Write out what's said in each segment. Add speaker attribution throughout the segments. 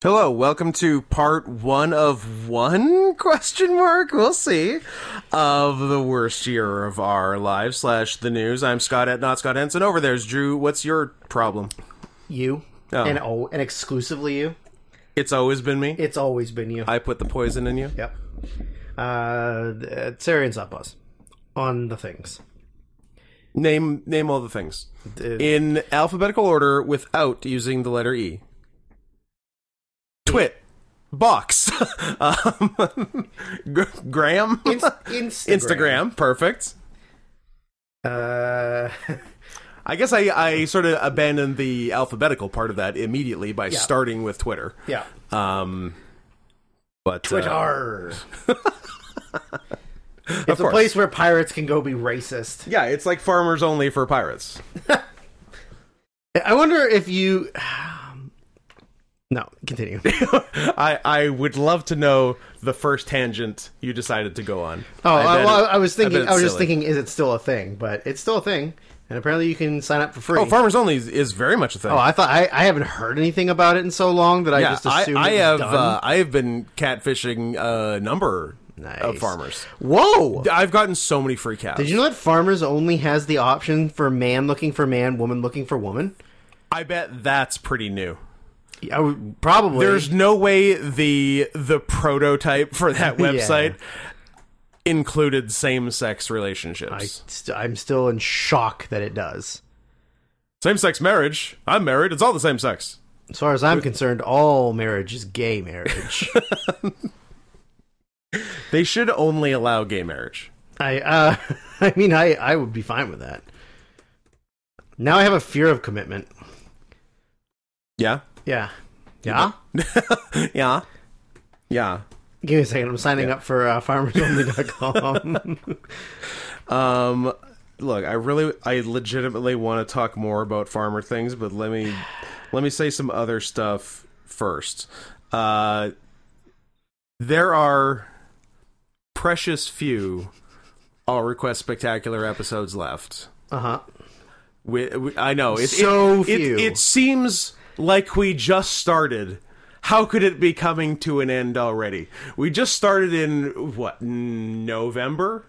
Speaker 1: Hello, welcome to part one of one question mark. We'll see of the worst year of our lives slash the news. I'm Scott at not Scott Henson. Over there's Drew. What's your problem?
Speaker 2: you
Speaker 1: Oh.
Speaker 2: and oh and exclusively you
Speaker 1: It's always been me.
Speaker 2: it's always been you
Speaker 1: I put the poison in you.
Speaker 2: yep uh th- Sarian's up us on the things
Speaker 1: Name name all the things
Speaker 2: Uh,
Speaker 1: in alphabetical order without using the letter E. Twit, box, um, Gr- Graham,
Speaker 2: Ins- Uh, instagram
Speaker 1: Instagram, perfect.
Speaker 2: uh
Speaker 1: I guess I, I sort of abandoned the alphabetical part of that immediately by starting with Twitter.
Speaker 2: yeah
Speaker 1: Um, but uh,
Speaker 2: twitter
Speaker 1: of
Speaker 2: it's a
Speaker 1: course.
Speaker 2: place where pirates can go be racist
Speaker 1: yeah, it's like farmers only for pirates.
Speaker 2: i wonder if you no continue
Speaker 1: I, I would love to know the first tangent you decided to go on.
Speaker 2: Oh, I,
Speaker 1: bet
Speaker 2: well,
Speaker 1: it-
Speaker 2: I was thinking.
Speaker 1: bet
Speaker 2: I, was
Speaker 1: it's
Speaker 2: just
Speaker 1: silly.
Speaker 2: thinking, is it still a thing? But it's still a thing, and apparently you can sign up for free.
Speaker 1: Oh, farmers only is, is very much a thing.
Speaker 2: Oh, I thought I, I haven't heard anything about it in so long that I
Speaker 1: yeah,
Speaker 2: just
Speaker 1: I,
Speaker 2: assumed.
Speaker 1: I
Speaker 2: it was
Speaker 1: have
Speaker 2: done.
Speaker 1: uh, I have been catfishing a number of
Speaker 2: Nice.
Speaker 1: farmers.
Speaker 2: Whoa!
Speaker 1: I've gotten so many free cows.
Speaker 2: Did you know that Farmers only has the option for man looking for man, woman looking for woman?
Speaker 1: I bet that's pretty new.
Speaker 2: I would, probably.
Speaker 1: There's no way the the prototype for that website included same sex
Speaker 2: I
Speaker 1: relationships.
Speaker 2: st- I'm still in shock that it does.
Speaker 1: Same sex marriage. I'm married. It's all the same sex.
Speaker 2: As far as I'm concerned, all marriage is gay marriage.
Speaker 1: They should only allow gay marriage.
Speaker 2: I uh, I mean, I I would be fine with that. Now I have a fear of commitment.
Speaker 1: Yeah.
Speaker 2: Yeah. Yeah.
Speaker 1: Yeah. Yeah.
Speaker 2: Give me a second. I'm signing up for uh, farmersonly.com.
Speaker 1: Um look, I really I legitimately want to talk more about farmer things, but let me let me say some other stuff first. Uh there are precious few all request spectacular episodes left.
Speaker 2: uh huh.
Speaker 1: We, we, I know it,
Speaker 2: So
Speaker 1: it, it-
Speaker 2: few.
Speaker 1: It, seems like we just started. How could it be coming to an end already? We just started in what November,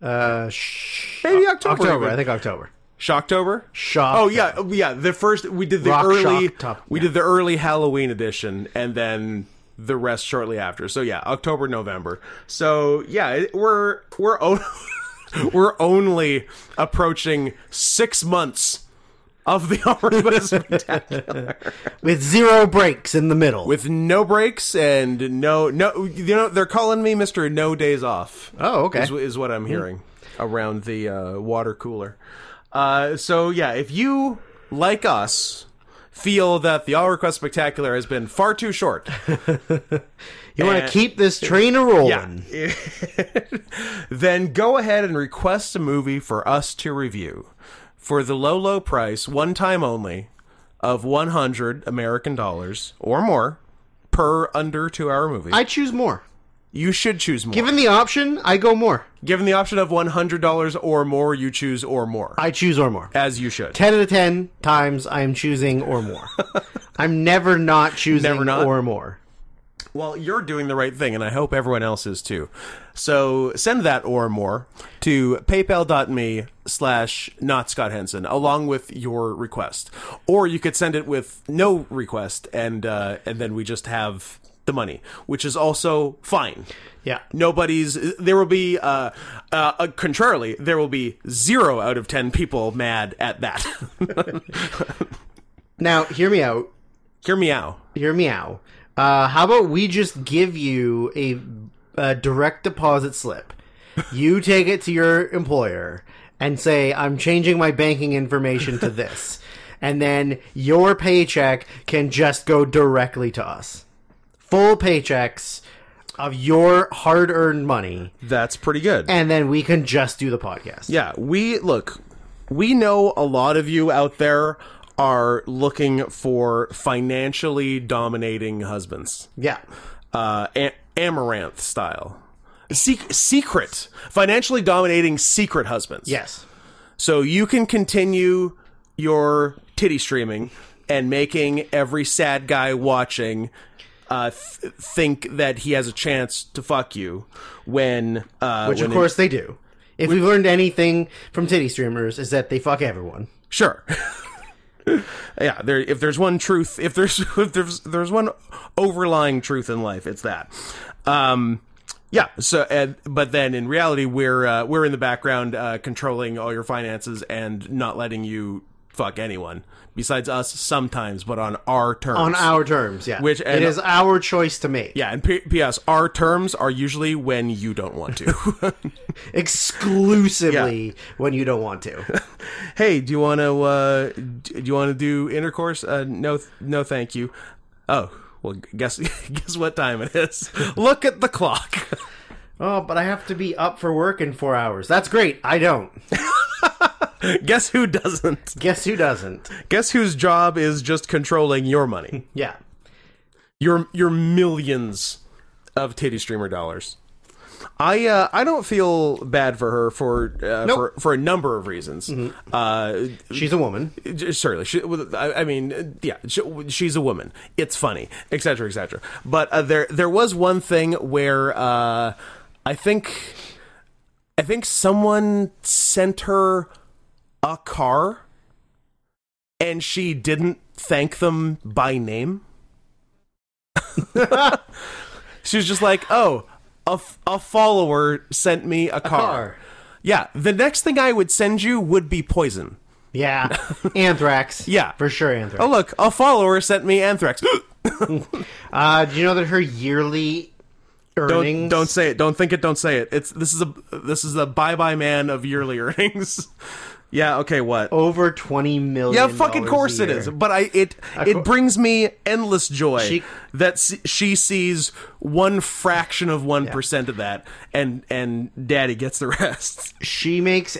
Speaker 2: Uh, sh-
Speaker 1: maybe October.
Speaker 2: October.
Speaker 1: even.
Speaker 2: I think October.
Speaker 1: Shocktober.
Speaker 2: Shock.
Speaker 1: Oh yeah, oh, yeah. The first we did the
Speaker 2: Rock
Speaker 1: early
Speaker 2: shock top,
Speaker 1: we
Speaker 2: yeah.
Speaker 1: did the early Halloween edition, and then the rest shortly after. So yeah, October November. So yeah, it- we're we're o- we're only approaching six months of the Omnibus Spectacular
Speaker 2: With zero breaks in the middle.
Speaker 1: with no breaks and no no. You know they're calling me Mister No Days Off
Speaker 2: oh, okay.
Speaker 1: is, is what I'm hearing around the uh, water cooler. Uh, so yeah, if you like us feel that the All Request Spectacular has been far too short,
Speaker 2: You want
Speaker 1: And-
Speaker 2: to keep this train a rolling.
Speaker 1: then go ahead and request a movie for us to review for the low low price, one time only, of 100 American dollars or more per under two hour movie.
Speaker 2: I choose more.
Speaker 1: you should choose more.
Speaker 2: Given the option, I go more.
Speaker 1: Given the option of $100 or more, you choose or more.
Speaker 2: I choose or more.
Speaker 1: as you should.
Speaker 2: 10 out of 10 times I am choosing or more. I'm never not choosing
Speaker 1: Never not?
Speaker 2: or more.
Speaker 1: Well, you're doing the right thing, and I hope everyone else is too. So send that or more to paypal.me slash not Scott Henson along with your request. Or you could send it with no request, and uh, and then we just have the money, which is also fine.
Speaker 2: Yeah.
Speaker 1: Nobody's. There will be, uh, uh, uh, contrarily, there will be zero out of ten people mad at that.
Speaker 2: Now, hear me out.
Speaker 1: Hear me out.
Speaker 2: Hear me out. Uh, how about we just give you a, a direct deposit slip? You take it to your employer and say, I'm changing my banking information to this. and then your paycheck can just go directly to us. Full paychecks of your hard earned money.
Speaker 1: That's pretty good.
Speaker 2: And then we can just do the podcast.
Speaker 1: Yeah, we look, we know a lot of you out there are looking for financially dominating husbands,
Speaker 2: Yeah.
Speaker 1: uh, a- amaranth style. Sec- secret, financially dominating secret husbands.
Speaker 2: Yes.
Speaker 1: So you can continue your titty streaming and making every sad guy watching uh, th- think that he has a chance to fuck you when uh,
Speaker 2: Which,
Speaker 1: when
Speaker 2: of
Speaker 1: it-
Speaker 2: course, they do. If we've learned anything from titty streamers, is that they fuck everyone.
Speaker 1: Sure. yeah, there if there's one truth, if there's if there's there's one overlying truth in life, it's that. Um yeah, so and but then in reality we're uh, we're in the background uh, controlling all your finances and not letting you fuck anyone besides us sometimes, but on our terms.
Speaker 2: On our terms, yeah.
Speaker 1: Which-
Speaker 2: it is our choice to make.
Speaker 1: yeah, and P- P.S. Our terms are usually when you don't want to.
Speaker 2: Exclusively when you don't want to.
Speaker 1: hey, do you want to uh, d- do you want to do intercourse? Uh, no, th- no, thank you. Oh, well, guess guess what time it is. Look at the clock.
Speaker 2: oh, but I have to be up for work in four hours. That's great. I don't.
Speaker 1: guess who doesn't?
Speaker 2: Guess who doesn't?
Speaker 1: Guess whose job is just controlling your money,
Speaker 2: Yeah.
Speaker 1: your your millions of titty streamer dollars. I uh, I don't feel bad for her for uh,
Speaker 2: Nope.
Speaker 1: for for a number of reasons. Uh,
Speaker 2: She's a woman.
Speaker 1: J- Surely, she, well, I I mean, uh, yeah, she, she's a woman. It's funny, etc., etc. But uh, there, there was one thing where uh, I think, I think someone sent her a car, and she didn't thank them by name. she was just like, "Oh, a, f- a follower sent me a car.
Speaker 2: car.
Speaker 1: Yeah, the next thing I would send you would be poison.
Speaker 2: Yeah. Anthrax.
Speaker 1: Yeah.
Speaker 2: For sure, Anthrax.
Speaker 1: Oh look, a follower sent me anthrax.
Speaker 2: Uh, do you know that her yearly
Speaker 1: don't
Speaker 2: earnings?
Speaker 1: don't say it. Don't think it. Don't say it. It's this is a this is a bye bye man of yearly earnings. yeah. Okay. What?
Speaker 2: over twenty Oh, million.
Speaker 1: yeah. Fucking
Speaker 2: dollars
Speaker 1: course
Speaker 2: a
Speaker 1: it
Speaker 2: year.
Speaker 1: is. But I it it
Speaker 2: cour-
Speaker 1: brings me endless joy
Speaker 2: She-
Speaker 1: that s- she sees one fraction of one of that, and and daddy gets the rest.
Speaker 2: She makes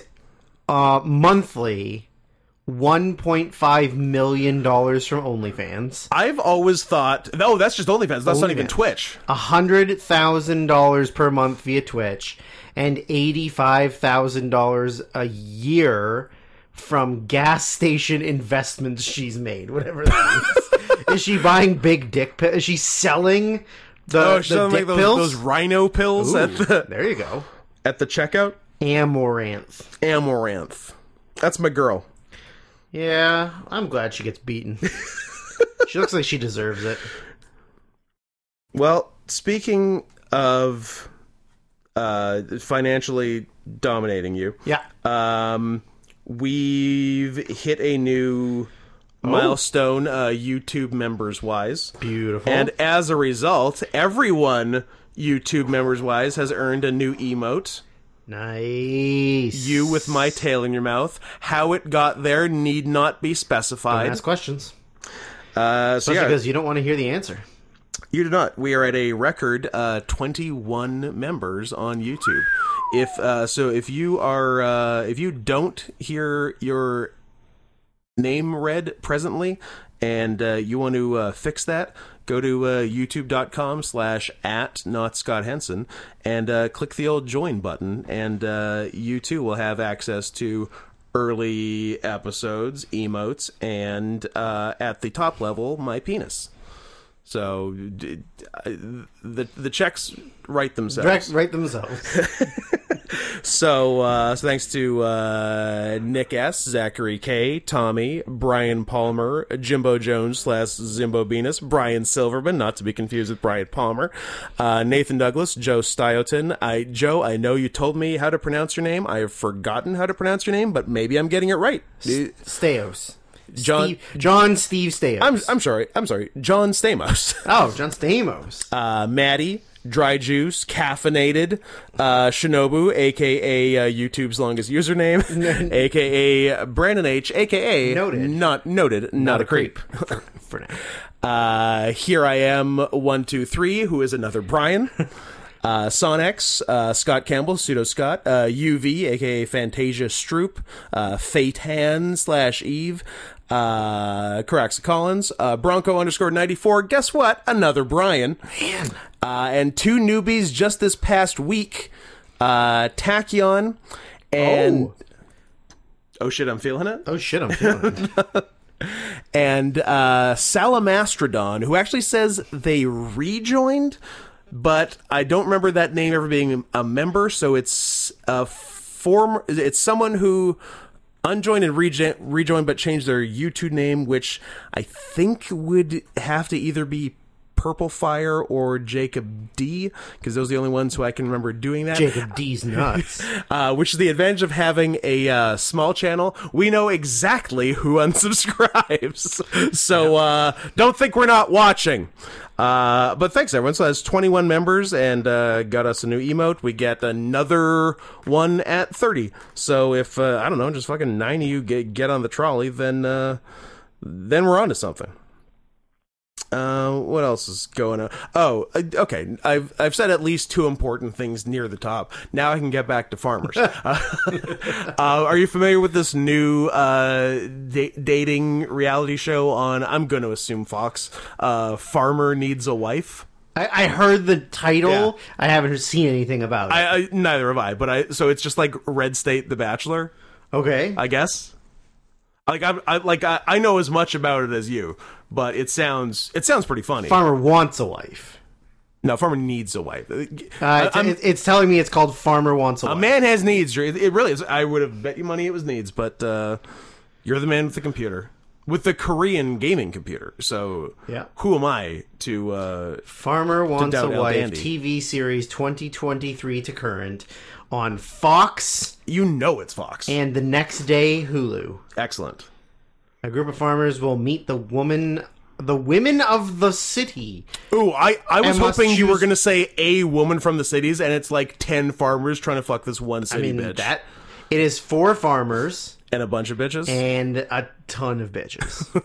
Speaker 2: uh, monthly one point five million dollars from OnlyFans,
Speaker 1: I've always thought, no, that's just OnlyFans. That's not even
Speaker 2: OnlyFans.
Speaker 1: Twitch.
Speaker 2: hundred thousand dollars per month via Twitch, and eighty five thousand dollars a year from gas station investments she's made. Whatever that is. is she buying big dick pills? Is she selling the,
Speaker 1: Oh,
Speaker 2: the
Speaker 1: she doesn't
Speaker 2: dick
Speaker 1: like those,
Speaker 2: pills?
Speaker 1: those rhino pills at the
Speaker 2: there you go.
Speaker 1: at the checkout.
Speaker 2: Amaranth.
Speaker 1: Amaranth. That's my girl.
Speaker 2: Yeah, I'm glad she gets beaten. she looks like she deserves it.
Speaker 1: Well, speaking of uh, financially dominating you,
Speaker 2: Yeah.
Speaker 1: um, we've hit a new
Speaker 2: Oh.
Speaker 1: milestone, uh, YouTube members wise.
Speaker 2: Beautiful.
Speaker 1: And as a result, everyone YouTube members wise has earned a new emote.
Speaker 2: nice.
Speaker 1: You with my tail in your mouth. How it got there need not be specified.
Speaker 2: ask questions.
Speaker 1: Uh, so
Speaker 2: Especially
Speaker 1: yeah,
Speaker 2: because you don't want to hear the answer.
Speaker 1: You do not. We are at a record uh, 21 members on YouTube. If uh, so, if you are uh, if you don't hear your name read presently, and uh, you want to uh, fix that, go to uh, youtube.com slash at not Scott Henson and uh, click the old join button, and uh, you too will have access to early episodes, emotes, and uh, at the top level, my penis. So d- I- the the checks write themselves.
Speaker 2: Direct, right themselves.
Speaker 1: So uh, so thanks to uh, Nick S, Zachary K, Tommy, Brian Palmer, Jimbo Jones slash Zimbo Venus, Brian Silverman, not to be confused with Brian Palmer, uh, Nathan Douglas, Joe Stioton. I Joe, I know you told me how to pronounce your name. I have forgotten how to pronounce your name, but maybe I'm getting it right.
Speaker 2: Steos.
Speaker 1: John-
Speaker 2: Steve, John Steve Steos.
Speaker 1: I'm I'm sorry. I'm sorry. John Stamos.
Speaker 2: oh, John Stamos.
Speaker 1: uh, Maddie, Dry Juice, Caffeinated, uh, Shinobu, aka uh, YouTube's longest username, aka Brandon H, aka
Speaker 2: Noted.
Speaker 1: not noted, not, a, creep.
Speaker 2: for, for now.
Speaker 1: Uh, here I am, one two three, who is another Brian. Uh, Sonex, uh, Scott Campbell, pseudo Scott, uh, UV, aka Fantasia Stroop, uh, Fate Han slash Eve, uh, Caraxa Collins, uh, Bronco underscore 94. Guess what? Another Brian. Man. Uh, and two newbies just this past week, uh, Tachyon and. Oh. shit, I'm feeling it.
Speaker 2: Oh shit, I'm feeling. it.
Speaker 1: and uh, Salamastrodon, who actually says they rejoined, but I don't remember that name ever being a member. So it's a form. It's someone who unjoined and rejoin, rejoined, but changed their YouTube name, which I think would have to either be. Purple Fire or Jacob D, because those are the only ones who I can remember doing that
Speaker 2: Jacob D's nuts.
Speaker 1: uh, which is the advantage of having a uh, small channel. We know exactly who unsubscribes, so uh, don't think we're not watching. Uh, but thanks everyone. So that's 21 members and uh, got us a new emote. We get another one at 30. So if uh, I don't know, just fucking nine of you get get on the trolley, then uh, then we're on to something. Uh, what else is going on? Oh, uh, okay. I've I've said at least two important things near the top. Now I can get back to farmers. uh, are you familiar with this new uh, da- dating reality show on? I'm going to assume Fox. Uh, Farmer needs a wife.
Speaker 2: I, I heard the title.
Speaker 1: Yeah.
Speaker 2: I haven't seen anything about it.
Speaker 1: I, I neither have I, but I so it's just like Red State The Bachelor,
Speaker 2: okay.
Speaker 1: I guess. Like I, I like I, I know as much about it as you, but it sounds it sounds pretty funny.
Speaker 2: Farmer wants a wife.
Speaker 1: no, Farmer needs a wife.
Speaker 2: Uh, it's, it's- it's telling me it's called Farmer Wants
Speaker 1: A
Speaker 2: a Wife.
Speaker 1: man has needs. Dre. It, it really is. I would have bet you money it was needs, but uh, you're the man with the computer, with the Korean gaming computer. So
Speaker 2: Yeah.
Speaker 1: who am I to? Uh,
Speaker 2: Farmer Wants a
Speaker 1: Downhill
Speaker 2: Wife
Speaker 1: Dandy.
Speaker 2: TV series 2023 to current on Fox
Speaker 1: you know it's Fox.
Speaker 2: and the next day Hulu.
Speaker 1: Excellent.
Speaker 2: A group of farmers will meet the woman, the women of the city.
Speaker 1: Ooh, I, I was
Speaker 2: And must
Speaker 1: hoping you were
Speaker 2: choose-
Speaker 1: gonna say a woman from the cities, and it's like ten farmers trying to fuck this one city
Speaker 2: I mean,
Speaker 1: bitch
Speaker 2: that it is four farmers
Speaker 1: and a bunch of bitches.
Speaker 2: and a ton of bitches.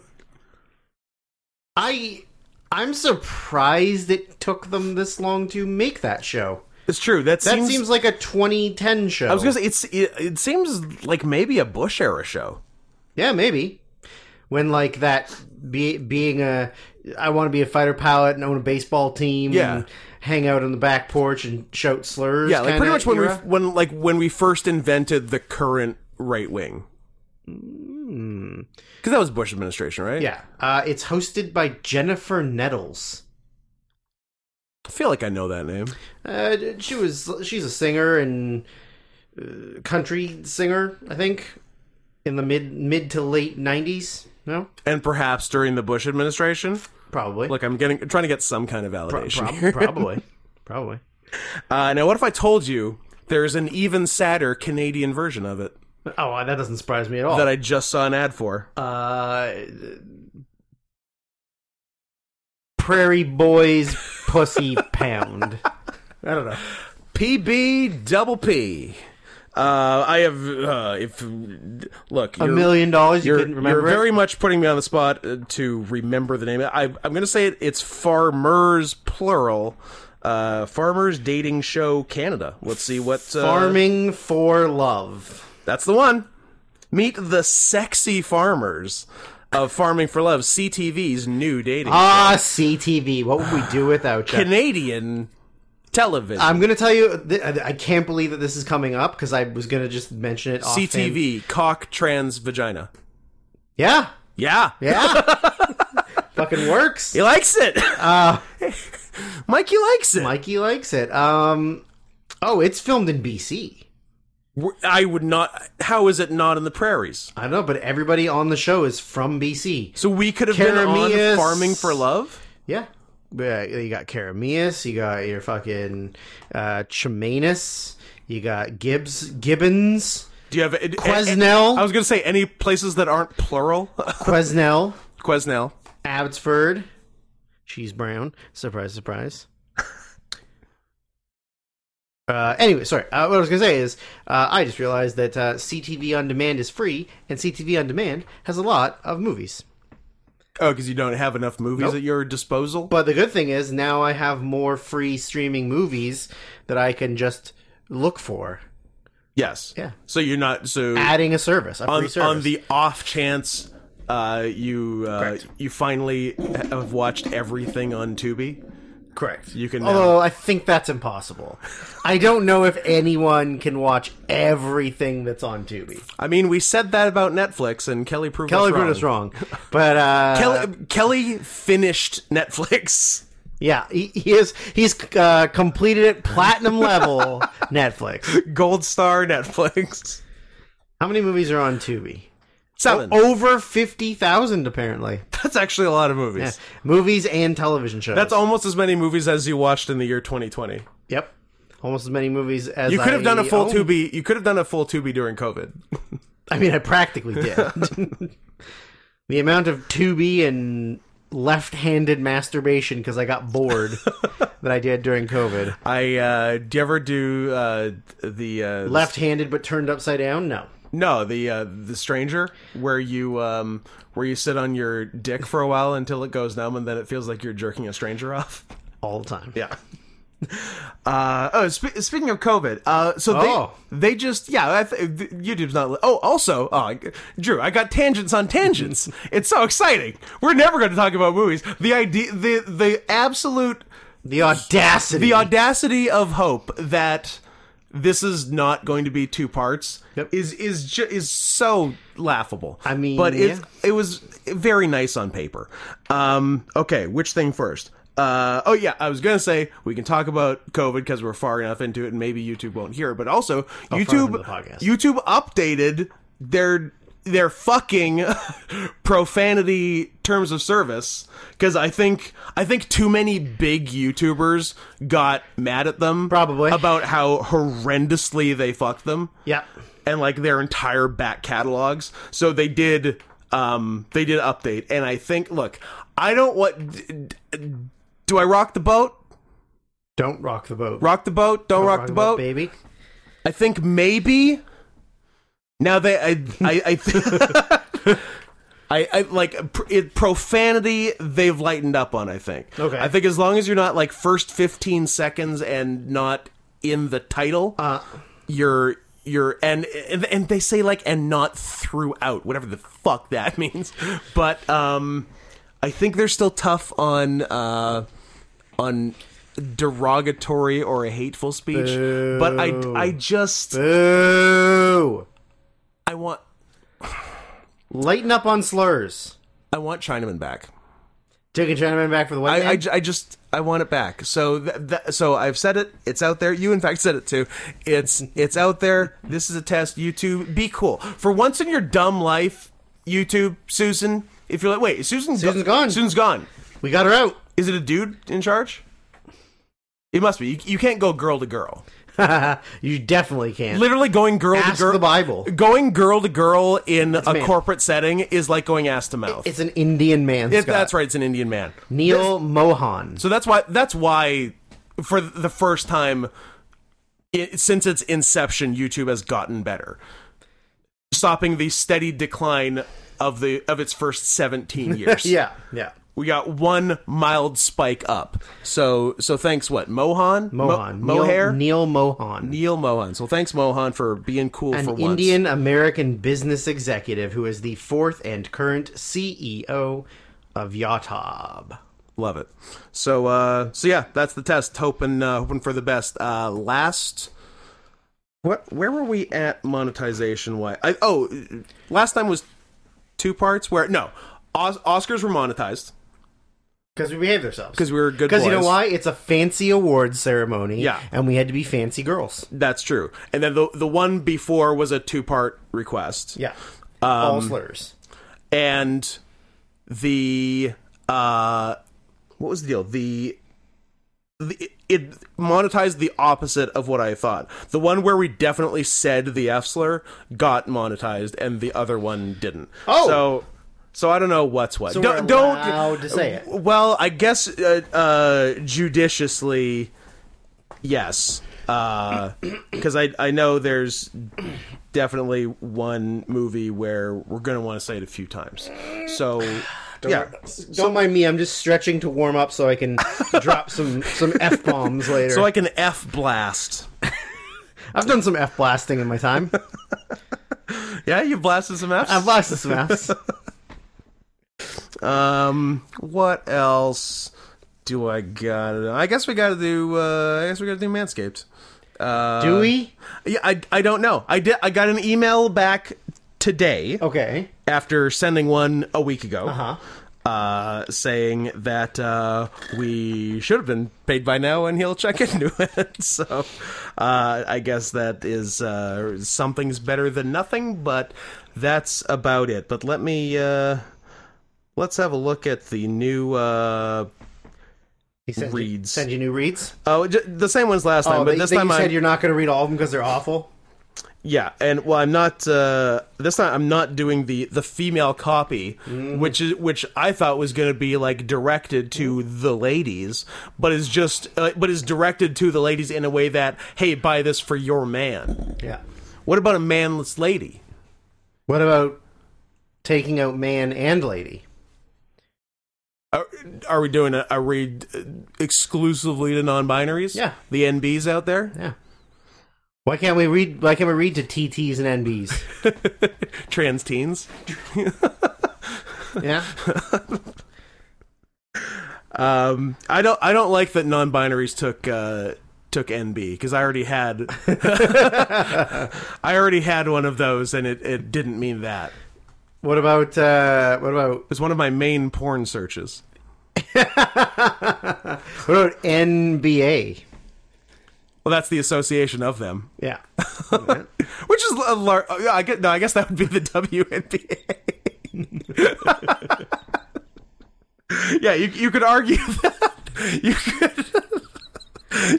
Speaker 2: I I'm surprised it took them this long to make that show.
Speaker 1: it's true. That,
Speaker 2: That
Speaker 1: seems.
Speaker 2: seems like a 2010 show.
Speaker 1: I was gonna say it's it, it seems like maybe a Bush era show.
Speaker 2: Yeah, maybe. When like that be, being a I want to be a fighter pilot and own a baseball team
Speaker 1: Yeah.
Speaker 2: and hang out on the back porch and shout slurs.
Speaker 1: Yeah, like pretty
Speaker 2: kinda
Speaker 1: much when
Speaker 2: era.
Speaker 1: we when like when we first invented the current right wing. Because that was Bush administration, right?
Speaker 2: Hmm. Yeah. Uh, it's hosted by Jennifer Nettles.
Speaker 1: I feel like I know that name.
Speaker 2: Uh, she was she's a singer and uh, country singer, I think, in the mid mid to late 90s. No?
Speaker 1: And perhaps during the Bush administration.
Speaker 2: Probably.
Speaker 1: Look, I'm getting trying to get some kind of
Speaker 2: Pro-
Speaker 1: validation
Speaker 2: prob-
Speaker 1: here.
Speaker 2: probably. Probably.
Speaker 1: Uh, now, what if I told you there's an even sadder Canadian version of it
Speaker 2: Oh, that doesn't surprise me at all.
Speaker 1: that I just saw an ad for?
Speaker 2: uh, Prairie Boys Pussy Pound. I don't know.
Speaker 1: PB double P. Uh, I have uh, if look
Speaker 2: A million dollars? You
Speaker 1: You're,
Speaker 2: couldn't remember
Speaker 1: you're
Speaker 2: it?
Speaker 1: very much putting me on the spot uh, to remember the name. I, I'm going to say it, it's Farmers plural. Uh, Farmers Dating Show Canada. Let's see what uh,
Speaker 2: Farming for Love.
Speaker 1: That's the one. Meet the sexy farmers of Farming for Love, CTV's new dating
Speaker 2: Ah, CTV. What would we do without you?
Speaker 1: Canadian television.
Speaker 2: I'm gonna tell you, th- I can't believe that this is coming up because I was gonna just mention it. offhand.
Speaker 1: CTV cock trans vagina.
Speaker 2: Yeah,
Speaker 1: Yeah,
Speaker 2: yeah, fucking works.
Speaker 1: he likes it. Uh,
Speaker 2: Ah.
Speaker 1: Mikey likes it.
Speaker 2: Mikey likes it. Um, oh, it's filmed in BC.
Speaker 1: W- I would not. How is it not in the prairies?
Speaker 2: I don't know, but everybody on the show is from BC.
Speaker 1: So we could have been on
Speaker 2: Karamias.
Speaker 1: Farming for Love.
Speaker 2: Yeah. Yeah, you got Karamias, you got your fucking uh, Chimanus, you got Gibbs, Gibbons,
Speaker 1: Do you have it,
Speaker 2: Quesnel.
Speaker 1: I was going to say any places that aren't plural.
Speaker 2: Quesnell,
Speaker 1: Quesnel.
Speaker 2: Abbotsford. She's brown. Surprise, surprise. Uh, anyway, sorry. Uh, what I was gonna say is, uh, I just realized that uh, CTV on demand is free, and CTV on demand has a lot of movies.
Speaker 1: Oh, because you don't have enough movies at your disposal.
Speaker 2: But the good thing is now I have more free streaming movies that I can just look for.
Speaker 1: yes.
Speaker 2: Yeah.
Speaker 1: So you're not so
Speaker 2: Adding a service, a free
Speaker 1: on,
Speaker 2: service.
Speaker 1: on the off chance uh, you uh, you finally have watched everything on Tubi.
Speaker 2: Correct.
Speaker 1: You can now-
Speaker 2: Although I think that's impossible. I don't know if anyone can watch everything that's on Tubi.
Speaker 1: I mean, we said that about Netflix, and Kelly proved us
Speaker 2: Kelly proved
Speaker 1: wrong.
Speaker 2: us wrong, but uh,
Speaker 1: Kelly, Kelly finished Netflix.
Speaker 2: yeah, he, he is he's uh, completed at platinum level Netflix.
Speaker 1: Gold star Netflix.
Speaker 2: How many movies are on Tubi?
Speaker 1: Seven.
Speaker 2: Over fifty thousand, apparently.
Speaker 1: that's actually a lot of movies.
Speaker 2: Yeah. Movies and television shows.
Speaker 1: That's almost as many movies as you watched in the year 2020.
Speaker 2: Yep. Almost as many movies as
Speaker 1: You could have
Speaker 2: I
Speaker 1: done a full
Speaker 2: own.
Speaker 1: Tubi. You could have done a full Tubi during COVID.
Speaker 2: I mean, I practically did. the amount of Tubi and left-handed masturbation because I got bored that I did during COVID.
Speaker 1: I uh, do you ever do uh, the uh,
Speaker 2: Left-handed but turned upside down? No.
Speaker 1: No, the uh, the stranger where you um, where you sit on your dick for a while until it goes numb and then it feels like you're jerking a stranger off.
Speaker 2: All the time.
Speaker 1: Yeah. Uh, oh, spe- speaking of COVID, uh, so they
Speaker 2: Oh.
Speaker 1: they just yeah, I th- th- YouTube's not. Li- oh, also, oh, I- Drew, I got tangents on tangents. it's so exciting. We're never going to talk about movies. The idea, the the absolute
Speaker 2: The audacity.
Speaker 1: the audacity of hope that this is not going to be two parts
Speaker 2: Yep.
Speaker 1: is is ju- is so laughable.
Speaker 2: I mean,
Speaker 1: but it's
Speaker 2: yeah.
Speaker 1: it was very nice on paper. Um, okay, which thing first? Uh, oh yeah, I was gonna say we can talk about COVID because we're far enough into it, and maybe YouTube won't hear it. But also,
Speaker 2: into the
Speaker 1: YouTube
Speaker 2: podcast.
Speaker 1: YouTube updated their their fucking profanity terms of service because I think I think too many big YouTubers got mad at them
Speaker 2: Probably.
Speaker 1: about how horrendously they fucked them
Speaker 2: Yep.
Speaker 1: and like their entire back catalogs. So they did um they did update and I think look, I don't what d- d- do I rock the boat?
Speaker 2: Don't rock the boat.
Speaker 1: Rock the boat, don't, rock, the boat.
Speaker 2: baby.
Speaker 1: I think maybe now they I I I, th- I, I like pr- it, profanity they've lightened up on I think.
Speaker 2: Okay.
Speaker 1: I think as long as you're not like first 15 seconds and not in the title
Speaker 2: Uh,
Speaker 1: you're you're and and and they say like and not throughout whatever the fuck that means. But um I think they're still tough on uh on derogatory or a hateful speech, but I I just
Speaker 2: boo.
Speaker 1: I want
Speaker 2: Lighten up on slurs.
Speaker 1: I want Chinaman back.
Speaker 2: Taking Chinaman back for the white
Speaker 1: I,
Speaker 2: man?
Speaker 1: I, ju- I just I want it back. So th- th- so I've said it. It's out there. You in fact said it too. It's it's out there. This is a test. YouTube, be cool. For once in your dumb life, YouTube, Susan. If you're like, wait, Susan's
Speaker 2: Susan's gone.
Speaker 1: Susan's gone.
Speaker 2: we got her out.
Speaker 1: Is it a dude in charge? It must be. You, you can't go girl to girl.
Speaker 2: you definitely can.
Speaker 1: Literally going girl
Speaker 2: Ask
Speaker 1: to girl.
Speaker 2: the Bible.
Speaker 1: Going girl to girl in a
Speaker 2: man.
Speaker 1: corporate setting is like going ass to mouth.
Speaker 2: It's an Indian man.
Speaker 1: If
Speaker 2: Scott.
Speaker 1: that's right, it's an Indian man.
Speaker 2: Neil Mohan.
Speaker 1: So that's why that's why for the first time it, since its inception YouTube has gotten better. Stopping the steady decline of the of its first 17 years.
Speaker 2: Yeah, yeah.
Speaker 1: We got one mild spike up. So so thanks what? Mohan? Mo-
Speaker 2: Mohan.
Speaker 1: Mohair?
Speaker 2: Neil, Neil Mohan.
Speaker 1: Neil Mohan. So thanks Mohan for being cool
Speaker 2: an
Speaker 1: for once.
Speaker 2: Indian American business executive who is the fourth and current CEO of Yatab.
Speaker 1: Love it. So uh so yeah, that's the test. Hoping uh, hoping for the best. Uh last what where were we at monetization wise? I, oh, last time was two parts where no, Os- Oscars were monetized
Speaker 2: Because we behaved ourselves.
Speaker 1: because we were good
Speaker 2: Because
Speaker 1: boys.
Speaker 2: you know why? It's a fancy awards ceremony.
Speaker 1: Yeah.
Speaker 2: And we had to be fancy girls.
Speaker 1: That's true. And then the the one before was a two part request.
Speaker 2: Yeah.
Speaker 1: Um,
Speaker 2: All slurs.
Speaker 1: and the uh what was the deal the, the it monetized the opposite of what i thought the one where we definitely said the f slur got monetized and the other one didn't
Speaker 2: Oh.
Speaker 1: so so i don't know what's what
Speaker 2: So
Speaker 1: don't
Speaker 2: we're
Speaker 1: don't
Speaker 2: allowed to say it.
Speaker 1: well i guess uh, uh judiciously yes uh because i i know there's definitely one movie where we're going to want to say it a few times. So, yeah.
Speaker 2: Don't mind me. I'm just stretching to warm up so I can drop some, some F bombs later.
Speaker 1: So I can F blast.
Speaker 2: I've done some F blasting in my time.
Speaker 1: Yeah, you blasted some Fs.
Speaker 2: I've blasted some Fs.
Speaker 1: um, what else? do I got? I guess we got to do. Uh, I guess we got to do Manscaped. Uh,
Speaker 2: Do we?
Speaker 1: Yeah, I, I don't know. I did. I got an email back today
Speaker 2: Okay.
Speaker 1: after sending one a week ago,
Speaker 2: Uh-huh.
Speaker 1: uh, saying that uh, we should have been paid by now, and he'll check into it. So uh, I guess that is uh, something's better than nothing, but that's about it. But let me uh, let's have a look at the new. Uh,
Speaker 2: He sent You,
Speaker 1: Reads.
Speaker 2: send you new reads.
Speaker 1: oh, j- the same ones last time,
Speaker 2: Oh,
Speaker 1: but
Speaker 2: that-
Speaker 1: this
Speaker 2: that
Speaker 1: time
Speaker 2: you
Speaker 1: I
Speaker 2: said you're not going to read all of them because they're awful.
Speaker 1: Yeah, and well, I'm not uh, this time. I'm not doing the the female copy, which is which I thought was going to be like directed to the ladies, but is just uh, but is directed to the ladies in a way that hey, buy this for your man.
Speaker 2: Yeah.
Speaker 1: What about a manless lady?
Speaker 2: What about taking out man and lady?
Speaker 1: Are, are we doing a, a read exclusively to non-binaries?
Speaker 2: Yeah.
Speaker 1: the NBs out there,
Speaker 2: Yeah. Why can't we read? Why can't we read to TTs and NBs?
Speaker 1: trans teens.
Speaker 2: Yeah.
Speaker 1: Um, I don't. I don't like that non-binaries took uh, took NB because I already had. I already had one of those, and it, it didn't mean that.
Speaker 2: what about? Uh, what about?
Speaker 1: It's one of my main porn searches.
Speaker 2: What about NBA?
Speaker 1: Well, that's the association of them,
Speaker 2: Yeah.
Speaker 1: which is a lar- I guess, no, I guess that would be the WNBA. yeah, you you could argue that you could.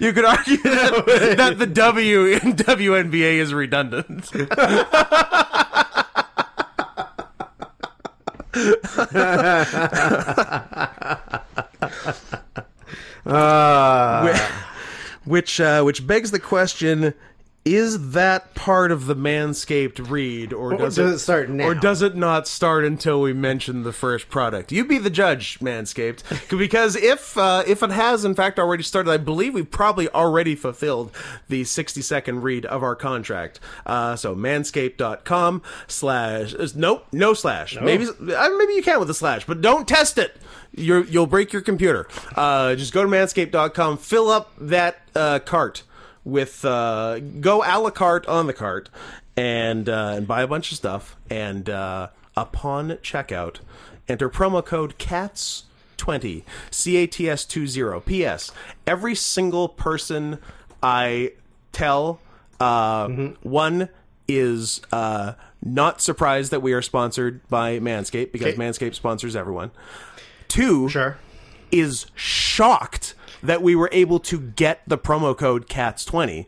Speaker 1: You could argue that, that the W in WNBA is redundant.
Speaker 2: Uh,
Speaker 1: which uh, which begs the question: Is that part of the manscaped read, or does,
Speaker 2: does
Speaker 1: it
Speaker 2: it start now?
Speaker 1: or does it not start until we mention the first product? You be the judge, manscaped, because if uh, if it has in fact already started, I believe we've probably already fulfilled the sixty second read of our contract. Uh, so manscaped.com slash uh, nope no slash maybe uh, maybe you can with a slash, but don't test it. You're, you'll break your computer. Uh, just go to manscaped.com, fill up that uh, cart with uh, go a la carte on the cart and uh, and buy a bunch of stuff and uh, upon checkout enter promo code cats 20 cats 20 ps every single person i tell uh,
Speaker 2: Mm-hmm.
Speaker 1: one is uh, not surprised that we are sponsored by manscaped because
Speaker 2: Okay.
Speaker 1: manscaped sponsors everyone two
Speaker 2: sure.
Speaker 1: is shocked that we were able to get the promo code CATS20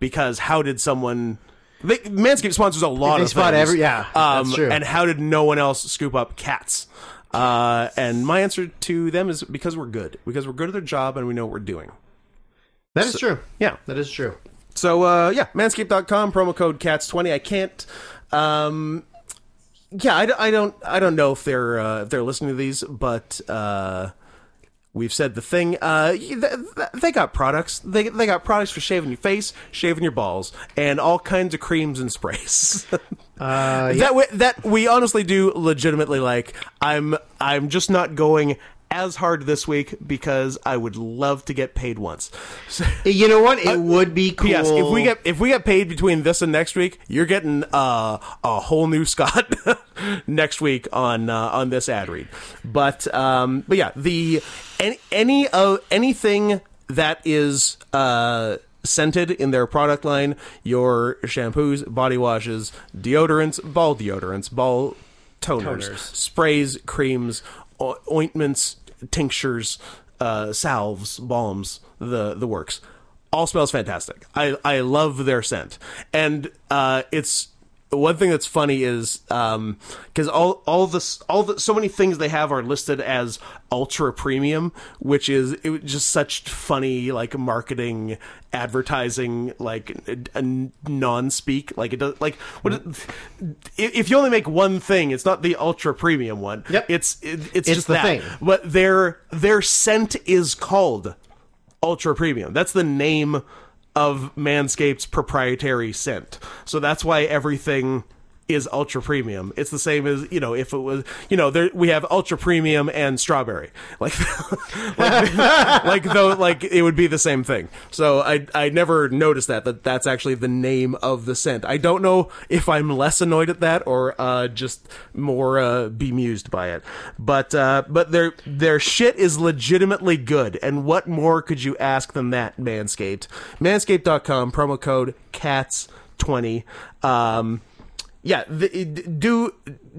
Speaker 1: because how did someone they, Manscaped sponsors a lot
Speaker 2: They
Speaker 1: of
Speaker 2: spot
Speaker 1: things.
Speaker 2: every- yeah,
Speaker 1: um,
Speaker 2: that's true.
Speaker 1: And how did no one else scoop up cats? Uh, and my answer to them is because we're good. Because we're good at their job and we know what we're doing.
Speaker 2: That is true.
Speaker 1: Yeah.
Speaker 2: That is true.
Speaker 1: So uh, yeah, manscaped.com promo code cats20. I can't um yeah, I, d- I don't I don't know if they're uh, if they're listening to these, but uh we've said the thing uh th- th- they got products. They they got products for shaving your face, shaving your balls, and all kinds of creams and sprays.
Speaker 2: Uh, yeah.
Speaker 1: that we, that we honestly do legitimately like I'm I'm just not going as hard this week because I would love to get paid once. So-
Speaker 2: You know what? It would be cool.
Speaker 1: Uh, Yes, if we get if we get paid between this and next week, you're getting uh, a whole new Scott next week on uh, on this ad read. But um, but yeah, the any, any of anything that is uh, scented in their product line, your shampoos, body washes, deodorants, ball deodorants, ball toners,
Speaker 2: Toners.
Speaker 1: sprays, creams, o- ointments, tinctures, uh, salves, balms, the the works. All smells fantastic. I I love their scent, and uh, it's one thing that's funny is because all all this all the so many things they have are listed as ultra premium, which is it was just such funny like marketing advertising like non speak like it does like what it- if if you only make one thing, it's not the ultra premium one.
Speaker 2: Yep.
Speaker 1: It's it, it's, just
Speaker 2: the
Speaker 1: that.
Speaker 2: thing.
Speaker 1: But their their scent is called ultra premium. That's the name of Manscaped's proprietary scent. So that's why everything is ultra premium. It's the same as you know if it was you know there we have ultra premium and strawberry like like, like though like it would be the same thing. So I I never noticed that that that's actually the name of the scent. I don't know if I'm less annoyed at that or uh, just more uh, bemused by it. But uh, but their their shit is legitimately good. And what more could you ask than that? Manscaped, manscaped.com promo code cats twenty. Um, yeah, the, do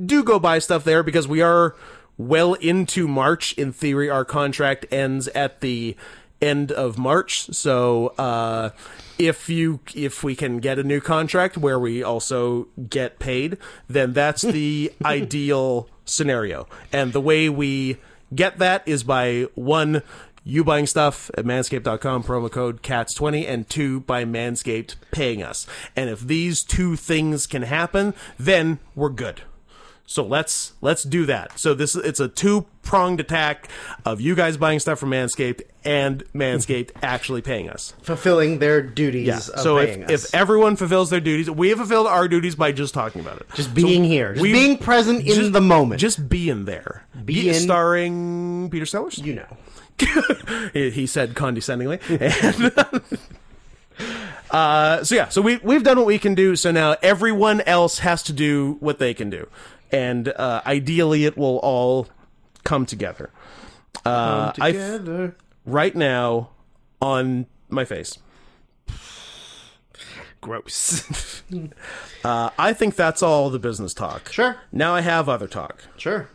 Speaker 1: do go buy stuff there because we are well into March. In theory, our contract ends at the end of March. So uh, if you if we can get a new contract where we also get paid, then that's the ideal scenario. And the way we get that is by one you buying stuff at manscaped.com promo code cats20 and two by manscaped paying us and if these two things can happen then we're good so let's let's do that so this it's a two pronged attack of you guys buying stuff from manscaped and manscaped actually paying us
Speaker 2: fulfilling their duties.
Speaker 1: yeah.
Speaker 2: Of
Speaker 1: So
Speaker 2: uh, paying
Speaker 1: if,
Speaker 2: us.
Speaker 1: if everyone fulfills their duties, we have fulfilled our duties by just talking about it.
Speaker 2: just being here, just being present in the moment,
Speaker 1: Just being there. Be,
Speaker 2: in-
Speaker 1: starring Peter Sellers.
Speaker 2: you know.
Speaker 1: he he said condescendingly. And, uh, so yeah, so we we've done what we can do. So now everyone else has to do what they can do, and uh, ideally it will all come together. Uh, I f-
Speaker 2: Together.
Speaker 1: right now on my face.
Speaker 2: Gross.
Speaker 1: Uh, I think that's all the business talk.
Speaker 2: Sure.
Speaker 1: Now I have other talk.
Speaker 2: sure.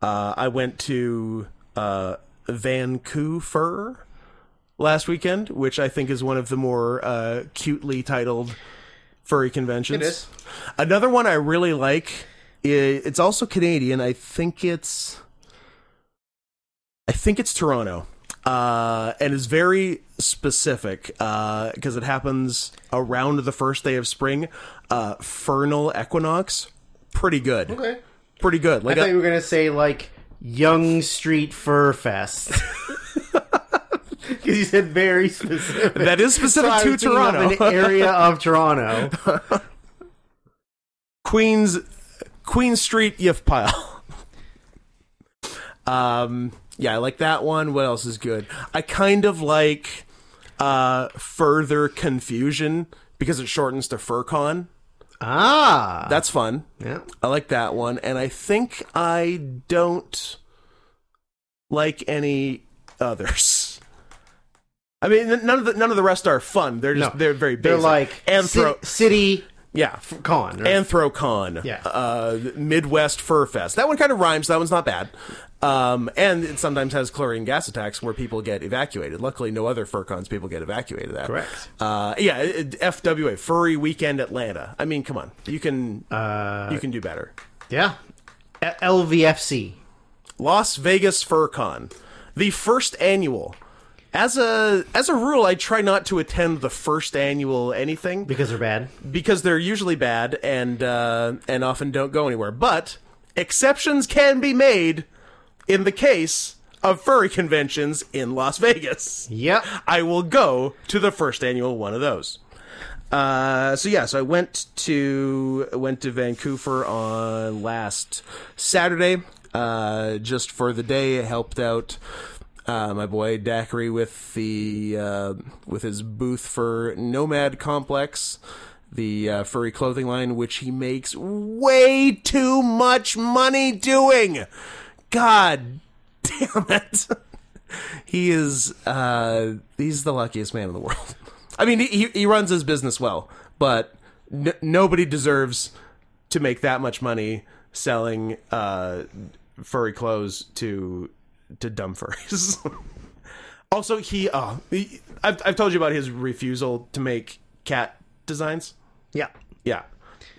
Speaker 1: Uh, I went to uh, Vancouver last weekend, which I think is one of the more uh, cutely titled furry conventions.
Speaker 2: It is.
Speaker 1: Another one I really like. i- It's also Canadian. I think it's. I think it's Toronto, uh, and is very specific because it happens around the first day of spring, uh, vernal equinox. Pretty good.
Speaker 2: Okay.
Speaker 1: Pretty good.
Speaker 2: I
Speaker 1: Like
Speaker 2: thought
Speaker 1: a-
Speaker 2: you were gonna say like Young Street Fur Fest. Because you said very specific.
Speaker 1: That is specific
Speaker 2: I
Speaker 1: to
Speaker 2: was thinking of
Speaker 1: Toronto.
Speaker 2: an area of Toronto.
Speaker 1: Queens Queen Street Yif Pile. um yeah, I like that one. What else is good? I kind of like uh further confusion because it shortens to FurCon.
Speaker 2: Ah,
Speaker 1: That's fun.
Speaker 2: yeah.
Speaker 1: I like that one, and I think I don't like any others. I mean, n- none of the none of the rest are fun. They're just
Speaker 2: No.
Speaker 1: they're very basic.
Speaker 2: They're like
Speaker 1: anthro,
Speaker 2: ci- city
Speaker 1: yeah,
Speaker 2: con. Right?
Speaker 1: Anthrocon.
Speaker 2: Yeah.
Speaker 1: Uh, Midwest Fur Fest. That one kind of rhymes. That one's not bad. Um, and it sometimes has chlorine gas attacks where people get evacuated. Luckily, no other fur cons people get evacuated at.
Speaker 2: Correct.
Speaker 1: Uh, yeah, it- it- FWA Furry Weekend Atlanta. I mean, come on, you can
Speaker 2: Uh,
Speaker 1: you can do better.
Speaker 2: yeah, A- LVFC.
Speaker 1: Las Vegas Fur Con, the first annual. As a as a rule, I try not to attend the first annual anything
Speaker 2: Because they're bad.
Speaker 1: because they're usually bad and uh, and often don't go anywhere. But exceptions can be made in the case of furry conventions in Las Vegas.
Speaker 2: Yep.
Speaker 1: I will go to the first annual one of those. Uh, so yeah, so I went to went to Vancouver on last Saturday, uh, just for the day. I helped out uh, my boy Daiquiri with the uh, with his booth for Nomad Complex, the uh, furry clothing line, which he makes way too much money doing. God damn it. he is uh he's the luckiest man in the world. I mean, he- he he runs his business well, but n- nobody deserves to make that much money selling uh furry clothes to to dumb furries. also, he uh he, I've I've told you about his refusal to make cat designs.
Speaker 2: Yeah.
Speaker 1: Yeah.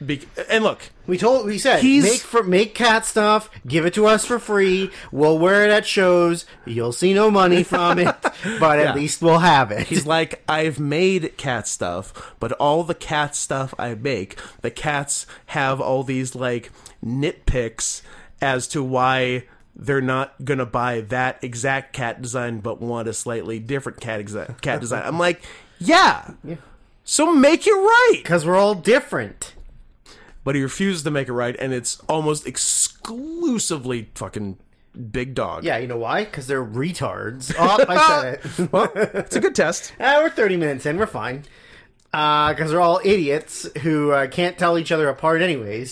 Speaker 1: Be- and look,
Speaker 2: We told we said
Speaker 1: He's-
Speaker 2: make for make cat stuff, give it to us for free. We'll wear it at shows. You'll see no money from it, but at least we'll have it.
Speaker 1: He's like, I've made cat stuff, but all the cat stuff I make, the cats have all these like nitpicks as to why they're not gonna buy that exact cat design, but want a slightly different cat exa- cat design. I'm like, yeah. So make it right.
Speaker 2: Because we're all different.
Speaker 1: but he refuses to make it right, and it's almost exclusively fucking big dog.
Speaker 2: Yeah, you know why? Because they're retards. Oh, I said it.
Speaker 1: Well, it's a good test.
Speaker 2: Ah, we're 30 minutes in. We're fine. Because they're all idiots who uh, can't tell each other apart, anyways.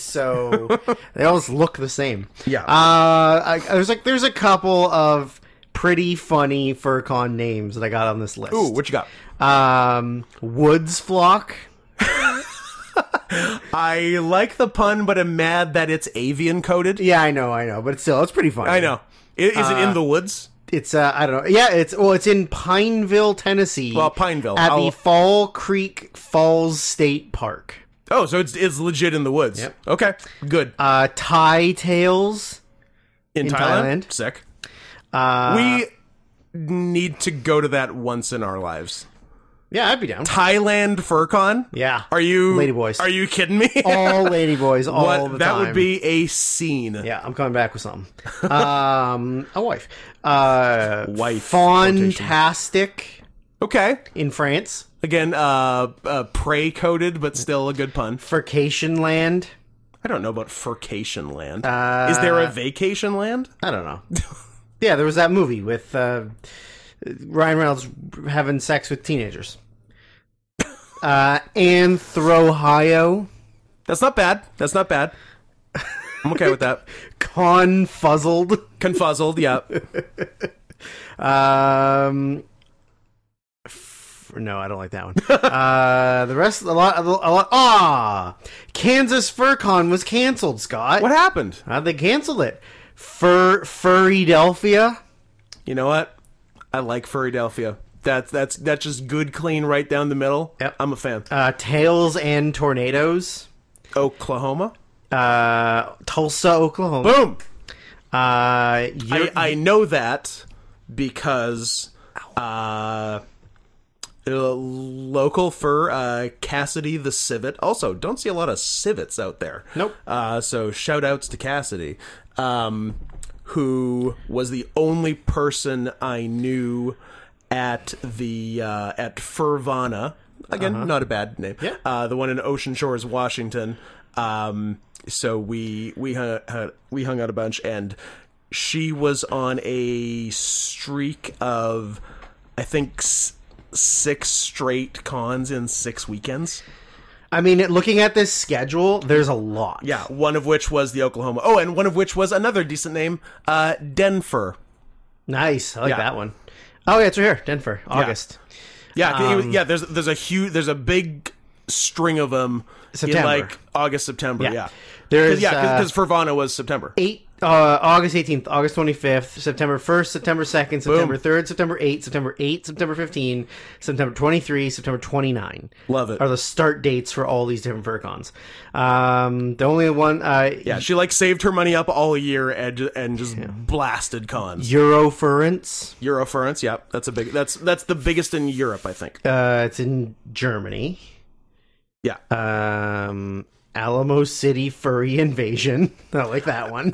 Speaker 2: So they always look the same.
Speaker 1: Yeah.
Speaker 2: Uh, I, there's like there's a couple of pretty funny furcon names that I got on this list.
Speaker 1: Ooh, what you got?
Speaker 2: Um, Woods flock.
Speaker 1: I like the pun, but I'm mad that it's avian coded.
Speaker 2: Yeah, I know, I know, but it's still, it's pretty funny.
Speaker 1: I know. I- Is it
Speaker 2: Uh,
Speaker 1: in the woods?
Speaker 2: It's uh, I don't know. Yeah, it's well, it's in Pineville, Tennessee.
Speaker 1: Well, Pineville.
Speaker 2: at
Speaker 1: I'll-
Speaker 2: the Fall Creek Falls State Park.
Speaker 1: Oh, so it's, it's legit in the woods.
Speaker 2: Yep.
Speaker 1: Okay, good.
Speaker 2: Uh, Thai Tales.
Speaker 1: in,
Speaker 2: in
Speaker 1: Thailand?
Speaker 2: Thailand. Uh,
Speaker 1: sick. we need to go to that once in our lives.
Speaker 2: Yeah, I'd be down.
Speaker 1: Thailand FurCon.
Speaker 2: Yeah.
Speaker 1: Are you
Speaker 2: Lady boys.
Speaker 1: Are you kidding me?
Speaker 2: all lady boys all
Speaker 1: What-
Speaker 2: the
Speaker 1: that
Speaker 2: time?
Speaker 1: would be a scene.
Speaker 2: Yeah, I'm coming back with something. Um, a wife. Uh,
Speaker 1: Wife quotation.
Speaker 2: Fantastic
Speaker 1: Okay.
Speaker 2: in France.
Speaker 1: Again, uh, uh prey coded, but still a good pun.
Speaker 2: Furcation land.
Speaker 1: I don't know about furcation land. Is there
Speaker 2: Uh,
Speaker 1: a vacation land?
Speaker 2: I don't know. yeah, there was that movie with uh, Ryan Reynolds having sex with teenagers. Uh, Anthrohio.
Speaker 1: That's not bad. That's not bad. I'm okay with that.
Speaker 2: Confuzzled.
Speaker 1: Confuzzled, yeah.
Speaker 2: Um, f- no, I don't like that one. uh, the rest, a lot, a lot. Ah, Kansas FurCon was canceled. Scott,
Speaker 1: What happened?
Speaker 2: How'd they canceled it? Fur Furrydelphia.
Speaker 1: You know what? I like Philadelphia. That's that's that's just good, clean, right down the middle.
Speaker 2: Yep.
Speaker 1: I'm a fan.
Speaker 2: Uh, Tails and tornadoes.
Speaker 1: Oklahoma.
Speaker 2: Uh, Tulsa, Oklahoma.
Speaker 1: Boom.
Speaker 2: Uh, Ur-
Speaker 1: I, I know that because uh, uh, local for uh, Cassidy the Civet. Also, don't see a lot of civets out there.
Speaker 2: Nope.
Speaker 1: Uh, so shout outs to Cassidy, um, who was the only person I knew at the uh, at Fervana. Again, not a bad name.
Speaker 2: Yeah.
Speaker 1: Uh, the one in Ocean Shores, Washington. Um, so we we hung, hung we hung out a bunch, and she was on a streak of, I think, s- six straight cons in six weekends.
Speaker 2: I mean, looking at this schedule, there's a lot.
Speaker 1: Yeah, one of which was the Oklahoma. Oh, and one of which was another decent name, uh, Denver.
Speaker 2: nice. I like
Speaker 1: Yeah.
Speaker 2: that one. Oh yeah, it's right here, Denver, August.
Speaker 1: Yeah, he
Speaker 2: Um,
Speaker 1: was- yeah. There's there's a huge there's a big string of them in
Speaker 2: September.
Speaker 1: like August September. Yeah,
Speaker 2: Yeah. There
Speaker 1: Cause,
Speaker 2: is,
Speaker 1: yeah
Speaker 2: uh,
Speaker 1: because Fervana was September.
Speaker 2: eight uh, August eighteenth, August twenty fifth, September first, September second, September third, September eighth, September eight, September fifteen, September twenty three, September twenty nine.
Speaker 1: Love it.
Speaker 2: Are the start dates for all these different Furcons? Um, the only one, uh,
Speaker 1: Yeah, she like saved her money up all year and and just blasted cons.
Speaker 2: Eurofurence.
Speaker 1: Euroference, yeah, that's a big that's that's the biggest in Europe, I think.
Speaker 2: Uh, it's in Germany.
Speaker 1: Yeah,
Speaker 2: Um, Alamo City furry invasion. I like that one.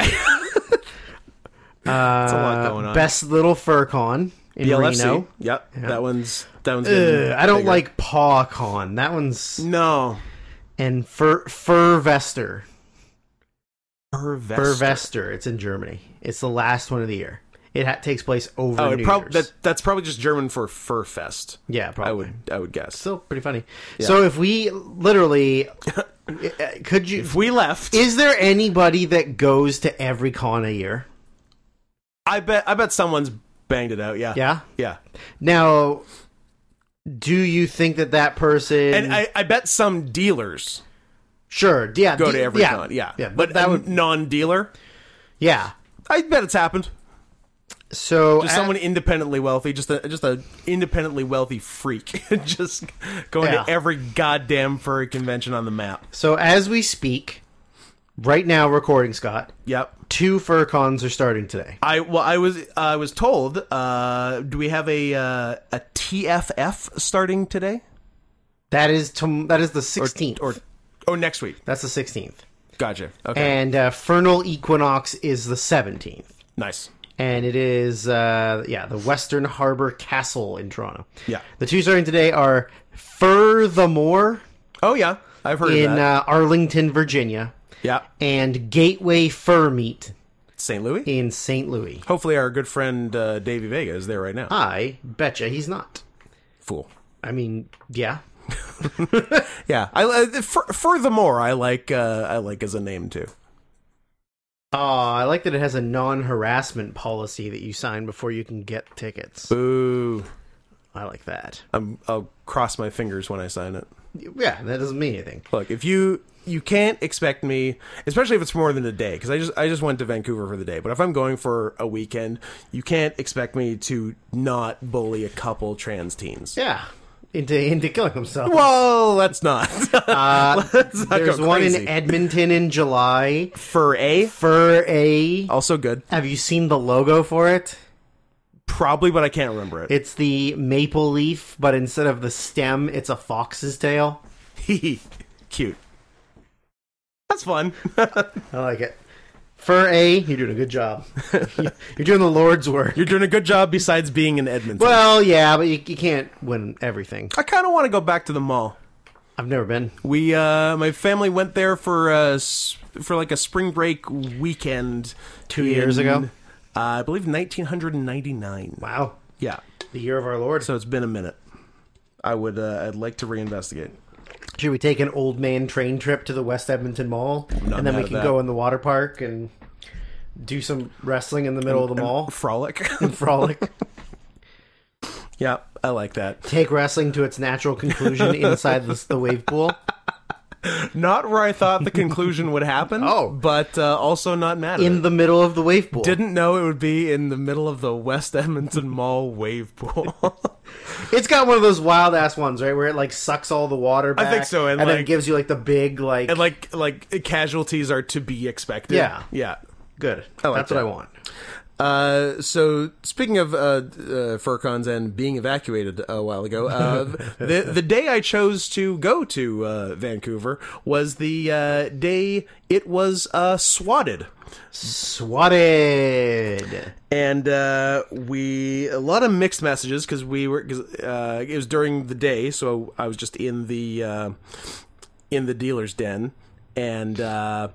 Speaker 1: that's a
Speaker 2: uh,
Speaker 1: lot going on.
Speaker 2: Best little Furcon in
Speaker 1: BLFC,
Speaker 2: Reno.
Speaker 1: yep, that one's that one's.
Speaker 2: Ugh,
Speaker 1: getting
Speaker 2: Uh, I don't
Speaker 1: bigger.
Speaker 2: like PawCon. That one's
Speaker 1: no
Speaker 2: and Fur Furvester.
Speaker 1: Pervest.
Speaker 2: Burvester. It's in Germany. It's the last one of the year. It ha- takes place over
Speaker 1: Oh,
Speaker 2: New
Speaker 1: it prob-
Speaker 2: Year's.
Speaker 1: that, that's probably just German for fur fest.
Speaker 2: yeah, probably.
Speaker 1: I would I would guess.
Speaker 2: Still pretty funny. So if we literally, uh, could you?
Speaker 1: if we left,
Speaker 2: Is there anybody that goes to every con a year?
Speaker 1: I bet I bet someone's banged it out. Yeah,
Speaker 2: Yeah.
Speaker 1: yeah.
Speaker 2: Now, do you think that that person?
Speaker 1: And I, I bet some dealers
Speaker 2: sure. Yeah.
Speaker 1: go
Speaker 2: d-
Speaker 1: to every
Speaker 2: yeah,
Speaker 1: con. Yeah,
Speaker 2: Yeah.
Speaker 1: But
Speaker 2: that
Speaker 1: a
Speaker 2: would.
Speaker 1: non-dealer,
Speaker 2: Yeah.
Speaker 1: I bet it's happened.
Speaker 2: So
Speaker 1: Just
Speaker 2: at-
Speaker 1: someone independently wealthy, just a just a independently wealthy freak, just going
Speaker 2: Yeah.
Speaker 1: to every goddamn furry convention on the map.
Speaker 2: So as we speak, right now recording, Scott.
Speaker 1: Yep.
Speaker 2: Two fur cons are starting today.
Speaker 1: I well, I was I was told. Uh, do we have a uh, a TFF starting today
Speaker 2: That is tom- that is the 16th.
Speaker 1: or oh next week?
Speaker 2: That's the 16th.
Speaker 1: Gotcha. Okay.
Speaker 2: And uh, Fernal Equinox is the 17th.
Speaker 1: nice.
Speaker 2: And it is, uh, yeah, the Western Harbor Castle in Toronto.
Speaker 1: Yeah.
Speaker 2: The two starting today are Furthermore
Speaker 1: Oh yeah. I've heard
Speaker 2: in
Speaker 1: of that.
Speaker 2: uh, Arlington, Virginia,
Speaker 1: yeah,
Speaker 2: and Gateway Fur Meat
Speaker 1: St. Louis.
Speaker 2: in St. Louis.
Speaker 1: Hopefully, our good friend uh, Davey Vega is there right now.
Speaker 2: I betcha he's not.
Speaker 1: Fool.
Speaker 2: I mean, yeah.
Speaker 1: Yeah. I, uh, fur furthermore, I like uh, I like as a name too.
Speaker 2: Oh, I like that it has a non-harassment policy that you sign before you can get tickets.
Speaker 1: Boo.
Speaker 2: I like that.
Speaker 1: I'm, I'll cross my fingers when I sign it.
Speaker 2: Yeah, that doesn't mean anything.
Speaker 1: Look, if you you can't expect me, especially if it's more than a day, because I just I just went to Vancouver for the day. But if I'm going for a weekend, you can't expect me to not bully a couple trans teens.
Speaker 2: Yeah, into into killing themself.
Speaker 1: Well, let's not. let's not
Speaker 2: There's
Speaker 1: go
Speaker 2: one
Speaker 1: crazy.
Speaker 2: in Edmonton in July.
Speaker 1: for a
Speaker 2: Fur A.
Speaker 1: also good,
Speaker 2: Have you seen the logo for it?
Speaker 1: probably, but I can't remember it.
Speaker 2: It's the maple leaf, but instead of the stem, it's a fox's tail.
Speaker 1: Cute. That's fun.
Speaker 2: I like it. Fur A, you're doing a good job. you're doing the Lord's work.
Speaker 1: You're doing a good job. Besides being in Edmonton,
Speaker 2: Well, yeah, but you, you can't win everything.
Speaker 1: I kind of want to go back to the mall.
Speaker 2: I've never been.
Speaker 1: We uh my family went there for uh s- for like a spring break weekend 2
Speaker 2: years ago?
Speaker 1: Uh, I believe 1999.
Speaker 2: Wow,
Speaker 1: Yeah.
Speaker 2: the year of our Lord.
Speaker 1: So it's been a minute. I would uh, I'd like to reinvestigate.
Speaker 2: Should we take an old man train trip to the West Edmonton Mall, and then
Speaker 1: mad
Speaker 2: we
Speaker 1: at
Speaker 2: can
Speaker 1: that.
Speaker 2: go in the water park and do some wrestling in the middle of the mall
Speaker 1: Frolic.
Speaker 2: and frolic?
Speaker 1: yeah, I like that.
Speaker 2: Take wrestling to its natural conclusion inside the, the wave pool.
Speaker 1: Not where I thought the conclusion would happen.
Speaker 2: Oh.
Speaker 1: but uh, also not mad. at it.
Speaker 2: In the middle of the wave pool.
Speaker 1: Didn't know it would be in the middle of the West Edmonton Mall wave pool.
Speaker 2: It's got one of those wild ass ones, right? Where it like sucks all the water back.
Speaker 1: think so, and,
Speaker 2: then
Speaker 1: like-
Speaker 2: gives you like the big like,
Speaker 1: and like like casualties are to be expected.
Speaker 2: Yeah.
Speaker 1: yeah.
Speaker 2: good.
Speaker 1: like
Speaker 2: That's
Speaker 1: that.
Speaker 2: what I want.
Speaker 1: Uh, so speaking of uh, uh, Furcons and being evacuated a while ago, uh, the the day I chose to go to uh, Vancouver was the uh, day it was uh, swatted,
Speaker 2: Swatted.
Speaker 1: and uh, we a lot of mixed messages because we were cause, uh, it was during the day, so I was just in the uh, in the dealer's den, and uh,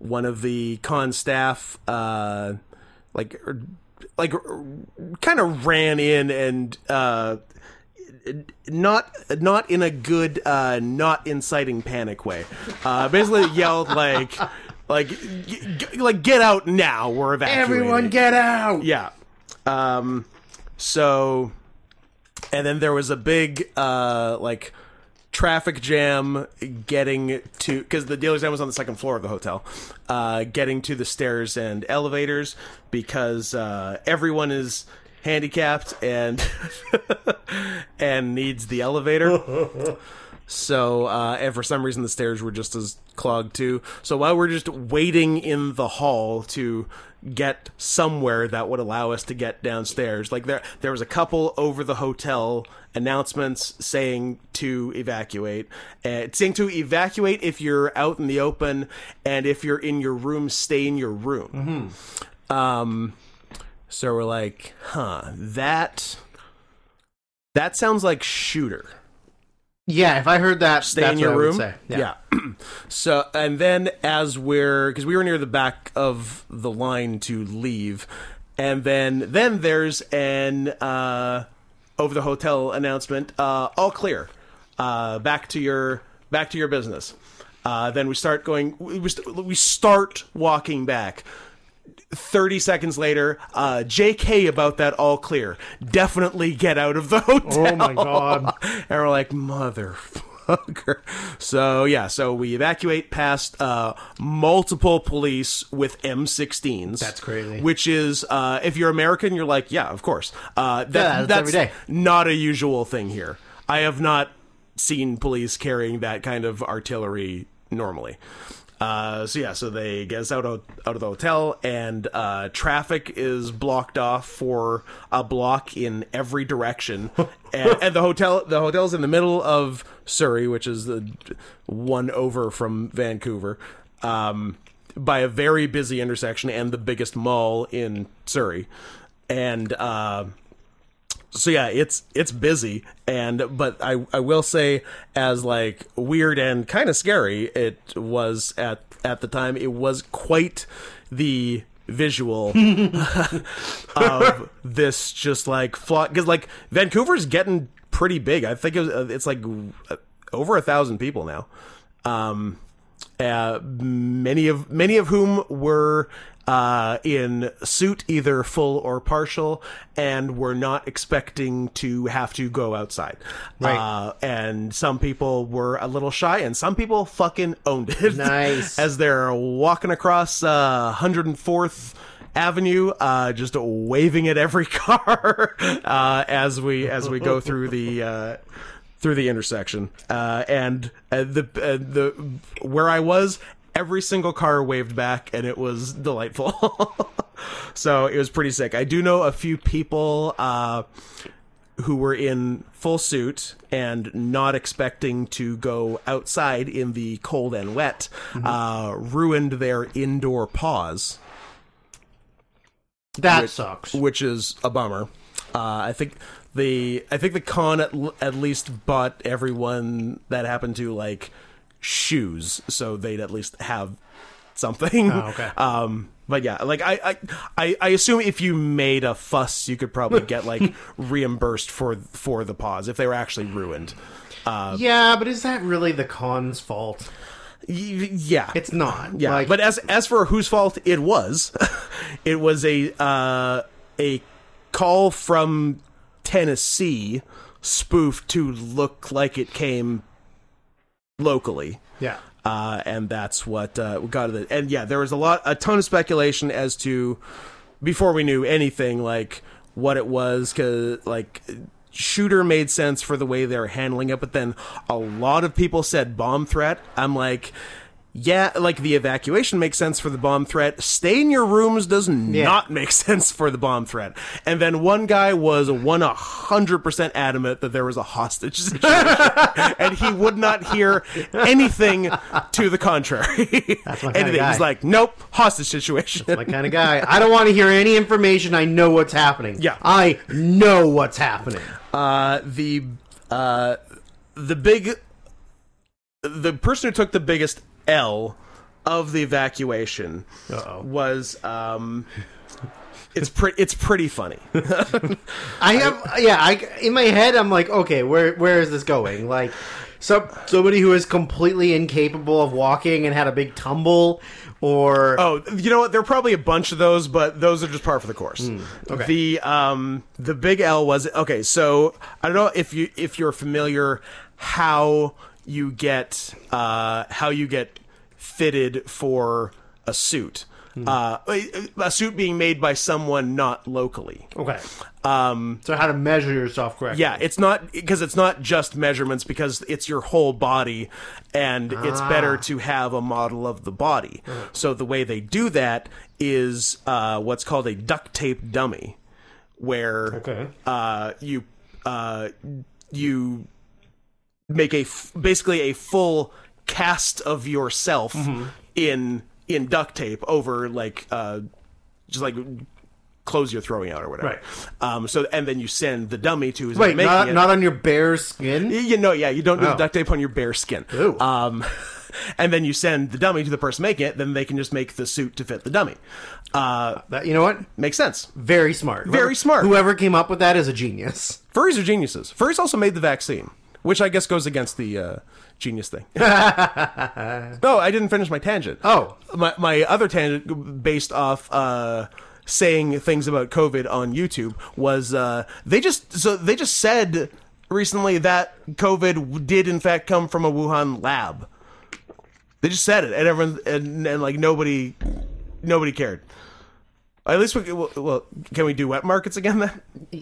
Speaker 1: one of the con staff, uh, like, er, like, kind of ran in and uh, not not in a good, uh, not inciting panic way. Uh, basically yelled like, like, g- g- like, get out now! We're evacuating.
Speaker 2: Everyone get out.
Speaker 1: Yeah. Um so and then there was a big uh like traffic jam getting to cuz the dealer's den was on the second floor of the hotel. Uh getting to the stairs and elevators because uh everyone is handicapped and and needs the elevator. So, uh, and for some reason, the stairs were just as clogged too. So while we're just waiting in the hall to get somewhere that would allow us to get downstairs, like there, there was a couple over the hotel announcements saying to evacuate, uh, saying to evacuate if you're out in the open, and if you're in your room, stay in your room. Um, so we're like, huh, that, that sounds like shooter
Speaker 2: Yeah, if I heard that,
Speaker 1: stay
Speaker 2: that's
Speaker 1: in your
Speaker 2: what I would
Speaker 1: room.
Speaker 2: say. Yeah.
Speaker 1: so and then as we're because we were near the back of the line to leave, and then then there's an uh, over the hotel announcement. Uh, all clear. Uh, back to your back to your business. Uh, then we start going. We, we st- we start walking back. 30 seconds later, uh, JK about that all clear. Definitely get out of the hotel.
Speaker 2: Oh my God.
Speaker 1: and we're like, motherfucker. So, yeah, so we evacuate past uh, multiple police with M16s.
Speaker 2: That's crazy.
Speaker 1: Which is, uh, if you're American, you're like, yeah, of course. Uh, that,
Speaker 2: Yeah, that's every day.
Speaker 1: not a usual thing here. I have not seen police carrying that kind of artillery normally. Uh, so yeah, so they get us out of, out of the hotel, and uh, traffic is blocked off for a block in every direction. and, and the hotel, the hotel's in the middle of Surrey, which is the one over from Vancouver, um, by a very busy intersection and the biggest mall in Surrey. And uh, so yeah, it's it's busy, and but I I will say as like weird and kind of scary it was at at the time it was quite the visual of this just like fly because like Vancouver's getting pretty big. I think it was, uh, it's like uh, over a thousand people now. Um, uh, many of many of whom were uh, in suit, either full or partial, and were not expecting to have to go outside.
Speaker 2: Right.
Speaker 1: Uh, and some people were a little shy, and some people fucking owned it.
Speaker 2: Nice.
Speaker 1: As they're walking across uh, 104th Avenue, uh, just waving at every car uh, as we as we go through the. Uh, through the intersection, uh, and uh, the uh, the where I was, every single car waved back, and it was delightful. so it was pretty sick. I do know a few people uh, who were in full suit and not expecting to go outside in the cold and wet
Speaker 2: Mm-hmm.
Speaker 1: uh, ruined their indoor paws
Speaker 2: That sucks.
Speaker 1: which is a bummer. Uh, I think the I think the con at, l- at least bought everyone that happened to like shoes, so they'd at least have something.
Speaker 2: Oh, okay.
Speaker 1: Um, but yeah, like I, I I I assume if you made a fuss, you could probably get like reimbursed for for the paws if they were actually ruined.
Speaker 2: yeah, but is that really the con's fault?
Speaker 1: Y- yeah.
Speaker 2: It's not.
Speaker 1: Yeah,
Speaker 2: Like,
Speaker 1: but as as for whose fault it was, it was a uh, a call from Tennessee spoofed to look like it came locally.
Speaker 2: yeah.
Speaker 1: Uh, and that's what uh, got it. And yeah, there was a lot, a ton of speculation as to before we knew anything, like what it was, because like shooter made sense for the way they're handling it. But then a lot of people said bomb threat. I'm like. Yeah, like the evacuation makes sense for the bomb threat. Stay in your rooms does not make sense for the bomb threat. And then one guy was one hundred percent adamant that there was a hostage situation and he would not hear anything to the contrary. That's
Speaker 2: my kinda
Speaker 1: anything.
Speaker 2: guy.
Speaker 1: He's like, nope, hostage situation.
Speaker 2: My kind of guy. I don't want to hear any information. I know what's happening.
Speaker 1: Yeah.
Speaker 2: I know what's happening.
Speaker 1: Uh, the uh, the big the person who took the biggest L of the evacuation
Speaker 2: Uh-oh.
Speaker 1: was um, it's pretty it's pretty funny.
Speaker 2: I have yeah. I in my head, I'm like, okay, where where is this going? Like, so somebody who is completely incapable of walking and had a big tumble, or
Speaker 1: Oh, you know what? There are probably a bunch of those, but those are just par for the course.
Speaker 2: Hmm. okay.
Speaker 1: The um the big L was okay. So I don't know if you if you're familiar how you get uh how you get fitted for a suit.
Speaker 2: Hmm.
Speaker 1: Uh, a- a suit being made by someone not locally.
Speaker 2: okay. Um. So how to measure yourself correctly?
Speaker 1: Yeah, it's not because it's not just measurements because it's your whole body, and it's better to have a model of the body. So the way they do that is uh, what's called a duct tape dummy, where
Speaker 2: Okay.
Speaker 1: uh, you uh, you make a f- basically a full cast of yourself
Speaker 2: Mm-hmm.
Speaker 1: in in duct tape over like uh, just like clothes you're throwing out or whatever.
Speaker 2: Right.
Speaker 1: Um, so and then you send the dummy to who's
Speaker 2: Wait,
Speaker 1: making
Speaker 2: not,
Speaker 1: it.
Speaker 2: not on your bare skin.
Speaker 1: Y- you know, yeah, you don't do
Speaker 2: Oh.
Speaker 1: the duct tape on your bare skin.
Speaker 2: Ooh.
Speaker 1: Um, and then you send the dummy to the person making it. Then they can just make the suit to fit the dummy. Uh,
Speaker 2: That, you know what?
Speaker 1: makes sense.
Speaker 2: Very smart. Whoever-
Speaker 1: Very smart.
Speaker 2: Whoever came up with that is a genius.
Speaker 1: Furries are geniuses. Furries also made the vaccine, which I guess goes against the uh, genius thing. no, I didn't finish my tangent.
Speaker 2: Oh.
Speaker 1: my my other tangent based off. Uh, saying things about covid on youtube was uh they just so they just said recently that covid did in fact come from a wuhan lab they just said it and everyone and, and like nobody nobody cared at least we well can we do wet markets again then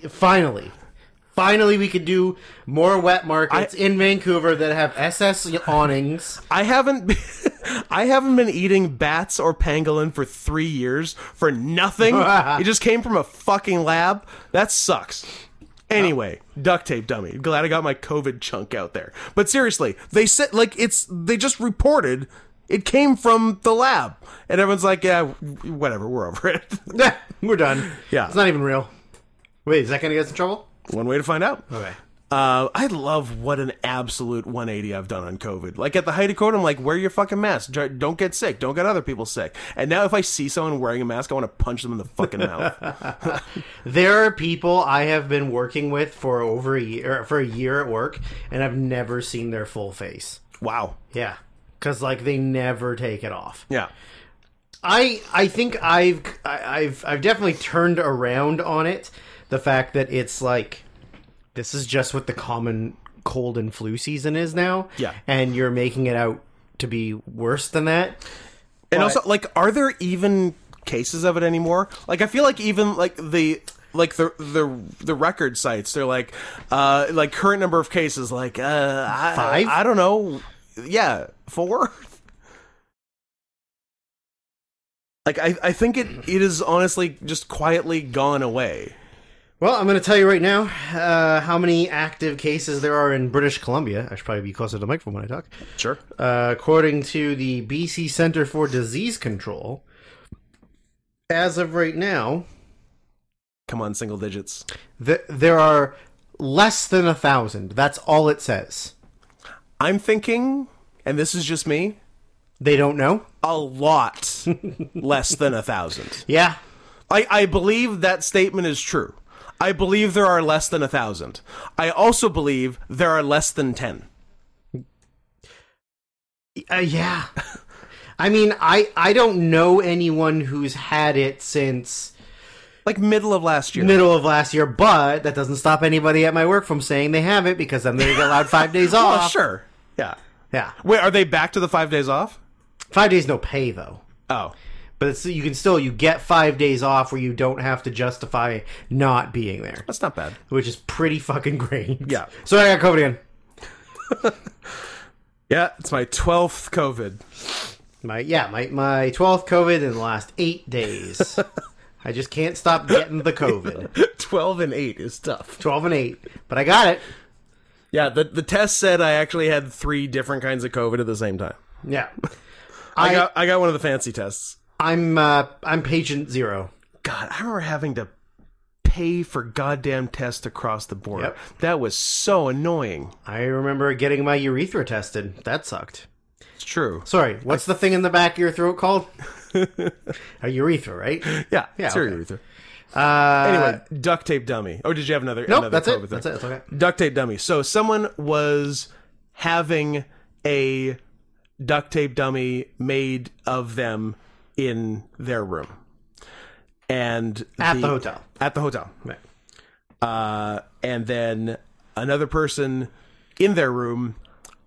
Speaker 2: Finally. Finally, we could do more wet markets
Speaker 1: I-
Speaker 2: in Vancouver that have SS awnings.
Speaker 1: I haven't been- I haven't been eating bats or pangolin for 3 years for nothing. it just came from a fucking lab. That sucks. Anyway, duct tape dummy. Glad I got my COVID chunk out there. But seriously, they said like it's they just reported it came from the lab. And everyone's like, yeah, w- whatever, we're over it.
Speaker 2: We're done.
Speaker 1: Yeah.
Speaker 2: It's not even real. Wait, is that going to get us in trouble?
Speaker 1: One way to find out.
Speaker 2: Okay.
Speaker 1: Uh, I love what an absolute 180 I've done on COVID. Like at the height of COVID, I'm like, wear your fucking mask. J- Don't get sick. Don't get other people sick. And now if I see someone wearing a mask, I want to punch them in the fucking mouth.
Speaker 2: There are people I have been working with for over a year, for a year at work, and I've never seen their full face.
Speaker 1: Wow.
Speaker 2: Yeah, because like they never take it off.
Speaker 1: Yeah.
Speaker 2: I I think I've I- I've I've definitely turned around on it. The fact that it's like this is just what the common cold and flu season is now.
Speaker 1: Yeah.
Speaker 2: and you're making it out to be worse than that.
Speaker 1: And
Speaker 2: But-
Speaker 1: also, like, are there even cases of it anymore? Like, I feel like even like the like the the the record sites, they're like, uh, like current number of cases, like uh, I,
Speaker 2: Five?
Speaker 1: I don't know, yeah, four. Like I, I think it, it is honestly just quietly gone away.
Speaker 2: Well, I'm going to tell you right now uh, how many active cases there are in British Columbia. I should probably be closer to the microphone when I talk.
Speaker 1: Sure.
Speaker 2: Uh, according to the BC Center for Disease Control, as of right now,
Speaker 1: Come on, single digits.
Speaker 2: th- there are less than a thousand. That's all it says.
Speaker 1: I'm thinking, and this is just me,
Speaker 2: They don't know.
Speaker 1: a lot less than a thousand.
Speaker 2: Yeah,
Speaker 1: I, I believe that statement is true. I believe there are less than a thousand. I also believe there are less than ten.
Speaker 2: uh, yeah. I mean, I I don't know anyone who's had it since
Speaker 1: Like middle of last year.
Speaker 2: middle of last year, but that doesn't stop anybody at my work from saying they have it because then they're allowed five days
Speaker 1: Oh,
Speaker 2: off.
Speaker 1: sure. Yeah.
Speaker 2: Yeah,
Speaker 1: Wait, are they back to the five days off?
Speaker 2: five days no pay though.
Speaker 1: Oh.
Speaker 2: But it's, you can still you get five days off where you don't have to justify not being there,
Speaker 1: That's not bad.
Speaker 2: which is pretty fucking great.
Speaker 1: Yeah.
Speaker 2: So I got COVID again.
Speaker 1: Yeah, it's my twelfth COVID.
Speaker 2: My yeah my my twelfth COVID in the last eight days. I just can't stop getting the COVID.
Speaker 1: Twelve and eight is tough.
Speaker 2: Twelve and eight, but I got it.
Speaker 1: Yeah, the the test said I actually had three different kinds of COVID at the same time.
Speaker 2: Yeah.
Speaker 1: I,
Speaker 2: I,
Speaker 1: got I got one of the fancy tests.
Speaker 2: I'm uh, I'm patient zero.
Speaker 1: God, I remember having to pay for goddamn tests across the board.
Speaker 2: Yep.
Speaker 1: That was so annoying.
Speaker 2: I remember getting my urethra tested. That sucked.
Speaker 1: It's true.
Speaker 2: Sorry, what's the thing in the back of your throat called? A urethra, right?
Speaker 1: Yeah,
Speaker 2: Yeah,
Speaker 1: it's your
Speaker 2: okay.
Speaker 1: urethra.
Speaker 2: Uh,
Speaker 1: Anyway, duct tape dummy. Oh, did you have another?
Speaker 2: nope,
Speaker 1: another
Speaker 2: that's
Speaker 1: COVID
Speaker 2: it.
Speaker 1: thing?
Speaker 2: That's it. That's okay.
Speaker 1: Duct tape dummy. So someone was having a duct tape dummy made of them in their room, and
Speaker 2: At the hotel.
Speaker 1: At the hotel. Uh, and then another person in their room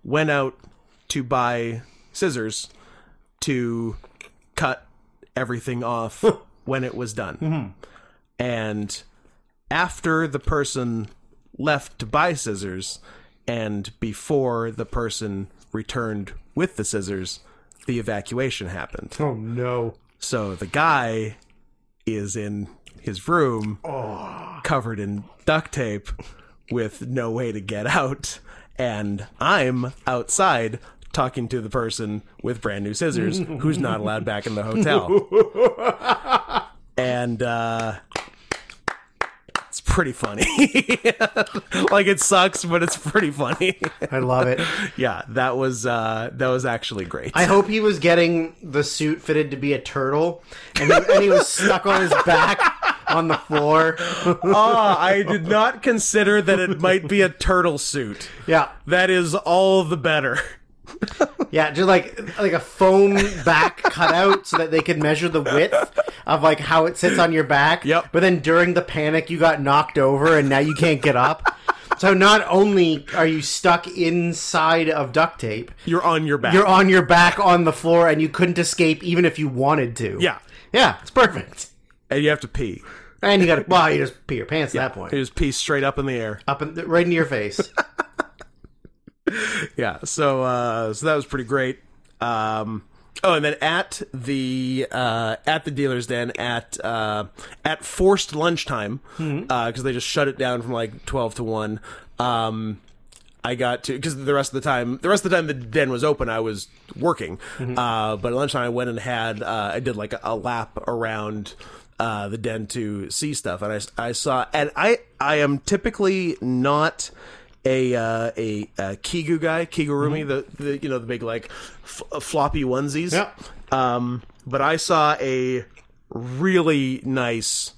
Speaker 1: went out to buy scissors to cut everything off when it was done. And after the person left to buy scissors and before the person returned with the scissors, the evacuation happened.
Speaker 2: Oh no.
Speaker 1: So the guy is in his room covered in duct tape with no way to get out. And I'm outside talking to the person with brand new scissors who's not allowed back in the hotel. and uh, it's pretty funny. like it sucks, but it's pretty funny.
Speaker 2: I love it.
Speaker 1: yeah, that was uh, that was actually great.
Speaker 2: I hope he was getting the suit fitted to be a turtle, and he, and he was stuck on his back on the floor.
Speaker 1: Ah, I did not consider that it might be a turtle suit.
Speaker 2: yeah,
Speaker 1: That is all the better.
Speaker 2: yeah, just like like a foam back cutout so that they could measure the width of like how it sits on your back.
Speaker 1: Yep.
Speaker 2: But then during the panic, you got knocked over, and now you can't get up. So not only are you stuck inside of duct tape,
Speaker 1: You're on your back.
Speaker 2: you're on your back on the floor, and you couldn't escape even if you wanted to.
Speaker 1: Yeah.
Speaker 2: yeah, it's perfect.
Speaker 1: and you have to pee.
Speaker 2: And you got to well, you just pee your pants at that point.
Speaker 1: You just pee straight up in the air.
Speaker 2: up in, right into your face.
Speaker 1: Yeah. So uh so that was pretty great. Um Oh, and then at the uh, at the dealer's den at uh, at forced lunchtime because they just shut it down from like twelve to one. Um, I got to because the rest of the time, the rest of the time the den was open, I was working. Uh, but at lunchtime, I went and had uh, I did like a, lap around uh, the den to see stuff, and I, I saw, and I I am typically not a uh, a, a kigu guy, kigurumi, the, the you know the big like f- uh, floppy onesies.
Speaker 2: Yeah.
Speaker 1: Um, but I saw a really nice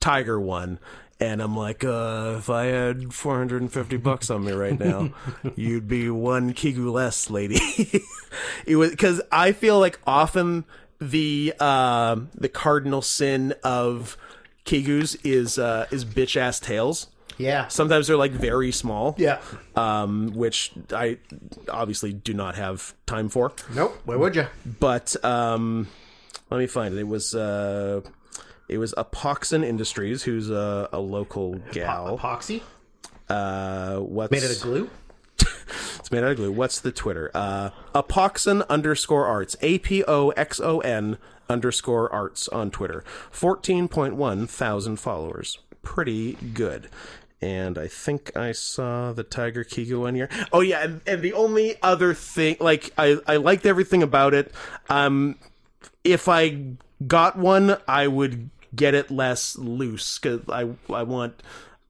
Speaker 1: tiger one. And I'm like, uh, if I had 450 bucks on me right now, you'd be one kigu less, lady. it was because I feel like often the um the cardinal sin of kigus is uh, is bitch ass tails.
Speaker 2: Yeah.
Speaker 1: Sometimes they're like very small.
Speaker 2: Yeah.
Speaker 1: Um, which I obviously do not have time for.
Speaker 2: Nope. Where would you?
Speaker 1: But um, let me find it. It was uh, it was Apoxin Industries, who's a, a local
Speaker 2: Oh.
Speaker 1: gal.
Speaker 2: Epoxy?
Speaker 1: Uh, what's
Speaker 2: Made out of glue?
Speaker 1: it's made out of glue. What's the Twitter? Uh, Apoxon underscore arts. A P O X O N underscore arts on Twitter. 14.1 thousand followers. Pretty good. And I think I saw the Tiger Kigo one here. Oh, yeah. And, and the only other thing, like, I, I liked everything about it. Um, if I got one, I would get it less loose because I I want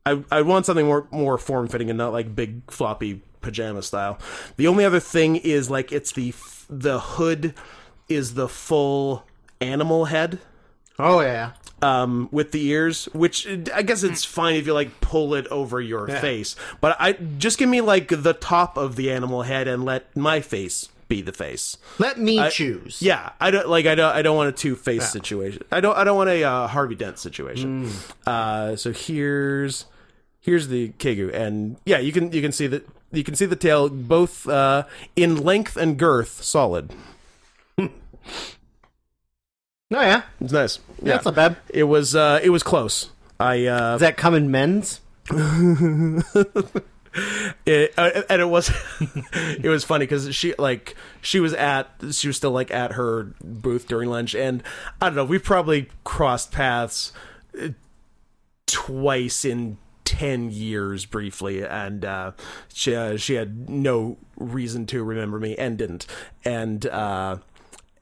Speaker 1: I I want something more more form fitting and not like big floppy pajama style. The only other thing is like it's the f- the hood is the full animal head
Speaker 2: Oh, yeah.
Speaker 1: um, with the ears, which uh, I guess it's fine if you like pull it over your face. But I just give me like the top of the animal head and let my face be the face.
Speaker 2: Let me choose.
Speaker 1: Yeah, I don't like. I don't. I don't want a two face situation. I don't. I don't want a uh, Harvey Dent situation. Uh, so here's here's the kegu, and yeah, you can you can see that you can see the tail both uh, in length and girth, solid.
Speaker 2: No, Oh, yeah.
Speaker 1: It's nice. Yeah,
Speaker 2: That's not bad.
Speaker 1: it was uh, it was close. I uh,
Speaker 2: Does that come in men's?
Speaker 1: it, uh, and it was it was funny because she like she was at she was still like at her booth during lunch and i don't know we probably crossed paths uh, twice in 10 years briefly and uh, she, uh, she had no reason to remember me and didn't and uh,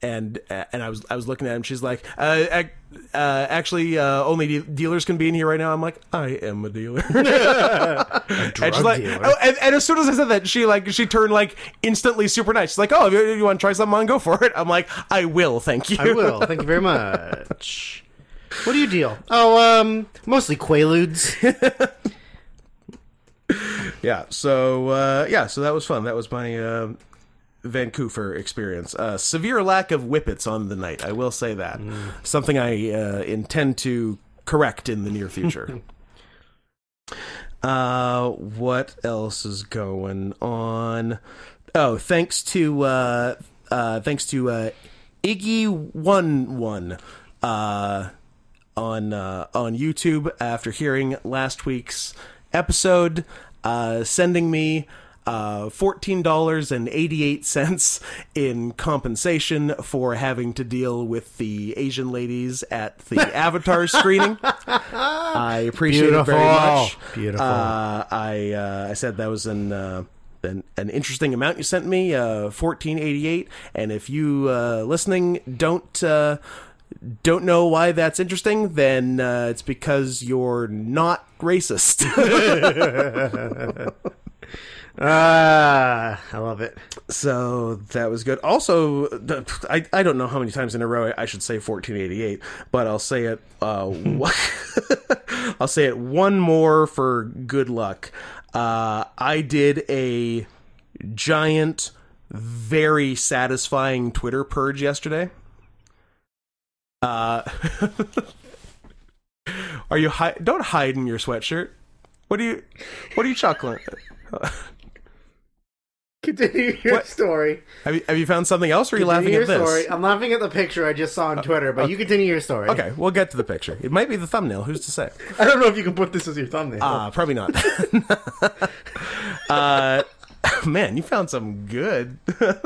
Speaker 1: and uh, and I was I was looking at him. She's like, uh, ac- uh, actually, uh, only de- dealers can be in here right now. I'm like, I am a dealer. and she's
Speaker 2: drug
Speaker 1: like,
Speaker 2: dealer.
Speaker 1: oh, and, and as soon as I said that, she like she turned like instantly super nice. She's like, oh, you, you want to try something on? Go for it. I'm like, I will, thank you.
Speaker 2: I will. Thank you very much. What do you deal? Oh, um, mostly Quaaludes.
Speaker 1: Yeah. So uh, yeah. So that was fun. That was my uh, Vancouver experience. Uh, severe lack of whippets on the night. I will say that. Something I uh, intend to correct in the near future. uh, what else is going on? Oh, thanks to uh, uh, thanks to uh, Iggy One One. Uh, on uh, on YouTube after hearing last week's episode, uh, sending me uh, fourteen dollars and eighty eight cents in compensation for having to deal with the Asian ladies at the Avatar screening. I appreciate it very much.
Speaker 2: Beautiful. Beautiful.
Speaker 1: Uh, I uh, I said that was an. Uh, an, an interesting amount you sent me, uh, fourteen eighty eight. And if you uh, listening don't uh, don't know why that's interesting, then uh, it's because you're not racist.
Speaker 2: Ah, I love it.
Speaker 1: So that was good. Also, the, I, I don't know how many times in a row I should say 1488, but I'll say it. Uh, I'll say it one more for good luck. Uh, I did a giant, very satisfying Twitter purge yesterday. Uh, are you hi- don't hide in your sweatshirt? What are you? What are you chuckling? at?
Speaker 2: Continue your story.
Speaker 1: Have you, have you found something else? Or are you laughing
Speaker 2: your
Speaker 1: at this?
Speaker 2: story. I'm laughing at the picture I just saw on Twitter, but you continue your story.
Speaker 1: Okay, we'll get to the picture. It might be the thumbnail. Who's to say?
Speaker 2: I don't know if you can put this as your thumbnail.
Speaker 1: Uh, probably not. uh, man, you found some good.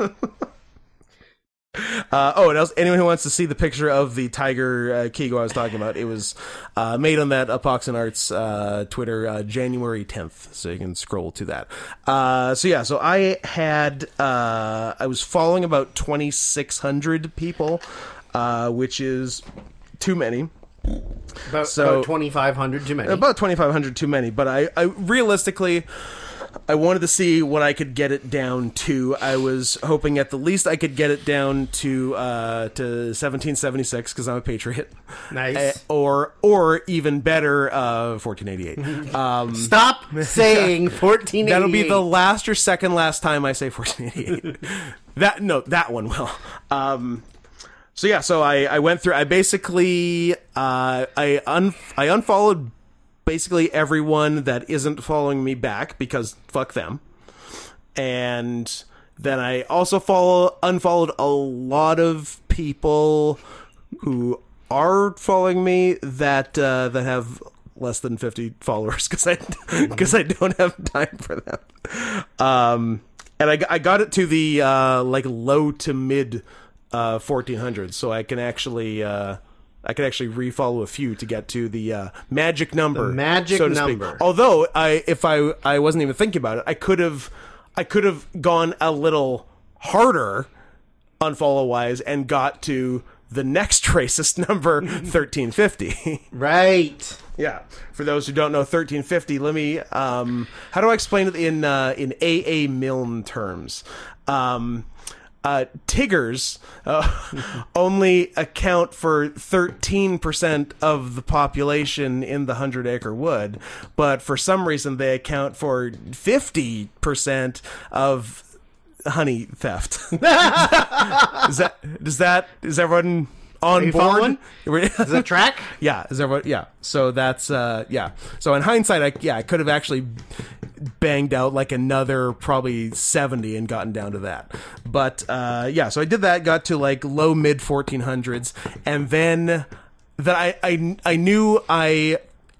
Speaker 1: Uh, oh, and else, anyone who wants to see the picture of the tiger uh, Kigo I was talking about, it was uh, made on that Apoxin Arts uh, Twitter uh, January 10th, so you can scroll to that. Uh, so yeah, so I had uh, I was following about 2,600 people, uh, which is too many
Speaker 2: About,
Speaker 1: So-
Speaker 2: about 2,500 too many.
Speaker 1: about 2500 too many but I, I realistically i wanted to see what i could get it down to i was hoping at the least i could get it down to uh to 1776 because i'm a patriot
Speaker 2: Nice.
Speaker 1: Eh, or or even better uh 1488 um
Speaker 2: Stop saying 1488.
Speaker 1: that'll be the last or second last time i say 1488 that no that one will um so yeah, so I, I went through. I basically uh, I un I unfollowed basically everyone that isn't following me back because fuck them, and then I also follow unfollowed a lot of people who are following me that uh, that have less than fifty followers because I
Speaker 2: Mm-hmm.
Speaker 1: because I don't have time for them. Um, and I, I got it to the uh, like low to mid uh, 1400 so i can actually uh, i can actually refollow a few to get to the uh, magic number
Speaker 2: magic
Speaker 1: so to
Speaker 2: number.
Speaker 1: speak. although i if i i wasn't even thinking about it i could have i could have gone a little harder unfollow wise and got to the next racist number 1350
Speaker 2: Right.
Speaker 1: yeah for those who don't know 1350 let me um how do i explain it in uh in aa milne terms um uh, Tiggers uh, only account for 13% of the population in the 100 acre wood, but for some reason they account for 50% of honey theft. is that, does that, is everyone on
Speaker 2: you
Speaker 1: board?
Speaker 2: Is that track?
Speaker 1: Yeah, is everyone? Yeah, so that's uh, yeah. So in hindsight, I yeah, I could have actually banged out like another probably seventy and gotten down to that. But uh, yeah, so I did that, got to like low mid fourteen hundreds, and then that I I I knew I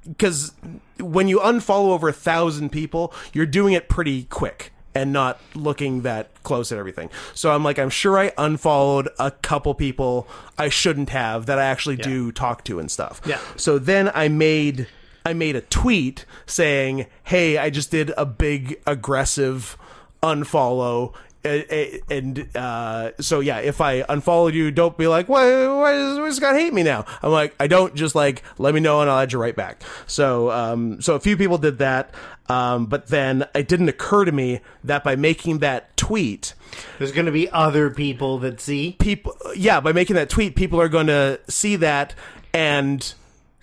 Speaker 1: because when you unfollow over a thousand people, you're doing it pretty quick and not looking that close at everything. So I'm like, I'm sure I unfollowed a couple people I shouldn't have that I actually do talk to and stuff.
Speaker 2: Yeah.
Speaker 1: So then I made I made a tweet saying, "Hey, I just did a big aggressive unfollow." A- a- And uh, so yeah, if I unfollowed you, don't be like, why, why does why does Scott hate me now? I'm like, I don't. Just like, let me know, and I'll add you right back. So, um, so a few people did that, um, but then it didn't occur to me that by making that tweet,
Speaker 2: There's going to be other people that see.
Speaker 1: people yeah by making that tweet people are going to see that and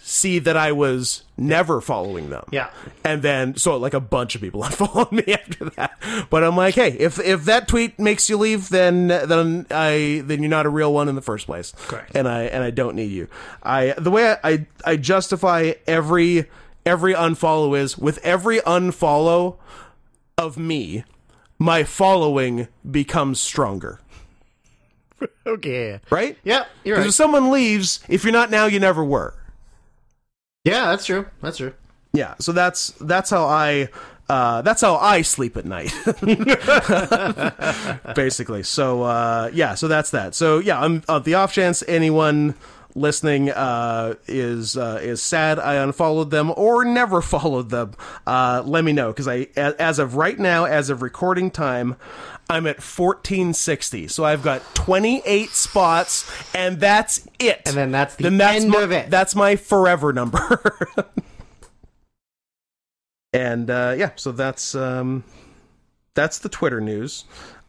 Speaker 1: see that i was never following them
Speaker 2: Yeah.
Speaker 1: and then so like a bunch of people unfollowed me after that but i'm like hey if if that tweet makes you leave then then i then you're not a real one in the first place
Speaker 2: Correct.
Speaker 1: and i and i don't need you i the way i i, I justify every every unfollow is with every unfollow of me my following becomes stronger
Speaker 2: Okay.
Speaker 1: right
Speaker 2: Yeah, you're
Speaker 1: because if
Speaker 2: right.
Speaker 1: someone leaves, if you're not now, you never were.
Speaker 2: Yeah, that's true. That's true.
Speaker 1: Yeah. So that's that's how I uh, that's how I sleep at night, basically. So uh, yeah. So that's that. So yeah. I'm on the off chance anyone listening uh, is uh, is sad I unfollowed them or never followed them. Uh, let me know because I a- as of right now, as of recording time. I'm at 1460, so I've got 28 spots, and that's it.
Speaker 2: And then that's the
Speaker 1: then that's
Speaker 2: end
Speaker 1: my,
Speaker 2: of it.
Speaker 1: That's my forever number. and uh, yeah, so that's um, that's the Twitter news.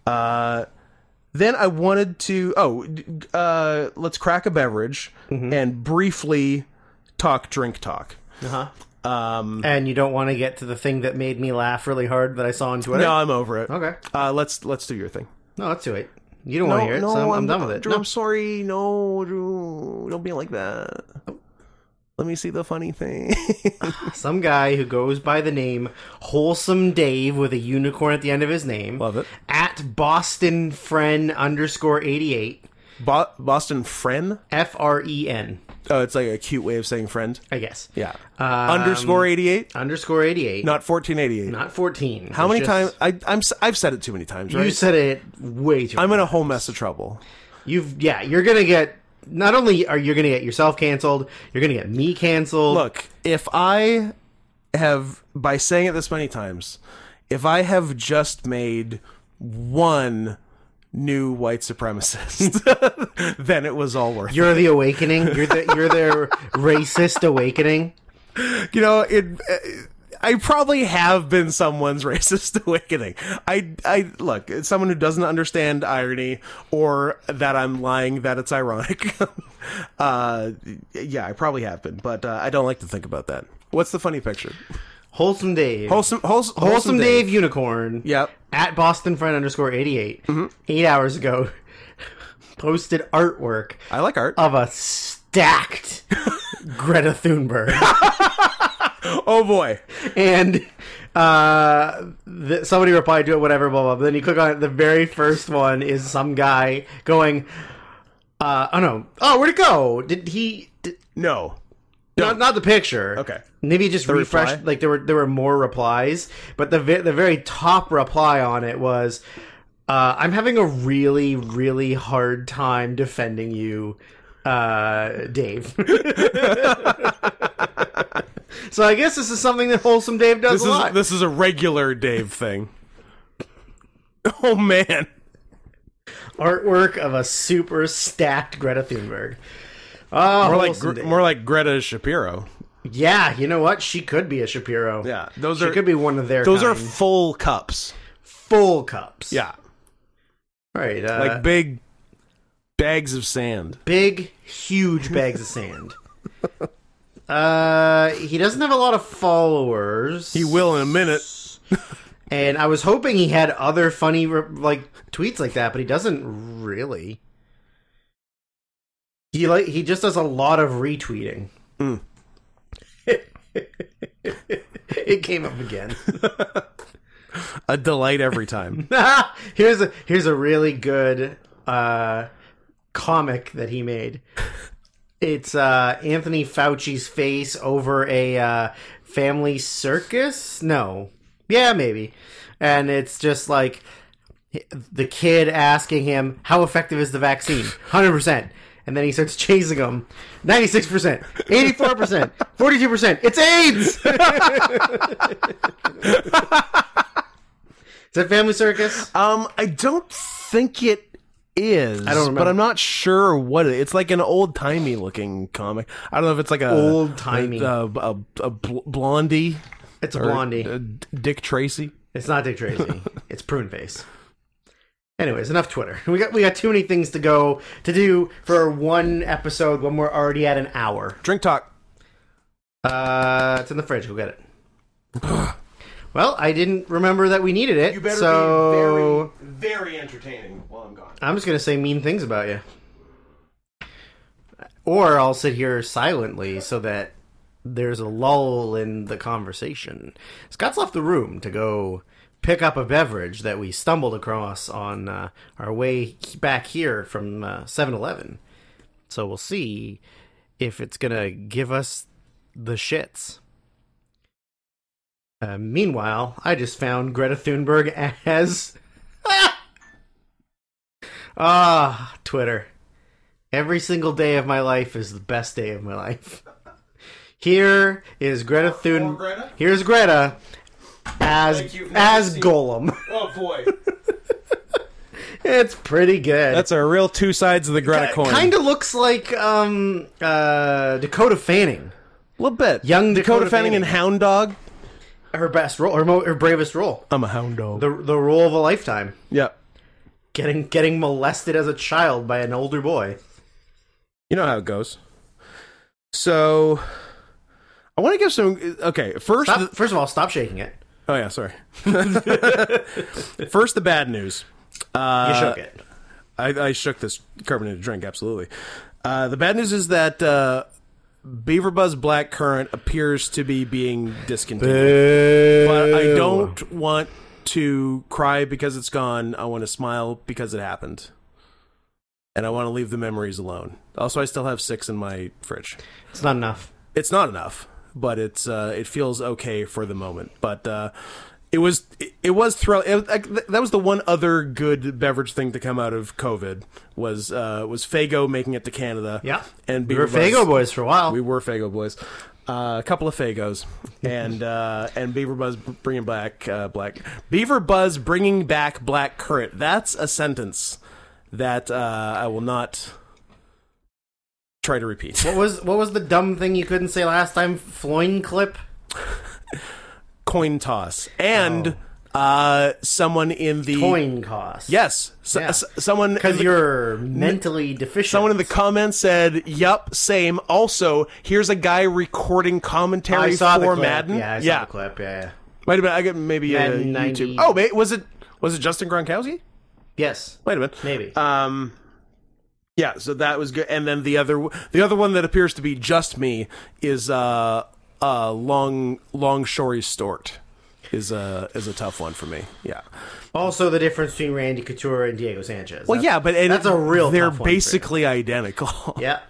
Speaker 1: Uh, then I wanted to oh, d- uh, let's crack a beverage
Speaker 2: Mm-hmm.
Speaker 1: and briefly talk drink talk.
Speaker 2: Uh-huh.
Speaker 1: Um,
Speaker 2: And you don't want to get to the thing that made me laugh really hard that I saw on Twitter?
Speaker 1: no, I'm over it.
Speaker 2: Okay.
Speaker 1: Uh, let's let's do your thing.
Speaker 2: No, that's too late. You don't want to hear it, so I'm, I'm done with it.
Speaker 1: Drew,
Speaker 2: No.
Speaker 1: I'm sorry. No, Drew, don't be like that.
Speaker 2: Oh.
Speaker 1: Let me see the funny thing.
Speaker 2: Some guy who goes by the name Wholesome Dave with a unicorn at the end of his name.
Speaker 1: Love it.
Speaker 2: At Boston Friend underscore 88.
Speaker 1: Bo- Boston friend.
Speaker 2: F R E N,
Speaker 1: Oh, it's like a cute way of saying friend.
Speaker 2: I guess.
Speaker 1: Yeah. Underscore eighty eight,
Speaker 2: Underscore 88.
Speaker 1: not fourteen eighty eight.
Speaker 2: Not 14.
Speaker 1: How many times? I, I'm s- I've said it too many times.
Speaker 2: You
Speaker 1: Right?
Speaker 2: said it way too
Speaker 1: I'm in a whole mess of trouble.
Speaker 2: You've yeah, you're gonna get not only are you gonna get yourself canceled, you're gonna get me canceled.
Speaker 1: Look, if I have by saying it this many times, if I have just made one new white supremacist, then it was all worth. it.
Speaker 2: You're the awakening. You're the you're their racist awakening.
Speaker 1: You know, it. uh, I probably have been someone's racist awakening. I, I look it's someone who doesn't understand irony or that I'm lying that it's ironic. uh, yeah, I probably have been, but uh, I don't like to think about that. What's the funny picture?
Speaker 2: Wholesome Dave.
Speaker 1: Wholesome, wholesome, wholesome,
Speaker 2: Wholesome
Speaker 1: Dave.
Speaker 2: Dave Unicorn.
Speaker 1: Yep. Mm-hmm.
Speaker 2: At Boston Friend underscore 88 eight hours ago, posted artwork
Speaker 1: I like art.
Speaker 2: of a stacked Greta Thunberg.
Speaker 1: oh boy.
Speaker 2: and uh, th- somebody replied to it, whatever, blah, blah. But then you click on it, the very first one is some guy going, uh, oh no, oh, where'd it go? Did he. Did,
Speaker 1: No.
Speaker 2: not, not the picture.
Speaker 1: Okay.
Speaker 2: Maybe it just refreshed.
Speaker 1: reply?
Speaker 2: Like there were there were more replies, but the ve- the very top reply on it was, uh, "I'm having a really really hard time defending you, uh, Dave." so I guess this is something that wholesome Dave does
Speaker 1: This
Speaker 2: a
Speaker 1: is
Speaker 2: lot.
Speaker 1: this is a regular Dave thing. Oh man.
Speaker 2: Artwork of a super stacked Greta Thunberg. Oh,
Speaker 1: More like
Speaker 2: wholesome
Speaker 1: Gre-
Speaker 2: Dave.
Speaker 1: more like Greta Shapiro.
Speaker 2: yeah. You know what? She could be a Shapiro.
Speaker 1: Yeah, those
Speaker 2: she
Speaker 1: are
Speaker 2: could be one of their.
Speaker 1: those are
Speaker 2: kind.
Speaker 1: full cups.
Speaker 2: full cups.
Speaker 1: Yeah,
Speaker 2: All right. Uh,
Speaker 1: like big bags of sand.
Speaker 2: big, huge bags of sand. Uh, he doesn't have a lot of followers.
Speaker 1: He will in a minute.
Speaker 2: and I was hoping he had other funny re- like tweets like that, but he doesn't really. He like he just does a lot of retweeting. it came up again.
Speaker 1: A delight every time.
Speaker 2: here's a here's a really good uh, comic that he made. It's uh, Anthony Fauci's face over a uh, family circus. No, yeah, maybe, and it's just like the kid asking him how effective is the vaccine, hundred percent. And then he starts chasing him. 96%, 84%, 42%. It's AIDS! it's a family circus.
Speaker 1: um, I don't think it is. I
Speaker 2: don't remember.
Speaker 1: but I'm not sure what it, it's like. An old timey looking comic. I don't know if it's like a
Speaker 2: Old-timey.
Speaker 1: a, a, a, a bl- blondie,
Speaker 2: It's a
Speaker 1: or
Speaker 2: blondie.
Speaker 1: a D- Dick Tracy.
Speaker 2: It's not Dick Tracy. it's Prune Face. Anyways, enough Twitter. We got we got too many things to go to do for one episode when we're already at an hour.
Speaker 1: Drink talk.
Speaker 2: Uh, it's in the fridge. Go get it. well, I didn't remember that we needed it, so
Speaker 1: be very, very entertaining while I'm gone.
Speaker 2: I'm just gonna say mean things about you. Or I'll sit here silently so that there's a lull in the conversation. Scott's left the room to go pick up a beverage that we stumbled across on uh, our way back here from uh, 7-Eleven. So we'll see if it's going to give us the shits. Uh, meanwhile, I just found Greta Thunberg as Ah, Twitter. Every single day of my life is the best day of my life. Here is Greta Thun.
Speaker 1: Greta?
Speaker 2: Here's Greta as
Speaker 1: you for
Speaker 2: as
Speaker 1: the seat.
Speaker 2: Golem.
Speaker 1: Oh boy.
Speaker 2: it's pretty good.
Speaker 1: That's a real two sides of the Greta coin.
Speaker 2: Kind of looks like um uh Dakota Fanning,
Speaker 1: a little bit.
Speaker 2: young
Speaker 1: Dakota, Fanning and Hound Dog.
Speaker 2: her best role, her, mo- her bravest role,
Speaker 1: I'm a hound dog.
Speaker 2: the the role of a lifetime,
Speaker 1: yeah.
Speaker 2: getting getting molested as a child by an older boy.
Speaker 1: You know how it goes. So I want to give some okay, first
Speaker 2: Stop, first of all, stop shaking it.
Speaker 1: Oh yeah, sorry. first the bad news.
Speaker 2: You shook it.
Speaker 1: I, I shook this carbonated drink, absolutely. Uh, the bad news is that uh, Beaver Buzz Black Current appears to be being discontinued. But I don't want to cry because it's gone. I want to smile because it happened. And I want to leave the memories alone. Also, I still have six in my fridge.
Speaker 2: It's not enough.
Speaker 1: It's not enough, but it's uh, it feels okay for the moment. But uh, it was it, it was thrill. It, was- like, th- that was the one other good beverage thing to come out of COVID was uh, was Fago making it to Canada.
Speaker 2: Yeah.
Speaker 1: and
Speaker 2: We were
Speaker 1: Beaver Buzz-
Speaker 2: Fago boys for a while.
Speaker 1: we were Fago boys. Uh, a couple of Fagos, and uh, and Beaver Buzz b- bringing back uh, black Beaver Buzz bringing back black currant. That's a sentence. that uh, I will not try to repeat.
Speaker 2: What was what was the dumb thing you couldn't say last time? Floin clip.
Speaker 1: Coin toss and uh, someone in the
Speaker 2: Oh. Coin cost.
Speaker 1: yes, so,
Speaker 2: Yeah.
Speaker 1: s- someone in
Speaker 2: Because
Speaker 1: the-
Speaker 2: you're mentally deficient.
Speaker 1: Someone in the comments said, "Yup, same." Also, here's a guy recording commentary
Speaker 2: I saw
Speaker 1: for
Speaker 2: the clip.
Speaker 1: Madden.
Speaker 2: Yeah, I saw
Speaker 1: yeah,
Speaker 2: the clip. Yeah, yeah.
Speaker 1: might have been. I got maybe uh,
Speaker 2: Madden
Speaker 1: YouTube.
Speaker 2: 90.
Speaker 1: Oh, wait, was it was it Justin Gronkowski?
Speaker 2: Yes.
Speaker 1: Wait a minute.
Speaker 2: Maybe.
Speaker 1: Um, yeah. So that was good. And then the other the other one that appears to be just me is uh uh long long shory stort is a is a tough one for me. Yeah.
Speaker 2: also, the difference between Randy Couture and Diego Sanchez.
Speaker 1: Well, yeah, but and
Speaker 2: that's a real
Speaker 1: They're
Speaker 2: tough one for you.
Speaker 1: basically identical.
Speaker 2: Yeah.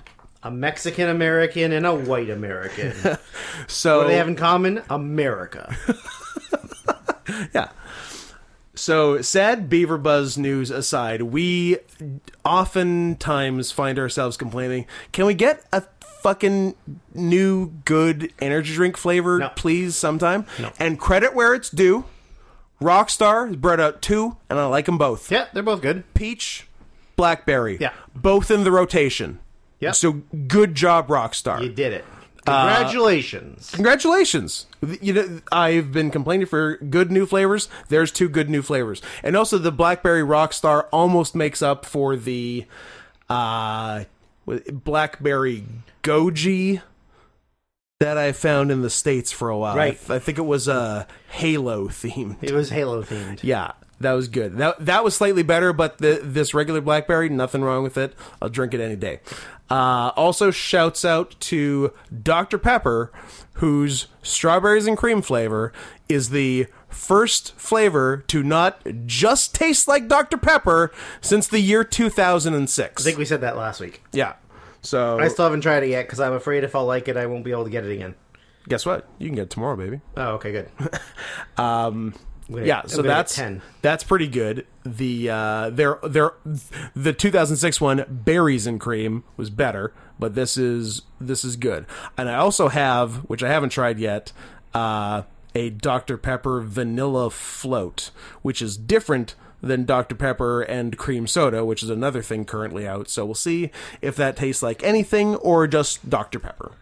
Speaker 2: A Mexican American and a white American. what
Speaker 1: So
Speaker 2: do they have in common? America.
Speaker 1: Yeah. So, sad beaver buzz news aside, we oftentimes find ourselves complaining, can we get a fucking new good energy drink flavor,
Speaker 2: No.
Speaker 1: please, sometime? And credit where it's due. Rockstar has brought out two, and I like them both.
Speaker 2: yeah, they're both good.
Speaker 1: Peach, Blackberry.
Speaker 2: Yeah.
Speaker 1: Both in the rotation.
Speaker 2: Yep.
Speaker 1: So, good job, Rockstar
Speaker 2: You did it.
Speaker 1: Uh,
Speaker 2: Congratulations.
Speaker 1: congratulations you know i've been complaining for good new flavors there's two good new flavors and also the blackberry rockstar almost makes up for the uh blackberry goji that i found in the states for a while
Speaker 2: Right.
Speaker 1: i, I think it was uh, halo themed
Speaker 2: it was Halo themed.
Speaker 1: yeah that was good that, that was slightly better but the, this regular blackberry nothing wrong with it i'll drink it any day uh, also shouts out to dr pepper whose strawberries and cream flavor is the first flavor to not just taste like dr pepper since the year 2006
Speaker 2: I think we said that last week.
Speaker 1: yeah so
Speaker 2: I still haven't tried it yet because I'm afraid if I like it, I won't be able to get it again.
Speaker 1: guess what you can get it tomorrow baby
Speaker 2: Oh, okay, good. um,
Speaker 1: yeah so that's
Speaker 2: ten.
Speaker 1: that's pretty good the uh their their the 2006 one berries and cream was better but this is this is good and i also have which i haven't tried yet uh a dr pepper vanilla float which is different than Dr. Pepper and cream soda, which is another thing currently out. So we'll see if that tastes like anything or just Dr. Pepper.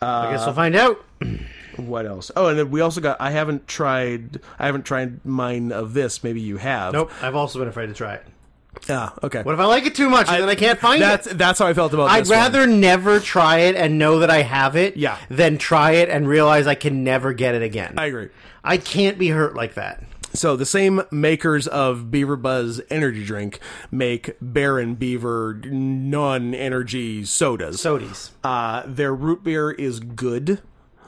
Speaker 1: uh,
Speaker 2: I guess we'll find out.
Speaker 1: What else? Oh, and then we also got. I haven't tried. I haven't tried mine of this. Maybe you have.
Speaker 2: Nope, I've also been afraid to try it.
Speaker 1: Ah, okay.
Speaker 2: What if I like it too much and then I can't find
Speaker 1: that's
Speaker 2: it?
Speaker 1: that's how I felt about.
Speaker 2: I'd
Speaker 1: this one.
Speaker 2: rather never try it and know that I have it
Speaker 1: Yeah.
Speaker 2: than try it and realize I can never get it again.
Speaker 1: I agree.
Speaker 2: I can't be hurt like that.
Speaker 1: So the same makers of Beaver Buzz energy drink make Baron Beaver non-energy sodas.
Speaker 2: Sodies.
Speaker 1: uh, their root beer is good.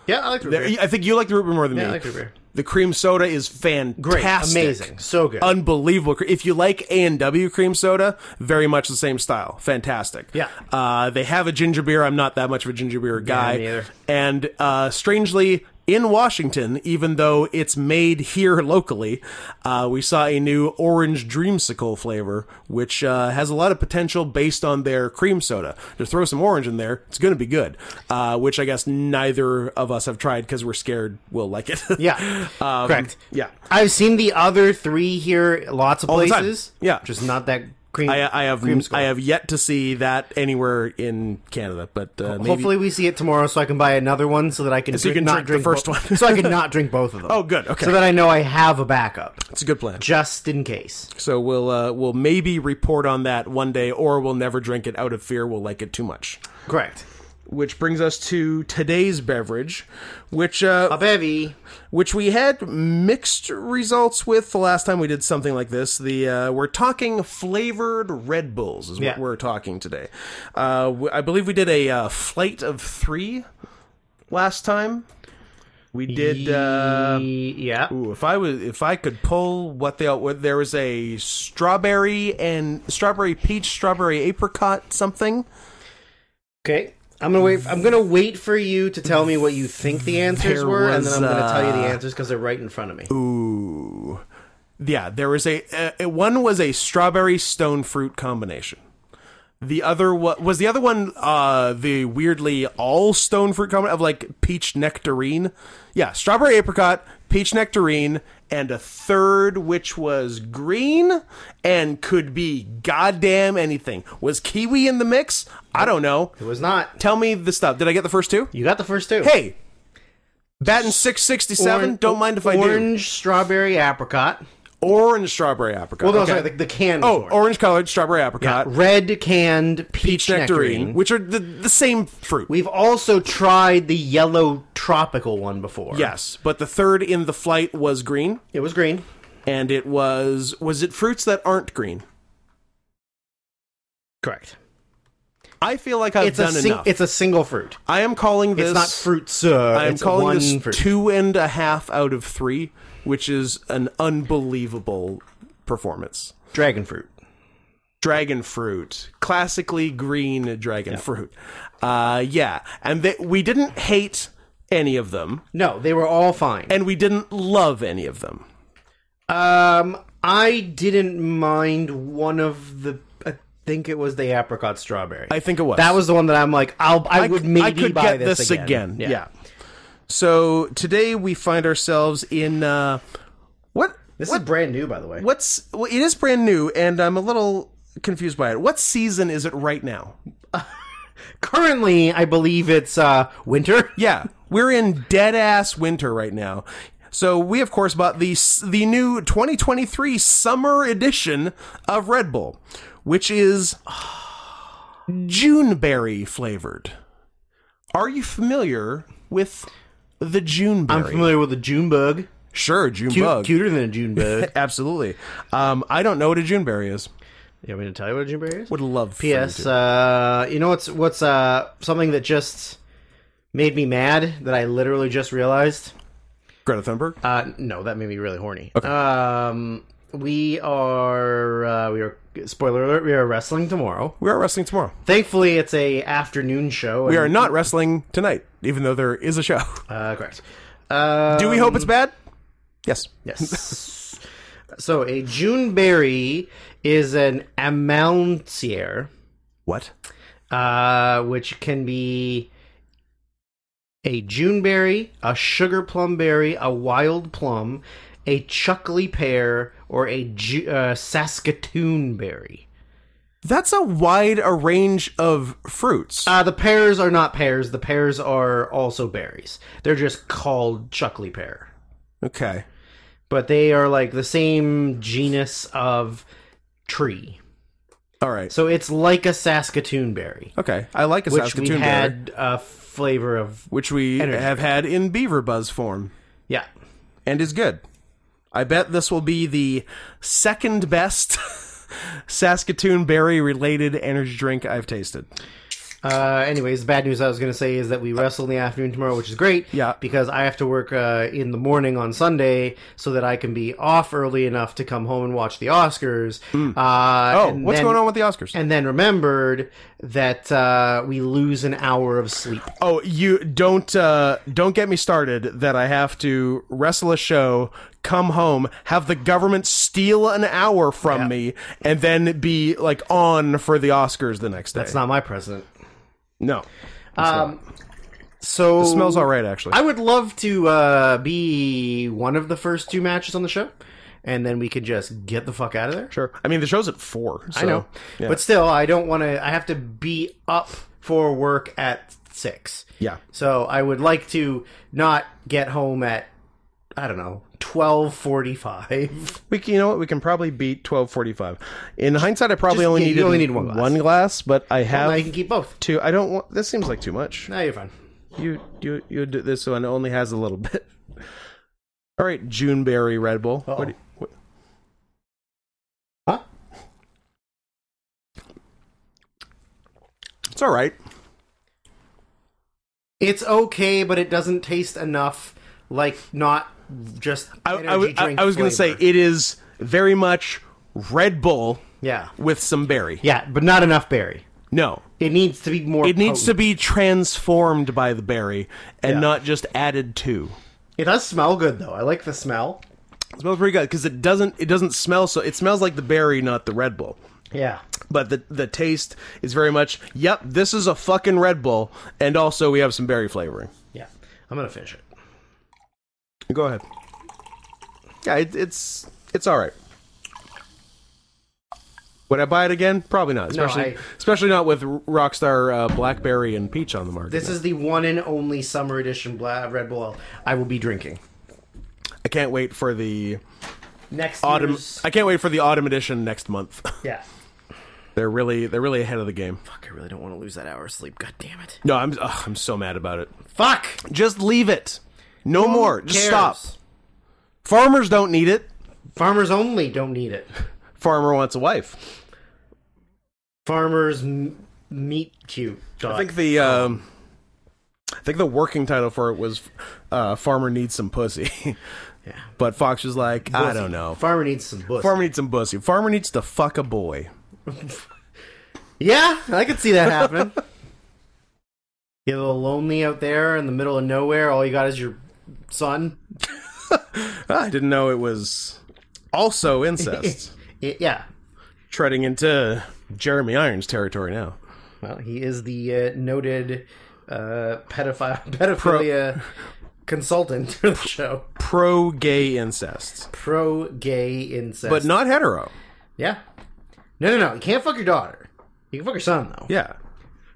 Speaker 2: Yeah, I like root beer.
Speaker 1: I think you like the root beer more than me.
Speaker 2: I like root beer.
Speaker 1: The cream soda is fantastic. Uh,
Speaker 2: Great, amazing, so good.
Speaker 1: Unbelievable. If you like A&W cream soda, very much the same style. Fantastic.
Speaker 2: Yeah.
Speaker 1: Uh, they have a ginger beer. I'm not that much of a ginger beer guy.
Speaker 2: me neither.
Speaker 1: And uh, strangely, in Washington, even though it's made here locally, uh, we saw a new orange dreamsicle flavor, which uh, has a lot of potential based on their cream soda. Just throw some orange in there; it's going to be good. Uh, which I guess neither of us have tried because we're scared we'll like it.
Speaker 2: yeah,
Speaker 1: Um,
Speaker 2: correct.
Speaker 1: Yeah.
Speaker 2: I've seen the other three here, lots of
Speaker 1: the time.
Speaker 2: places.
Speaker 1: Yeah.
Speaker 2: just not that cream.
Speaker 1: I, I have
Speaker 2: creamsicle.
Speaker 1: I have yet to see that anywhere in Canada, but uh, maybe,
Speaker 2: Hopefully, we see it tomorrow, so I can buy another one, so that I can
Speaker 1: So you
Speaker 2: drink-
Speaker 1: can drink
Speaker 2: not
Speaker 1: the
Speaker 2: drink
Speaker 1: first
Speaker 2: bo-
Speaker 1: one.
Speaker 2: so I can not drink both of them.
Speaker 1: Oh, good. Okay.
Speaker 2: So that I know I have a backup,
Speaker 1: it's a good plan.
Speaker 2: just in case.
Speaker 1: So we'll uh, we'll maybe report on that one day, or we'll never drink it out of fear we'll like it too much.
Speaker 2: Correct.
Speaker 1: Which brings us to today's beverage, which uh,
Speaker 2: A bevy.
Speaker 1: which we had mixed results with the last time we did something like this. The uh, we're talking flavored Red Bulls is
Speaker 2: Yeah.
Speaker 1: what we're talking today. Uh, w- I believe we did a uh, flight of three last time. We did. Uh,
Speaker 2: yeah.
Speaker 1: Ooh, if I was, if I could pull what they what, there was a strawberry and strawberry peach, strawberry apricot something.
Speaker 2: Okay. I'm gonna wait. I'm gonna wait for you to tell me what you think the answers
Speaker 1: There
Speaker 2: were, and
Speaker 1: was,
Speaker 2: then I'm gonna tell you the
Speaker 1: uh,
Speaker 2: answers because they're right in front of me.
Speaker 1: Ooh, yeah, there was a, uh, one was a strawberry stone fruit combination. The other wa- was the other one uh, the weirdly all stone fruit combination of like peach nectarine. Yeah, strawberry apricot, peach nectarine, and a third which was green and could be goddamn anything. Was kiwi in the mix? I don't know.
Speaker 2: It was not.
Speaker 1: Tell me the stuff. Did I get the first two?
Speaker 2: You got the first two.
Speaker 1: Hey, batting six sixty seven.
Speaker 2: Oran-
Speaker 1: Don't mind if I do.
Speaker 2: Orange, strawberry, apricot.
Speaker 1: Orange strawberry apricot.
Speaker 2: Well, no,
Speaker 1: Okay.
Speaker 2: sorry, the, the canned.
Speaker 1: Oh,
Speaker 2: one.
Speaker 1: orange colored strawberry apricot.
Speaker 2: red canned peach,
Speaker 1: peach nectarine,
Speaker 2: nectarine.
Speaker 1: which are the, the same fruit.
Speaker 2: We've also tried the yellow tropical one before.
Speaker 1: yes, but the third in the flight was green,
Speaker 2: It was green.
Speaker 1: and it was was it fruits that aren't green?
Speaker 2: Correct.
Speaker 1: I feel like I've
Speaker 2: It's a
Speaker 1: done
Speaker 2: sing-
Speaker 1: enough.
Speaker 2: it's a single fruit.
Speaker 1: I am calling this.
Speaker 2: it's not fruit, sir.
Speaker 1: I am
Speaker 2: it's
Speaker 1: calling
Speaker 2: one
Speaker 1: this
Speaker 2: fruit.
Speaker 1: two and a half out of three, which is an unbelievable performance.
Speaker 2: dragon fruit.
Speaker 1: dragon fruit, classically green dragon fruit. Uh, yeah, and they, we didn't hate any of them,
Speaker 2: No, they were all fine.
Speaker 1: and we didn't love any of them.
Speaker 2: Um, I didn't mind one of the. I think it was the apricot strawberry.
Speaker 1: I think it was.
Speaker 2: that was the one that I'm like, I'll. I, would
Speaker 1: c-
Speaker 2: maybe
Speaker 1: I could
Speaker 2: buy
Speaker 1: get
Speaker 2: this,
Speaker 1: this again.
Speaker 2: Yeah.
Speaker 1: Yeah. so. Today we find ourselves in uh, what?
Speaker 2: This is
Speaker 1: what,
Speaker 2: brand new, by the way.
Speaker 1: What's? Well, it is brand new, and I'm a little confused by it. What season is it right now?
Speaker 2: Currently, I believe it's uh winter.
Speaker 1: Yeah, we're in dead ass winter right now. So we of course bought the s- the new 2023 summer edition of Red Bull, which is Juneberry flavored. Are you familiar with the Juneberry?
Speaker 2: I'm familiar with the June bug.
Speaker 1: sure, June
Speaker 2: Cute-
Speaker 1: bug.
Speaker 2: Cuter than a June bug.
Speaker 1: Absolutely. Um, I don't know what a Juneberry is.
Speaker 2: you want me to tell you what a June berry is?
Speaker 1: Would love. for you
Speaker 2: P.S.
Speaker 1: to-
Speaker 2: Uh, you know what's what's uh something that just made me mad that I literally just realized.
Speaker 1: Greta Thunberg.
Speaker 2: Uh, no, that made me really horny. Um, we are uh, we are spoiler alert. We are wrestling tomorrow.
Speaker 1: we are wrestling tomorrow.
Speaker 2: Thankfully, it's a afternoon show.
Speaker 1: We are not wrestling tonight, even though there is a show.
Speaker 2: uh, correct. Uh,
Speaker 1: Do we hope it's bad? Yes.
Speaker 2: yes. so a June berry is an amountier,
Speaker 1: What?
Speaker 2: uh, which can be a June berry, a sugar plum berry, a wild plum, a chuckly pear, or a Ju- uh, Saskatoon berry.
Speaker 1: That's a wide a range of fruits.
Speaker 2: Uh, the pears are not pears. The pears are also berries. They're just called chuckly pear.
Speaker 1: okay.
Speaker 2: But they are like the same genus of tree.
Speaker 1: All right.
Speaker 2: So it's like a Saskatoon berry,
Speaker 1: Okay. I like a
Speaker 2: which
Speaker 1: Saskatoon
Speaker 2: we
Speaker 1: berry,
Speaker 2: had a flavor of.
Speaker 1: which we
Speaker 2: Energy.
Speaker 1: have had in beaver buzz form
Speaker 2: Yeah.
Speaker 1: and is good. I bet this will be the second best Saskatoon berry related energy drink I've tasted.
Speaker 2: Uh, anyways, the bad news I was going to say is that we wrestle in the afternoon tomorrow, which is great.
Speaker 1: Yeah.
Speaker 2: Because I have to work uh, in the morning on Sunday so that I can be off early enough to come home and watch the Oscars. Uh,
Speaker 1: Oh,
Speaker 2: and
Speaker 1: what's
Speaker 2: then-
Speaker 1: going on with the Oscars?
Speaker 2: and then remembered that uh, we lose an hour of sleep.
Speaker 1: Oh, you don't uh, don't get me started that I have to wrestle a show, come home, have the government steal an hour from me, and then be like on for the Oscars the next day.
Speaker 2: It's not my president.
Speaker 1: no,
Speaker 2: So
Speaker 1: smells all right actually.
Speaker 2: I would love to uh, be one of the first two matches on the show, and then we could just get the fuck out of there.
Speaker 1: sure. I mean, the show's at four. So,
Speaker 2: I know,
Speaker 1: Yeah.
Speaker 2: but still, I don't want to. I have to be up for work at six.
Speaker 1: yeah.
Speaker 2: So I would like to not get home at I don't know twelve forty five.
Speaker 1: We can, you know what? We can probably beat twelve forty five. In hindsight, I probably
Speaker 2: Just-
Speaker 1: only
Speaker 2: yeah, you
Speaker 1: needed
Speaker 2: only need one glass.
Speaker 1: glass, but I have
Speaker 2: Now you can keep both.
Speaker 1: two. I don't want. This seems like too much.
Speaker 2: Now you're fine.
Speaker 1: You you you do this one only has a little bit. All right, Juneberry Red Bull.
Speaker 2: Oh.
Speaker 1: What do you- what-
Speaker 2: Huh?
Speaker 1: It's all right.
Speaker 2: It's okay, but it doesn't taste enough like not just
Speaker 1: I,
Speaker 2: energy
Speaker 1: I, was- I,
Speaker 2: drink.
Speaker 1: I was going to say
Speaker 2: flavor.
Speaker 1: it is very much Red Bull
Speaker 2: yeah,
Speaker 1: with some berry.
Speaker 2: yeah, but not enough berry.
Speaker 1: No,
Speaker 2: It needs to be more.
Speaker 1: it needs to be transformed by the berry and
Speaker 2: Yeah.
Speaker 1: not just added to.
Speaker 2: It does smell good though. I like the smell.
Speaker 1: It smells pretty good because it doesn't. It doesn't smell so. It smells like the berry, not the Red Bull.
Speaker 2: Yeah.
Speaker 1: but the the taste is very much yep this is a fucking red bull and also we have some berry flavoring
Speaker 2: Yeah. I'm going to finish it.
Speaker 1: go ahead yeah it, it's it's all right would i buy it again probably not
Speaker 2: No,
Speaker 1: especially
Speaker 2: I-
Speaker 1: especially not with rockstar uh, blackberry and peach on the market
Speaker 2: This is the one and only summer edition bla- Red Bull I will be drinking.
Speaker 1: i can't wait for the
Speaker 2: Next
Speaker 1: autumn
Speaker 2: year's-
Speaker 1: i can't wait for the autumn edition next month
Speaker 2: yeah.
Speaker 1: they're really they're really ahead of the game
Speaker 2: Fuck, I really don't want to lose that hour of sleep. God damn it.
Speaker 1: no i'm ugh, i'm so mad about it
Speaker 2: Fuck!
Speaker 1: just leave it no more just
Speaker 2: Cares.
Speaker 1: stop farmers don't need it
Speaker 2: Farmers only don't need it.
Speaker 1: farmer wants a wife
Speaker 2: Farmers m- meat cute.
Speaker 1: I think the
Speaker 2: Oh.
Speaker 1: um, I think the working title for it was uh, "Farmer Needs Some Pussy,"
Speaker 2: Yeah.
Speaker 1: but Fox was like, "I don't know.
Speaker 2: Farmer needs some bush.
Speaker 1: Farmer needs some pussy. Farmer needs to fuck a boy."
Speaker 2: yeah, I could see that happen. Get a little lonely out there in the middle of nowhere. All you got is your son.
Speaker 1: Ah, I didn't know it was also incest.
Speaker 2: Y- yeah.
Speaker 1: Treading into Jeremy Irons territory now.
Speaker 2: Well, he is the uh, noted uh, pedophile pedophilia consultant for the show.
Speaker 1: Pro gay incest,
Speaker 2: Pro gay incest.
Speaker 1: but not hetero.
Speaker 2: Yeah. No, no, no. You can't fuck your daughter. You can fuck your son though.
Speaker 1: Yeah.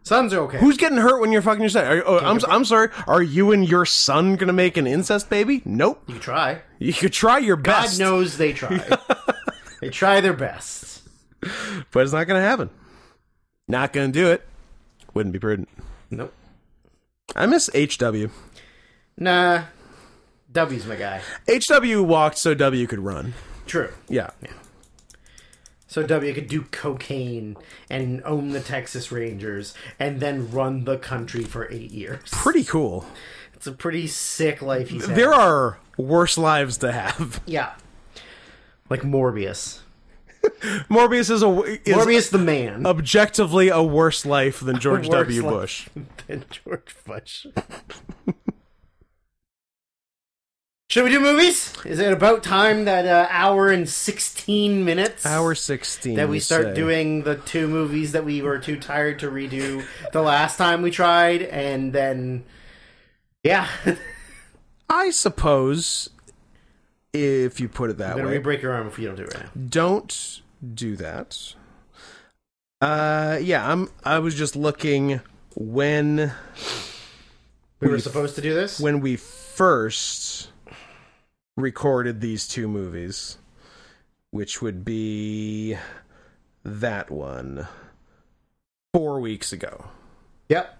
Speaker 2: Sons are okay.
Speaker 1: Who's getting hurt when you're fucking your son? Are, oh, I'm, I'm sorry. Are you and your son gonna make an incest baby? Nope.
Speaker 2: you try?
Speaker 1: You could try your
Speaker 2: God
Speaker 1: best,
Speaker 2: knows they try. they try their best.
Speaker 1: but it's not gonna happen. Not gonna do it. Wouldn't be prudent.
Speaker 2: Nope.
Speaker 1: I miss HW.
Speaker 2: Nah. W's my guy.
Speaker 1: HW walked so W could run.
Speaker 2: True.
Speaker 1: Yeah.
Speaker 2: So W could do cocaine and own the Texas Rangers and then run the country for eight years.
Speaker 1: Pretty cool.
Speaker 2: It's a pretty sick life he's had.
Speaker 1: There are worse lives to have.
Speaker 2: yeah. Like Morbius.
Speaker 1: Morbius is a is Oh.
Speaker 2: Morbius the man.
Speaker 1: objectively a worse life than George
Speaker 2: Worse
Speaker 1: W.
Speaker 2: life
Speaker 1: Bush.
Speaker 2: than George Bush. Should we do movies? Is it about time that uh, hour and sixteen minutes
Speaker 1: Hour 16.
Speaker 2: that we
Speaker 1: you
Speaker 2: start
Speaker 1: say.
Speaker 2: doing the two movies that we were too tired to redo the last time we tried, and then yeah,
Speaker 1: I suppose if you put it that
Speaker 2: I'm gonna
Speaker 1: way.
Speaker 2: break your arm if you don't do it right now.
Speaker 1: don't do that. Uh yeah, I'm I was just looking when
Speaker 2: We were supposed to do this.
Speaker 1: when we first recorded these two movies, which would be that one four weeks ago.
Speaker 2: Yep.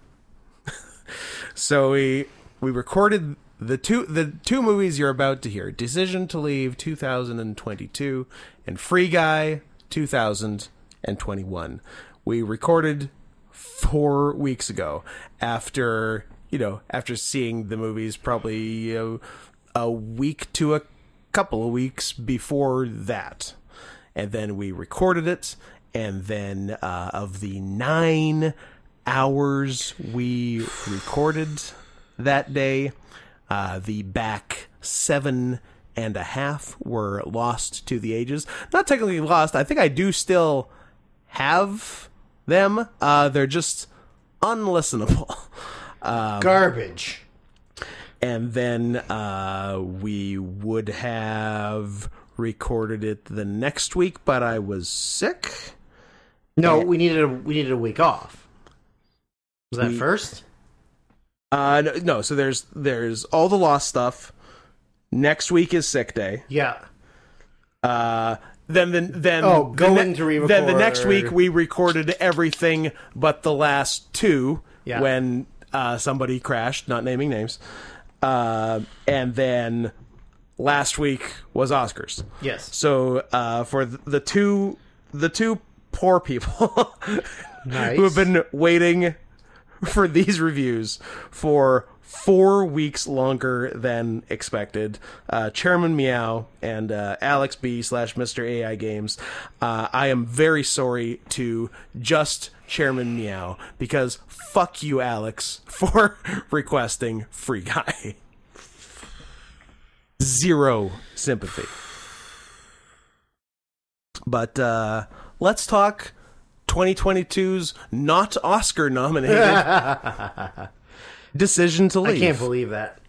Speaker 1: So we we recorded the two the two movies you're about to hear: Decision to Leave 2022 and Free Guy 2021. We recorded four weeks ago after you know after seeing the movies probably uh, a week to a couple of weeks before that and then we recorded it and then uh, of the nine hours we recorded that day uh, the back seven and a half were lost to the ages not technically lost i think i do still have them uh, they're just unlistenable
Speaker 2: Garbage.
Speaker 1: and then uh, we would have recorded it the next week but i was sick
Speaker 2: No, we needed a we needed a week off. Was that first?
Speaker 1: Uh, no, no, so there's there's all the lost stuff. Next week is sick day.
Speaker 2: Yeah.
Speaker 1: Uh, then the then
Speaker 2: Oh,
Speaker 1: the
Speaker 2: going to re-record.
Speaker 1: Then the next week we recorded everything but the last two
Speaker 2: Yeah.
Speaker 1: when uh, somebody crashed. Not naming names. Uh, and then last week was Oscars.
Speaker 2: Yes.
Speaker 1: So uh, for th- the two the two poor people
Speaker 2: Nice.
Speaker 1: who have been waiting for these reviews for four weeks longer than expected. Uh, Chairman Meow and uh, Alex B slash Mr. AI Games. Uh, I am very sorry to just Chairman Meow because fuck you, Alex, for requesting Free Guy. Zero sympathy. But uh, let's talk 2022's not Oscar nominated decision to leave.
Speaker 2: I can't believe that.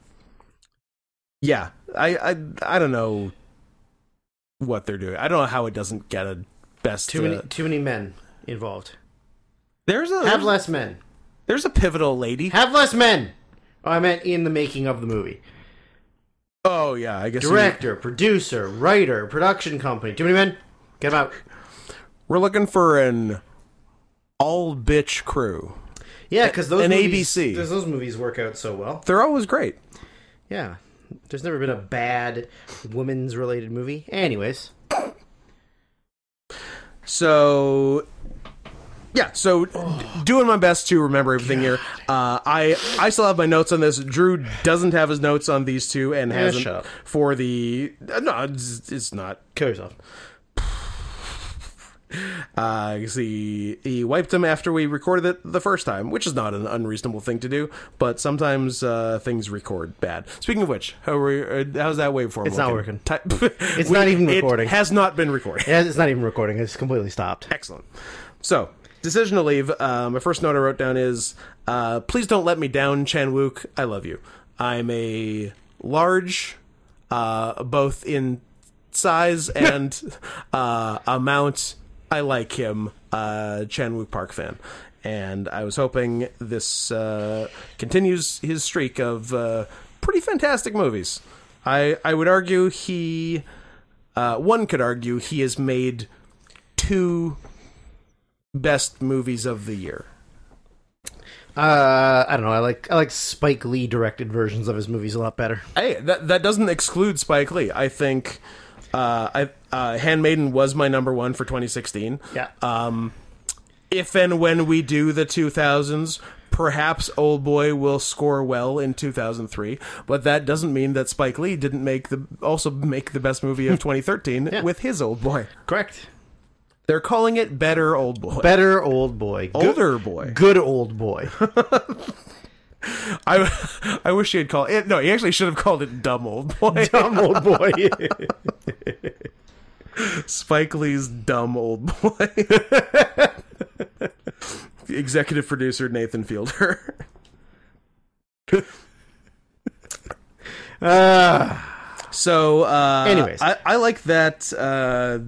Speaker 1: yeah, I, I I don't know what they're doing. I don't know how it doesn't get a best.
Speaker 2: Too
Speaker 1: uh,
Speaker 2: many too many men involved.
Speaker 1: there's a
Speaker 2: Have
Speaker 1: there's,
Speaker 2: less men.
Speaker 1: there's a pivotal lady.
Speaker 2: Have less men. Oh, I meant in the making of the movie.
Speaker 1: Oh yeah, I guess you-
Speaker 2: Director, producer, writer, production company. Too many men. Get 'em out.
Speaker 1: we're looking for an all bitch crew.
Speaker 2: Yeah, because those
Speaker 1: An
Speaker 2: movies,
Speaker 1: ABC.
Speaker 2: Those, those movies work out so well.
Speaker 1: They're always great.
Speaker 2: Yeah, there's never been a bad women's related movie. Anyways,
Speaker 1: So yeah, so doing my best to remember everything here. Uh, I I still have my notes on this. Drew doesn't have his notes on these two and hasn't
Speaker 2: shut up.
Speaker 1: for the uh, no, it's, it's not.
Speaker 2: kill yourself.
Speaker 1: Uh, you see, he wiped them after we recorded it the first time, which is not an unreasonable thing to do. But sometimes uh, things record bad. Speaking of which, how are we, uh, how's that waveform?
Speaker 2: It's not
Speaker 1: looking? Ty-
Speaker 2: It's not even
Speaker 1: it
Speaker 2: recording.
Speaker 1: has not been recorded.
Speaker 2: Yeah, It's not even recording. It's completely stopped.
Speaker 1: Excellent. So, decision to leave. Uh, my first note I wrote down is uh, Please don't let me down, Chan Wook. I love you. I'm a large, uh, both in size and uh, amount. I like him, uh, Chan Wook Park fan. And I was hoping this uh, continues his streak of uh, pretty fantastic movies. I, I would argue he. Uh, one could argue he has made two best movies of the year.
Speaker 2: Uh, I don't know. I like I like Spike Lee directed versions of his movies a lot better.
Speaker 1: Hey, that that doesn't exclude Spike Lee. I think uh, I uh, Handmaiden was my number one for 2016.
Speaker 2: Yeah.
Speaker 1: Um, if and when we do the 2000s, perhaps Old Boy will score well in 2003. But that doesn't mean that Spike Lee didn't make the also make the best movie of 2013 with his Old Boy.
Speaker 2: Correct.
Speaker 1: They're calling it better Old Boy.
Speaker 2: Better old boy. Good-
Speaker 1: Older boy.
Speaker 2: Good old boy.
Speaker 1: I, I wish he had called it. No, he actually should have called it Dumb Old Boy.
Speaker 2: Dumb old boy.
Speaker 1: Spike Lee's dumb old boy. Executive producer Nathan Fielder.
Speaker 2: uh,
Speaker 1: So, uh,
Speaker 2: Anyways.
Speaker 1: I, I like that. Uh,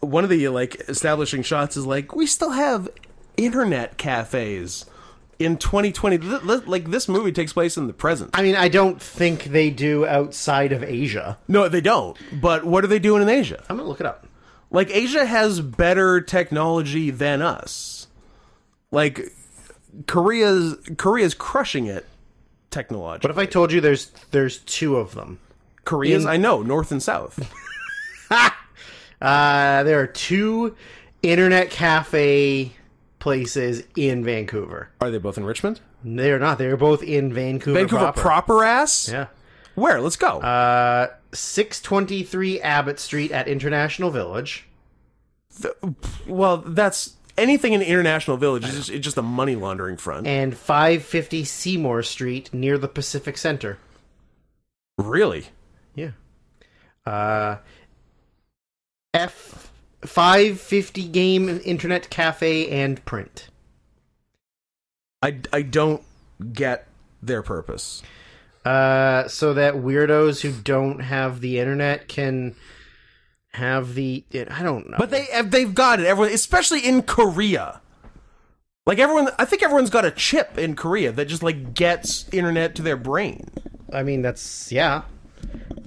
Speaker 1: one of the like establishing shots is like we still have internet cafes in 2020. Th- th- like this movie takes place in the present.
Speaker 2: I mean, I don't think they do outside of Asia.
Speaker 1: No, they don't. But what are they doing in Asia?
Speaker 2: I'm gonna look it up.
Speaker 1: Like Asia has better technology than us. Like Korea's Korea's crushing it technologically.
Speaker 2: What if I told you there's there's two of them?
Speaker 1: Koreans, I know, North and South.
Speaker 2: Uh, there are two internet cafe places in Vancouver.
Speaker 1: Are they both in Richmond?
Speaker 2: They are not. They are both in Vancouver.
Speaker 1: Vancouver proper,
Speaker 2: proper.
Speaker 1: ass?
Speaker 2: yeah.
Speaker 1: Where? Let's go.
Speaker 2: Uh, six twenty three Abbott Street at International Village.
Speaker 1: well, that's anything in international village is just, it's just a money laundering front.
Speaker 2: and 550 Seymour Street near the Pacific Center.
Speaker 1: really?
Speaker 2: Yeah. Uh, F 550 Game Internet Cafe and Print.
Speaker 1: I, I don't get their purpose.
Speaker 2: Uh, so that weirdos who don't have the internet can have the it, I don't know.
Speaker 1: But they eh, they've got it. Everyone, especially in Korea. Like everyone, I think everyone's got a chip in Korea that just like gets internet to their brain.
Speaker 2: I mean that's yeah,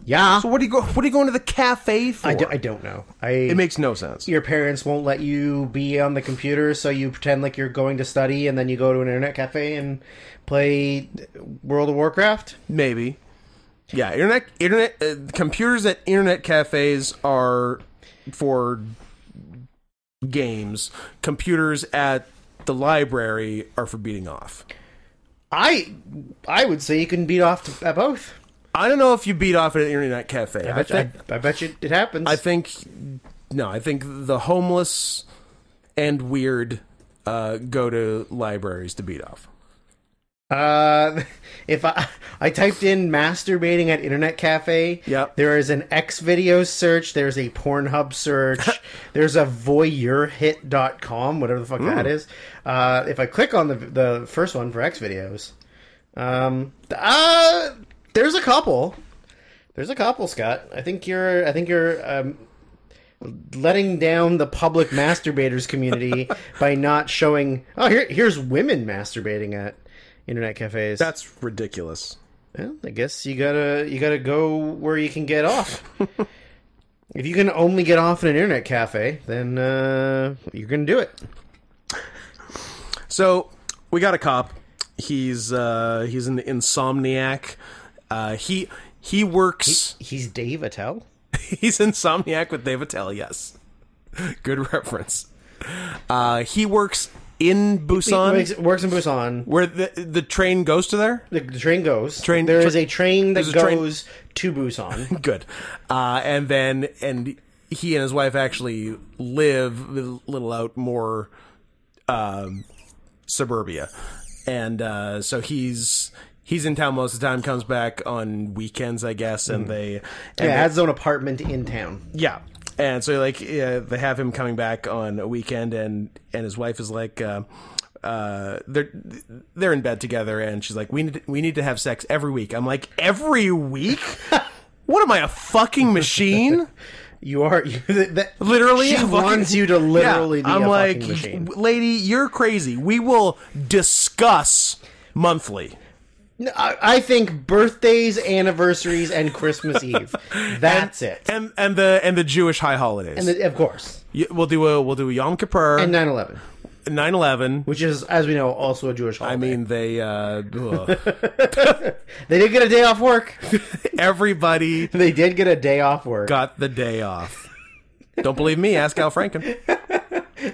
Speaker 2: yeah.
Speaker 1: So what do you go? What are you going to the cafe for?
Speaker 2: I, do, I don't know. I
Speaker 1: it makes no sense.
Speaker 2: your parents won't let you be on the computer, so you pretend like you're going to study, and then you go to an internet cafe and play World of Warcraft.
Speaker 1: Maybe. Yeah, internet, internet, uh, computers at internet cafes are for games. Computers at the library are for beating off.
Speaker 2: I I would say you can beat off to, at both.
Speaker 1: I don't know if you beat off at an internet cafe. I,
Speaker 2: I bet,
Speaker 1: think,
Speaker 2: I, I bet you it happens.
Speaker 1: I think, no, I think the homeless and weird uh, go to libraries to beat off.
Speaker 2: Uh, if I I typed in masturbating at internet cafe,
Speaker 1: Yep.
Speaker 2: there is an X video search, there's a Pornhub search, there's a voyeurhit.com, whatever the fuck that is. Uh, if I click on the the first one for X videos, um, uh, there's a couple. There's a couple, Scott. I think you're I think you're um, letting down the public masturbators community by not showing oh here here's women masturbating at internet cafes
Speaker 1: That's ridiculous.
Speaker 2: well, i guess you gotta you gotta go where you can get off if you can only get off in an internet cafe then uh, you're gonna do it
Speaker 1: So we got a cop. He's uh, he's an insomniac. Uh, he he works.
Speaker 2: he's dave attell
Speaker 1: he's insomniac with Dave Attell. Yes, good reference. Uh, he works in Busan,
Speaker 2: works, works in busan
Speaker 1: where the the train goes to there.
Speaker 2: the, the train goes
Speaker 1: Train-
Speaker 2: there is
Speaker 1: tra-
Speaker 2: a train that
Speaker 1: there's a train-
Speaker 2: goes to busan
Speaker 1: Good. Uh, and then and he and his wife actually live a little out more um, suburbia, and uh, so he's he's in town most of the time. Comes back on weekends, I guess, and they and
Speaker 2: yeah
Speaker 1: they-
Speaker 2: has his own apartment in town
Speaker 1: yeah. And so like yeah, they have him coming back on a weekend and and his wife is like uh, uh they're they're in bed together and she's like we need we need to have sex every week. I'm like every week? what am I a fucking machine?
Speaker 2: you are you, that,
Speaker 1: Literally,
Speaker 2: she
Speaker 1: a fucking-
Speaker 2: wants you to literally
Speaker 1: Yeah.
Speaker 2: be
Speaker 1: I'm
Speaker 2: a
Speaker 1: like,
Speaker 2: fucking machine
Speaker 1: lady, you're crazy. We will discuss monthly.
Speaker 2: No, I, I think birthdays, anniversaries, and Christmas Eve. That's it.
Speaker 1: And and the and the Jewish high holidays.
Speaker 2: And the, of course,
Speaker 1: Y- we'll do a we'll do a Yom Kippur,
Speaker 2: and 9/11,
Speaker 1: 9/11.
Speaker 2: which is, as we know, also a Jewish
Speaker 1: I
Speaker 2: holiday.
Speaker 1: mean, they uh, ugh.
Speaker 2: they did get a day off work.
Speaker 1: everybody
Speaker 2: they did get a day off work.
Speaker 1: got the day off. Don't believe me? Ask Al Franken.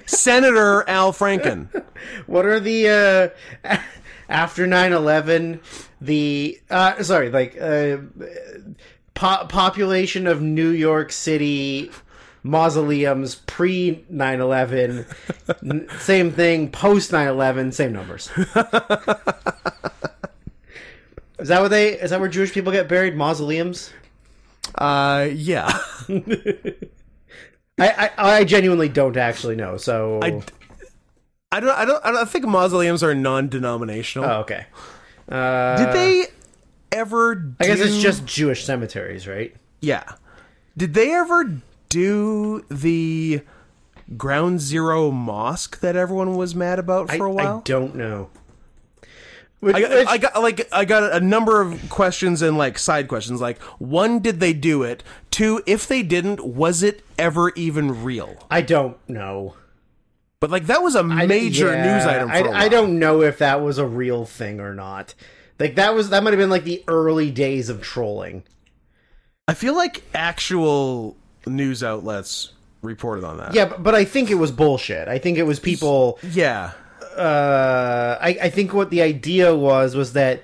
Speaker 1: Senator Al Franken.
Speaker 2: What are the uh, after 9/11? The uh, sorry, like uh, po- population of New York City mausoleums pre 9/11. N- same thing post 9/11. Same numbers. Is that what they? Is that where Jewish people get buried? Mausoleums?
Speaker 1: Uh, yeah.
Speaker 2: I I, I genuinely don't actually know. So
Speaker 1: I, I don't. I don't. I don't think mausoleums are non-denominational.
Speaker 2: oh, okay. Uh,
Speaker 1: Did they ever? Do,
Speaker 2: I guess it's just Jewish cemeteries, right?
Speaker 1: yeah. Did they ever do the Ground Zero Mosque that everyone was mad about for a while?
Speaker 2: I don't know. Which,
Speaker 1: I got,
Speaker 2: which-
Speaker 1: I got like I got a number of questions and like side questions. Like one, did they do it? Two, if they didn't, was it ever even real?
Speaker 2: I don't know.
Speaker 1: But like that was a major
Speaker 2: Yeah,
Speaker 1: news item. For
Speaker 2: I,
Speaker 1: a while.
Speaker 2: I don't know if that was a real thing or not. Like that was that might have been like the early days of trolling.
Speaker 1: I feel like actual news outlets reported on that.
Speaker 2: Yeah, but, but I think it was bullshit. I think it was people.
Speaker 1: Yeah.
Speaker 2: Uh, I, I think what the idea was was that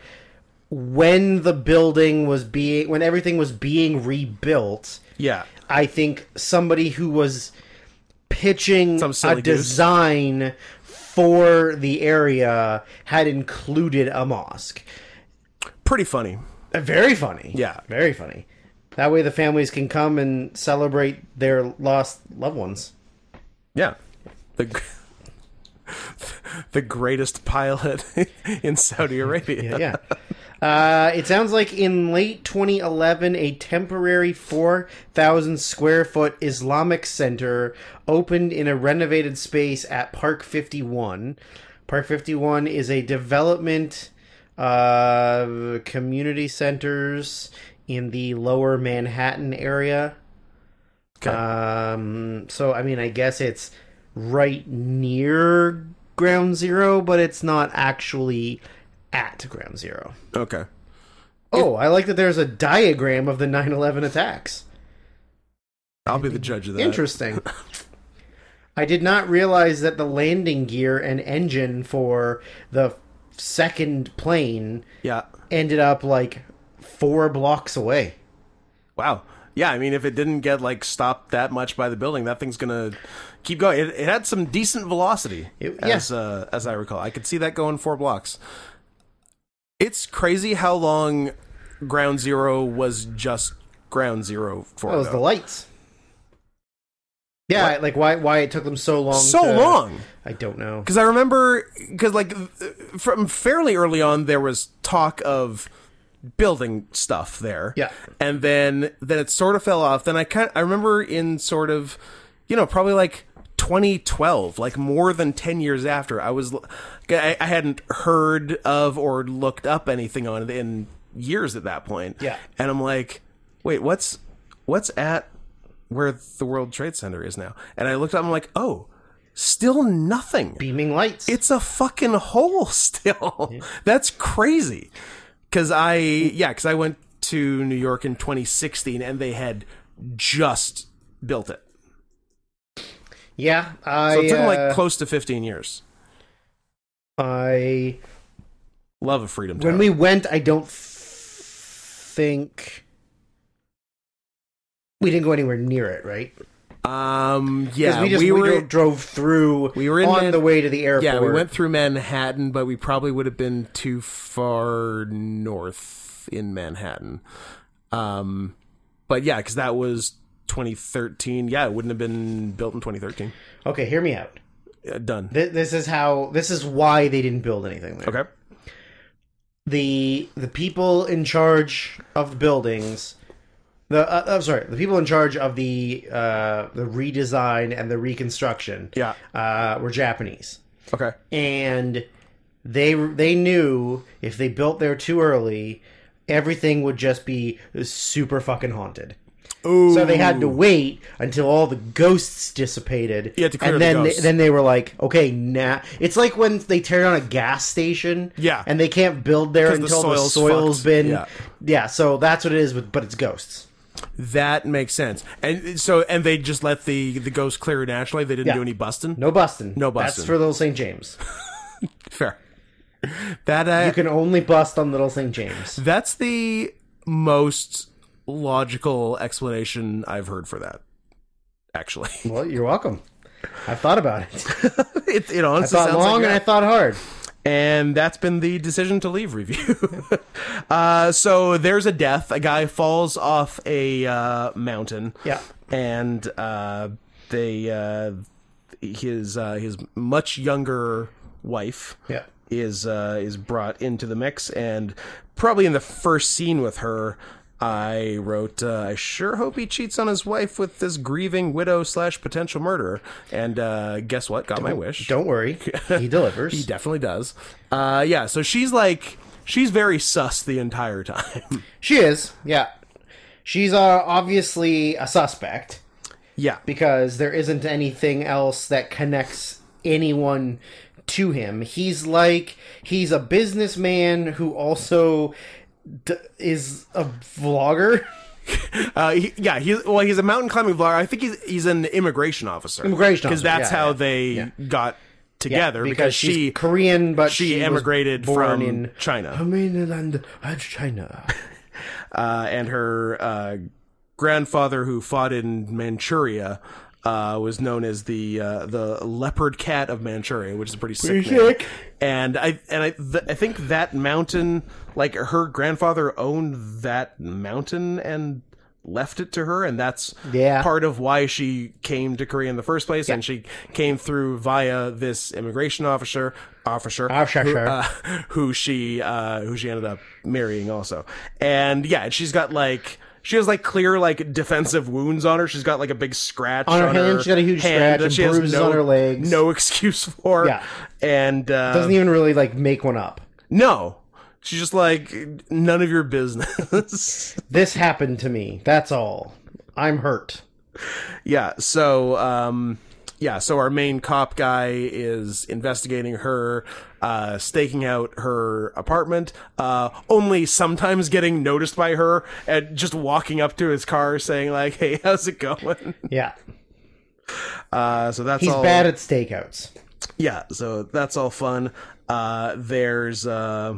Speaker 2: when the building was being when everything was being rebuilt,
Speaker 1: Yeah.
Speaker 2: I think somebody who was pitching
Speaker 1: Some silly
Speaker 2: a
Speaker 1: goose.
Speaker 2: design for the area had included a mosque.
Speaker 1: Pretty funny.
Speaker 2: Uh, Very funny.
Speaker 1: Yeah.
Speaker 2: Very funny. That way the families can come and celebrate their lost loved ones.
Speaker 1: Yeah. The gr- the greatest pilot in Saudi Arabia.
Speaker 2: Yeah. Uh, it sounds like in late 2011, a temporary 4,000 square foot Islamic center opened in a renovated space at Park 51. Park 51 is a development of community centers in the lower Manhattan area.
Speaker 1: Okay.
Speaker 2: Um, so, I mean, I guess it's right near Ground Zero, but it's not actually at Ground Zero.
Speaker 1: Okay.
Speaker 2: Oh, I like that there's a diagram of the 9 11 attacks.
Speaker 1: I'll be the judge of that.
Speaker 2: Interesting. I did not realize that the landing gear and engine for the second plane
Speaker 1: Yeah.
Speaker 2: ended up like four blocks away.
Speaker 1: Wow. Yeah, I mean, if it didn't get like stopped that much by the building, that thing's gonna keep going. It, it had some decent velocity,
Speaker 2: It-
Speaker 1: as uh, as I recall. I could see that going four blocks. It's crazy how long Ground Zero was just Ground Zero for.
Speaker 2: That was
Speaker 1: though.
Speaker 2: the lights. Yeah, like why why it took them so long?
Speaker 1: so
Speaker 2: to-
Speaker 1: long.
Speaker 2: I don't know.
Speaker 1: Because I remember, because like th- from fairly early on, there was talk of building stuff there.
Speaker 2: Yeah.
Speaker 1: and then then it sort of fell off. Then I kind I remember in sort of, you know, probably like 2012, like more than 10 years after, I was l- I, I hadn't heard of or looked up anything on it in years at that point.
Speaker 2: Yeah.
Speaker 1: and I'm like, wait, what's what's at where the World Trade Center is now? And I looked up, I'm like, oh. Still nothing
Speaker 2: Beaming lights.
Speaker 1: it's a fucking hole still. That's crazy. Cause I yeah, cause I went to New York in 2016 and they had just built it.
Speaker 2: yeah, I
Speaker 1: So it took them
Speaker 2: uh,
Speaker 1: like close to 15 years.
Speaker 2: I
Speaker 1: Love a freedom tower.
Speaker 2: when we went, I don't think we didn't go anywhere near it, right?
Speaker 1: um
Speaker 2: Because
Speaker 1: yeah,
Speaker 2: we just
Speaker 1: we,
Speaker 2: we
Speaker 1: were
Speaker 2: dro- drove through.
Speaker 1: We were in
Speaker 2: on
Speaker 1: Man-
Speaker 2: the way to the airport.
Speaker 1: yeah, we went through Manhattan, but we probably would have been too far north in Manhattan. Um but yeah, cuz that was 2013. Yeah, it wouldn't have been built in 2013.
Speaker 2: Okay, hear me out.
Speaker 1: Uh, done.
Speaker 2: Th- This is how. This is why they didn't build anything there.
Speaker 1: Okay.
Speaker 2: the the people in charge of the buildings the uh, I'm sorry the people in charge of the uh, the redesign and the reconstruction
Speaker 1: Yeah.
Speaker 2: uh, were Japanese
Speaker 1: Okay.
Speaker 2: and they they knew if they built there too early everything would just be super fucking haunted
Speaker 1: Ooh.
Speaker 2: so they had to wait until all the ghosts dissipated.
Speaker 1: You had to clear
Speaker 2: and
Speaker 1: the
Speaker 2: then
Speaker 1: ghosts.
Speaker 2: They, then they were like, okay, now it's like when they tear down a gas station.
Speaker 1: Yeah.
Speaker 2: and they can't build there
Speaker 1: 'Cause the
Speaker 2: until the
Speaker 1: soil's
Speaker 2: soil's
Speaker 1: fucked.
Speaker 2: been.
Speaker 1: Yeah.
Speaker 2: Yeah. so that's what it is, with, but it's ghosts.
Speaker 1: that makes sense. And so and they just let the the ghost clear nationally. They didn't
Speaker 2: Yeah.
Speaker 1: do any busting.
Speaker 2: No busting.
Speaker 1: No busting.
Speaker 2: That's for Little St. James.
Speaker 1: Fair. That uh,
Speaker 2: You can only bust on Little St. James.
Speaker 1: that's the most logical explanation I've heard for that. Actually,
Speaker 2: Well, you're welcome. I thought about it.
Speaker 1: it, it honestly
Speaker 2: thought
Speaker 1: sounds
Speaker 2: long
Speaker 1: like
Speaker 2: and I
Speaker 1: that.
Speaker 2: thought hard.
Speaker 1: and that's been the decision to leave review. uh, so there's a death. A guy falls off a uh, mountain.
Speaker 2: Yeah.
Speaker 1: and uh, they uh, his uh, his much younger wife
Speaker 2: Yeah.
Speaker 1: is uh, is brought into the mix, and probably in the first scene with her. I wrote. Uh, I sure hope he cheats on his wife with this grieving widow slash potential murderer. And uh, guess what? Got my wish.
Speaker 2: Don't worry, he delivers.
Speaker 1: He definitely does. Uh, yeah, so she's like, she's very sus the entire time.
Speaker 2: she is. Yeah, she's uh, obviously a suspect.
Speaker 1: yeah.
Speaker 2: because there isn't anything else that connects anyone to him. He's like he's a businessman who also d- is a vlogger,
Speaker 1: Uh, he, yeah, he, well, he's a mountain climbing vlogger. I think he's he's an immigration officer.
Speaker 2: Immigration
Speaker 1: Because
Speaker 2: officer,
Speaker 1: that's
Speaker 2: yeah,
Speaker 1: how
Speaker 2: yeah,
Speaker 1: they got together
Speaker 2: because,
Speaker 1: because,
Speaker 2: she's
Speaker 1: she
Speaker 2: Korean, but
Speaker 1: she
Speaker 2: she, was
Speaker 1: emigrated
Speaker 2: born
Speaker 1: from
Speaker 2: in
Speaker 1: China.
Speaker 2: her mainland uh, China.
Speaker 1: uh, and her uh, grandfather who fought in Manchuria. Uh, was known as the uh, the leopard cat of Manchuria, which is a pretty sick, name.
Speaker 2: sick.
Speaker 1: And I and I th- I think that mountain, like her grandfather owned that mountain and left it to her, and that's
Speaker 2: Yeah.
Speaker 1: part of why she came to Korea in the first place. And she came through via this immigration officer officer
Speaker 2: Officer.
Speaker 1: who, uh, who she uh, who she ended up marrying also. And yeah, she's got like she has like clear like defensive wounds on her. She's got like a big scratch
Speaker 2: On her hand, she's got a huge
Speaker 1: hand
Speaker 2: scratch
Speaker 1: that
Speaker 2: and
Speaker 1: she has
Speaker 2: bruises
Speaker 1: no-
Speaker 2: on her legs.
Speaker 1: No excuse for.
Speaker 2: Yeah.
Speaker 1: and uh,
Speaker 2: Doesn't even really like make one up.
Speaker 1: no, she's just like none of your business.
Speaker 2: This happened to me. That's all. I'm hurt.
Speaker 1: yeah. So um, yeah. So our main cop guy is investigating her. Uh, staking out her apartment, uh, only sometimes getting noticed by her and just walking up to his car saying like, "Hey, how's it going?"
Speaker 2: Yeah,
Speaker 1: Uh, so that's
Speaker 2: he's
Speaker 1: all.
Speaker 2: bad at stakeouts.
Speaker 1: yeah so that's all fun uh there's uh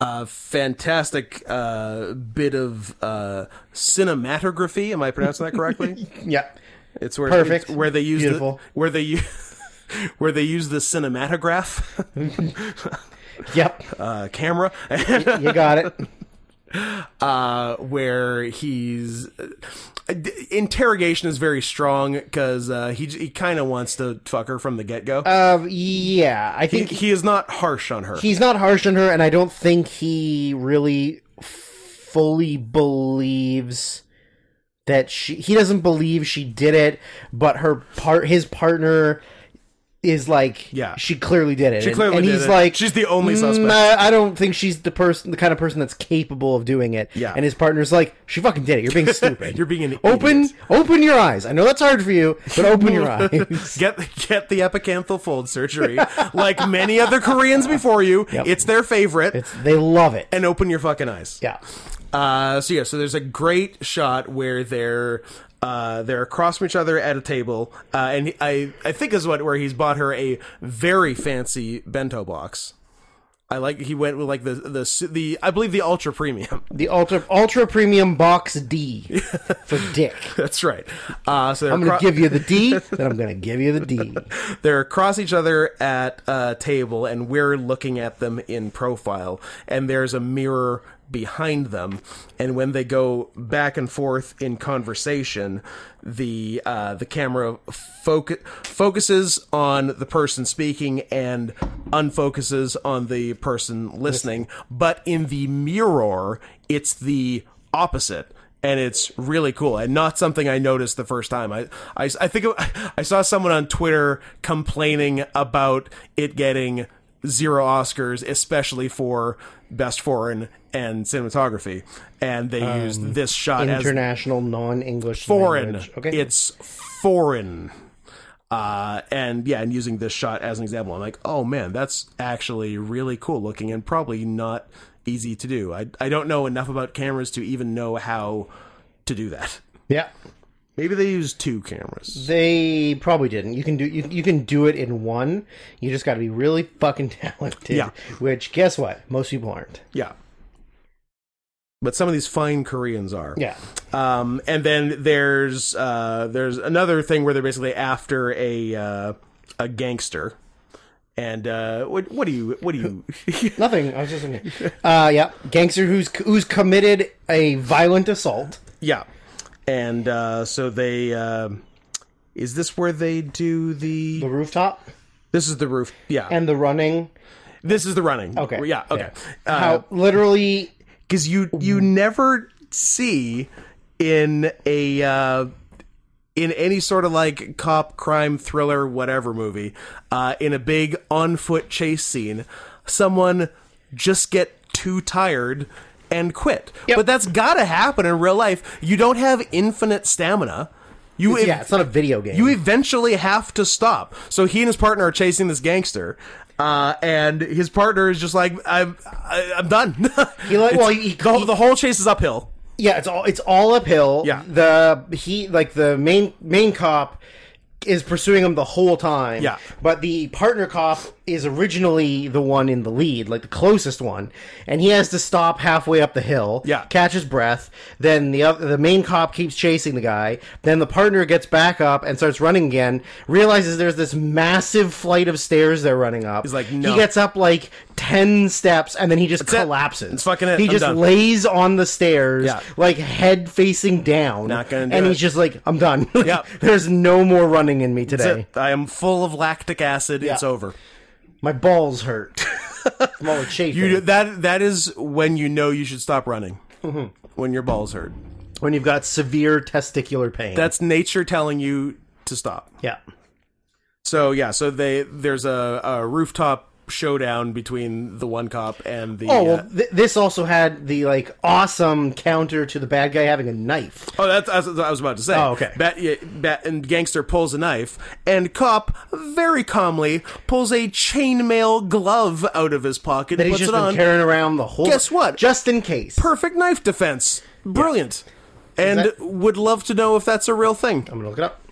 Speaker 1: a fantastic uh bit of uh cinematography am i pronouncing that correctly
Speaker 2: Yeah,
Speaker 1: it's where
Speaker 2: Perfect.
Speaker 1: it's where they use the,
Speaker 2: Beautiful.
Speaker 1: where they u- where they use the cinematograph
Speaker 2: Yep,
Speaker 1: uh, camera.
Speaker 2: you got it.
Speaker 1: uh, where he's uh, d- interrogation is very strong because uh, he j- he kind of wants to fuck her from the get go.
Speaker 2: Um, yeah, I
Speaker 1: he,
Speaker 2: think
Speaker 1: he is not harsh on her.
Speaker 2: he's not harsh on her, and I don't think he really f- fully believes that she. He doesn't believe she did it, but her part, his partner, is like,
Speaker 1: Yeah.
Speaker 2: she clearly did it. She
Speaker 1: clearly
Speaker 2: and
Speaker 1: did
Speaker 2: he's
Speaker 1: it.
Speaker 2: like,
Speaker 1: She's the only
Speaker 2: "Mm,
Speaker 1: suspect."
Speaker 2: I, I don't think she's the person, the kind of person that's capable of doing it.
Speaker 1: Yeah.
Speaker 2: and his partner's like, she fucking did it. You're being stupid.
Speaker 1: You're being an
Speaker 2: open.
Speaker 1: idiot.
Speaker 2: Open your eyes. I know that's hard for you, but open your eyes.
Speaker 1: Get get the epicanthal fold surgery, like many other Koreans before you. It's their favorite.
Speaker 2: It's, they love it.
Speaker 1: and open your fucking eyes.
Speaker 2: Yeah.
Speaker 1: Uh, so yeah, so there's a great shot where they're uh, they're across from each other at a table, uh, and he- I I think is what where he's bought her a very fancy bento box. I like he went with like the the su- the I believe the ultra premium.
Speaker 2: The ultra ultra premium box D for dick.
Speaker 1: That's right. Uh, so they're
Speaker 2: I'm gonna
Speaker 1: acro-
Speaker 2: give you the D, then I'm gonna give you the D.
Speaker 1: they're across each other at a table, and we're looking at them in profile, and there's a mirror behind them, and when they go back and forth in conversation, the uh, the camera focus focuses on the person speaking and unfocuses on the person listening, but in the mirror, it's the opposite and it's really cool and not something I noticed the first time. I I, I think it- I saw someone on Twitter complaining about it getting zero Oscars, especially for best foreign and cinematography, and they used this shot as
Speaker 2: International non-English
Speaker 1: foreign.
Speaker 2: language. Okay.
Speaker 1: It's foreign. Uh, and yeah, and using this shot as an example, I'm like, oh man, that's actually really cool looking and probably not easy to do. I, I don't know enough about cameras to even know how to do that.
Speaker 2: yeah.
Speaker 1: Maybe they use two cameras.
Speaker 2: They probably didn't. You can do you, you can do it in one. You just got to be really fucking talented.
Speaker 1: Yeah.
Speaker 2: Which guess what? Most people aren't.
Speaker 1: Yeah. But some of these fine Koreans are.
Speaker 2: Yeah.
Speaker 1: Um, and then there's uh, there's another thing where they're basically after a uh, a gangster. And uh, what what do you what do you
Speaker 2: Nothing. I was just. Thinking. Uh, yeah. Gangster who's who's committed a violent assault.
Speaker 1: Yeah, and uh, so they uh, is this where they do the?
Speaker 2: The rooftop
Speaker 1: This is the roof. Yeah,
Speaker 2: and the running.
Speaker 1: this is the running.
Speaker 2: Okay.
Speaker 1: Yeah. Okay.
Speaker 2: How literally
Speaker 1: Because you you never see in a uh, in any sort of like cop crime thriller whatever movie uh, in a big on foot chase scene someone just get too tired and quit. But that's gotta happen in real life. You don't have infinite stamina. You
Speaker 2: yeah. It's not a video game.
Speaker 1: you eventually have to stop. So he and his partner are chasing this gangster, uh, and his partner is just like, "I'm, I, I'm done."
Speaker 2: He like- well,
Speaker 1: It's-
Speaker 2: he-
Speaker 1: the,
Speaker 2: he-
Speaker 1: the whole chase is uphill.
Speaker 2: Yeah, it's all it's all uphill.
Speaker 1: Yeah.
Speaker 2: The he like the main main cop is pursuing him the whole time.
Speaker 1: Yeah.
Speaker 2: But the partner cop is originally the one in the lead, like the closest one, and he has to stop halfway up the hill.
Speaker 1: Yeah.
Speaker 2: Catch his breath. Then the other, the main cop keeps chasing the guy. Then the partner gets back up and starts running again. Realizes there's this massive flight of stairs they're running up. He's
Speaker 1: like, "No."
Speaker 2: He gets up like ten steps and then he just collapses.
Speaker 1: It's fucking it.
Speaker 2: He
Speaker 1: I'm
Speaker 2: just
Speaker 1: done.
Speaker 2: lays on the stairs
Speaker 1: Yeah.
Speaker 2: like head facing down.
Speaker 1: Not gonna do
Speaker 2: and
Speaker 1: it.
Speaker 2: he's just like, I'm done. Like,
Speaker 1: Yep.
Speaker 2: There's no more running in me
Speaker 1: That's
Speaker 2: today.
Speaker 1: it. I am full of lactic acid. It's
Speaker 2: Yeah.
Speaker 1: over.
Speaker 2: My balls hurt. I'm all chafing.
Speaker 1: You that that is when you know you should stop running.
Speaker 2: Mm-hmm.
Speaker 1: When your balls hurt,
Speaker 2: when you've got severe testicular pain.
Speaker 1: that's nature telling you to stop.
Speaker 2: yeah.
Speaker 1: So yeah, so they there's a, a rooftop showdown between the one cop and the
Speaker 2: Oh
Speaker 1: uh,
Speaker 2: well, th- this also had the like awesome counter to the bad guy having a knife.
Speaker 1: Oh, that's, that's what I was about to say.
Speaker 2: Oh, okay.
Speaker 1: Bat, yeah, bat, and gangster pulls a knife, and cop very calmly pulls a chainmail glove out of his pocket,
Speaker 2: That he's
Speaker 1: puts
Speaker 2: just
Speaker 1: it
Speaker 2: been
Speaker 1: on.
Speaker 2: carrying around the whole.
Speaker 1: Guess what?
Speaker 2: Just in case.
Speaker 1: Perfect knife defense. Brilliant. And
Speaker 2: that-
Speaker 1: would love to know if that's a real thing.
Speaker 2: I'm gonna look it up.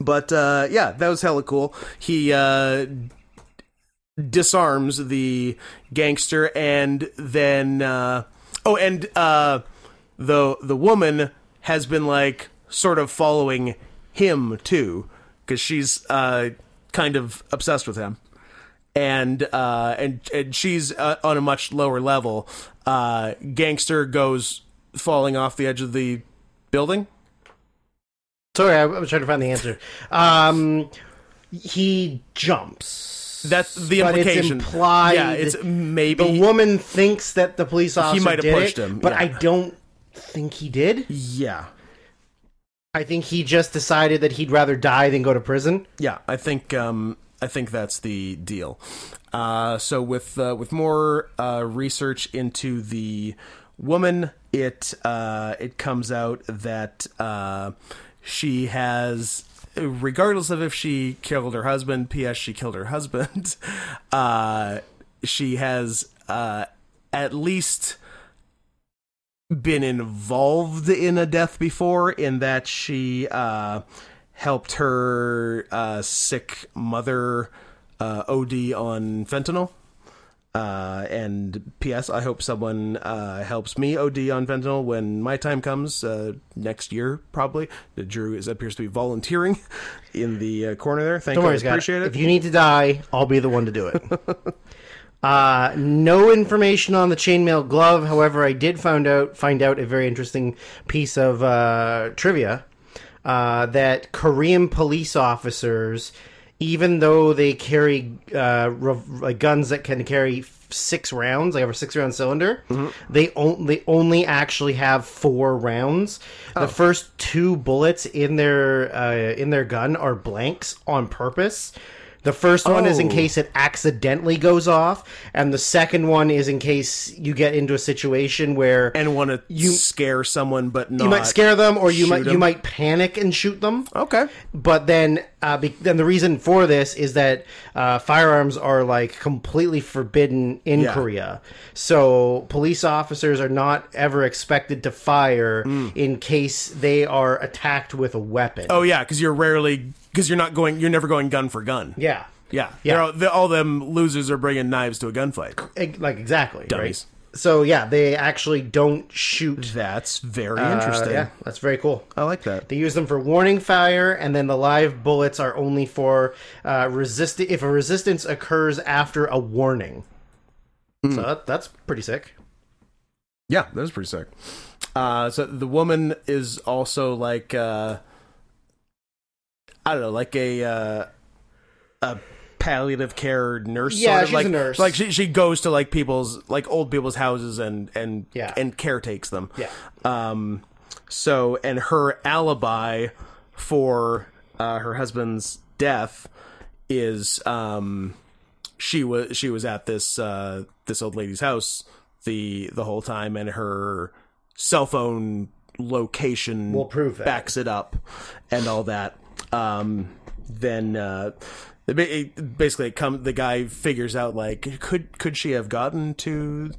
Speaker 1: But uh, yeah, that was hella cool. He uh, disarms the gangster, and then uh, oh, and uh, the the woman has been like sort of following him too, because she's uh, kind of obsessed with him. and uh, and and she's uh, on a much lower level. Uh, gangster goes falling off the edge of the building.
Speaker 2: Sorry, I was trying to find the answer. Um, he jumps.
Speaker 1: That's the
Speaker 2: But it's
Speaker 1: implication.
Speaker 2: implied
Speaker 1: Yeah, it's maybe
Speaker 2: the woman thinks that the police officer
Speaker 1: might have
Speaker 2: did
Speaker 1: pushed
Speaker 2: it,
Speaker 1: him,
Speaker 2: but
Speaker 1: yeah.
Speaker 2: I don't think he did.
Speaker 1: Yeah,
Speaker 2: I think he just decided that he'd rather die than go to prison.
Speaker 1: yeah. I think um, I think that's the deal. Uh, so with uh, with more uh, research into the woman, it uh, it comes out that uh, she has. Regardless of if she killed her husband, P.S. she killed her husband. Uh, she has uh, at least been involved in a death before in that she uh, helped her uh, sick mother uh, OD on fentanyl. Uh, and P.S. I hope someone uh, helps me OD on fentanyl when my time comes uh, next year, probably. Drew is appears to be volunteering in the uh, corner there. Thank
Speaker 2: Don't
Speaker 1: you,
Speaker 2: worry,
Speaker 1: I
Speaker 2: Scott.
Speaker 1: appreciate it.
Speaker 2: If you need to die, I'll be the one to do it. uh, no information on the chainmail glove. However, I did find out find out a very interesting piece of uh, trivia uh, that Korean police officers, even though they carry uh, rev- like guns that can carry six rounds, like have a six round cylinder, they only they only actually have four rounds. The first two bullets in their uh, in their gun are blanks on purpose. The first one is in
Speaker 1: Oh.
Speaker 2: case it accidentally goes off, and the second one is in case you get into a situation where
Speaker 1: and want to scare someone, but not.
Speaker 2: you might scare them, or you might
Speaker 1: shoot
Speaker 2: you
Speaker 1: 'em.
Speaker 2: might panic and shoot them.
Speaker 1: Okay.
Speaker 2: But then, uh, be- then the reason for this is that uh, firearms are like completely forbidden in
Speaker 1: Yeah.
Speaker 2: Korea. So police officers are not ever expected to fire in case they are attacked with a weapon.
Speaker 1: Mm. Oh yeah, because you're rarely because you're not going. You're never going gun for gun.
Speaker 2: yeah,
Speaker 1: yeah.
Speaker 2: Yeah.
Speaker 1: They're all, they all them losers are bringing knives to a gunfight.
Speaker 2: E- like exactly.
Speaker 1: Dummies.
Speaker 2: Right? So yeah, they actually don't shoot.
Speaker 1: That's very
Speaker 2: Uh,
Speaker 1: interesting.
Speaker 2: yeah, that's very cool.
Speaker 1: I like that.
Speaker 2: They use them for warning fire, and then the live bullets are only for uh, resist if a resistance occurs after a warning.
Speaker 1: Hmm.
Speaker 2: So that, that's pretty sick.
Speaker 1: Yeah, that was pretty sick. Uh, so the woman is also like uh, I don't know, like a uh, a palliative care nurse.
Speaker 2: Yeah,
Speaker 1: sort of.
Speaker 2: she's
Speaker 1: like,
Speaker 2: a nurse.
Speaker 1: Like she she goes to like people's like old people's houses and and
Speaker 2: Yeah.
Speaker 1: and caretakes them.
Speaker 2: Yeah.
Speaker 1: Um, so, and her alibi for uh, her husband's death is um, she was she was at this uh, this old lady's house the the whole time, and her cell phone location
Speaker 2: Will prove that.
Speaker 1: backs it up, and all that. Um, then. Uh, it ba- it- basically it come the guy figures out like could could she have gotten to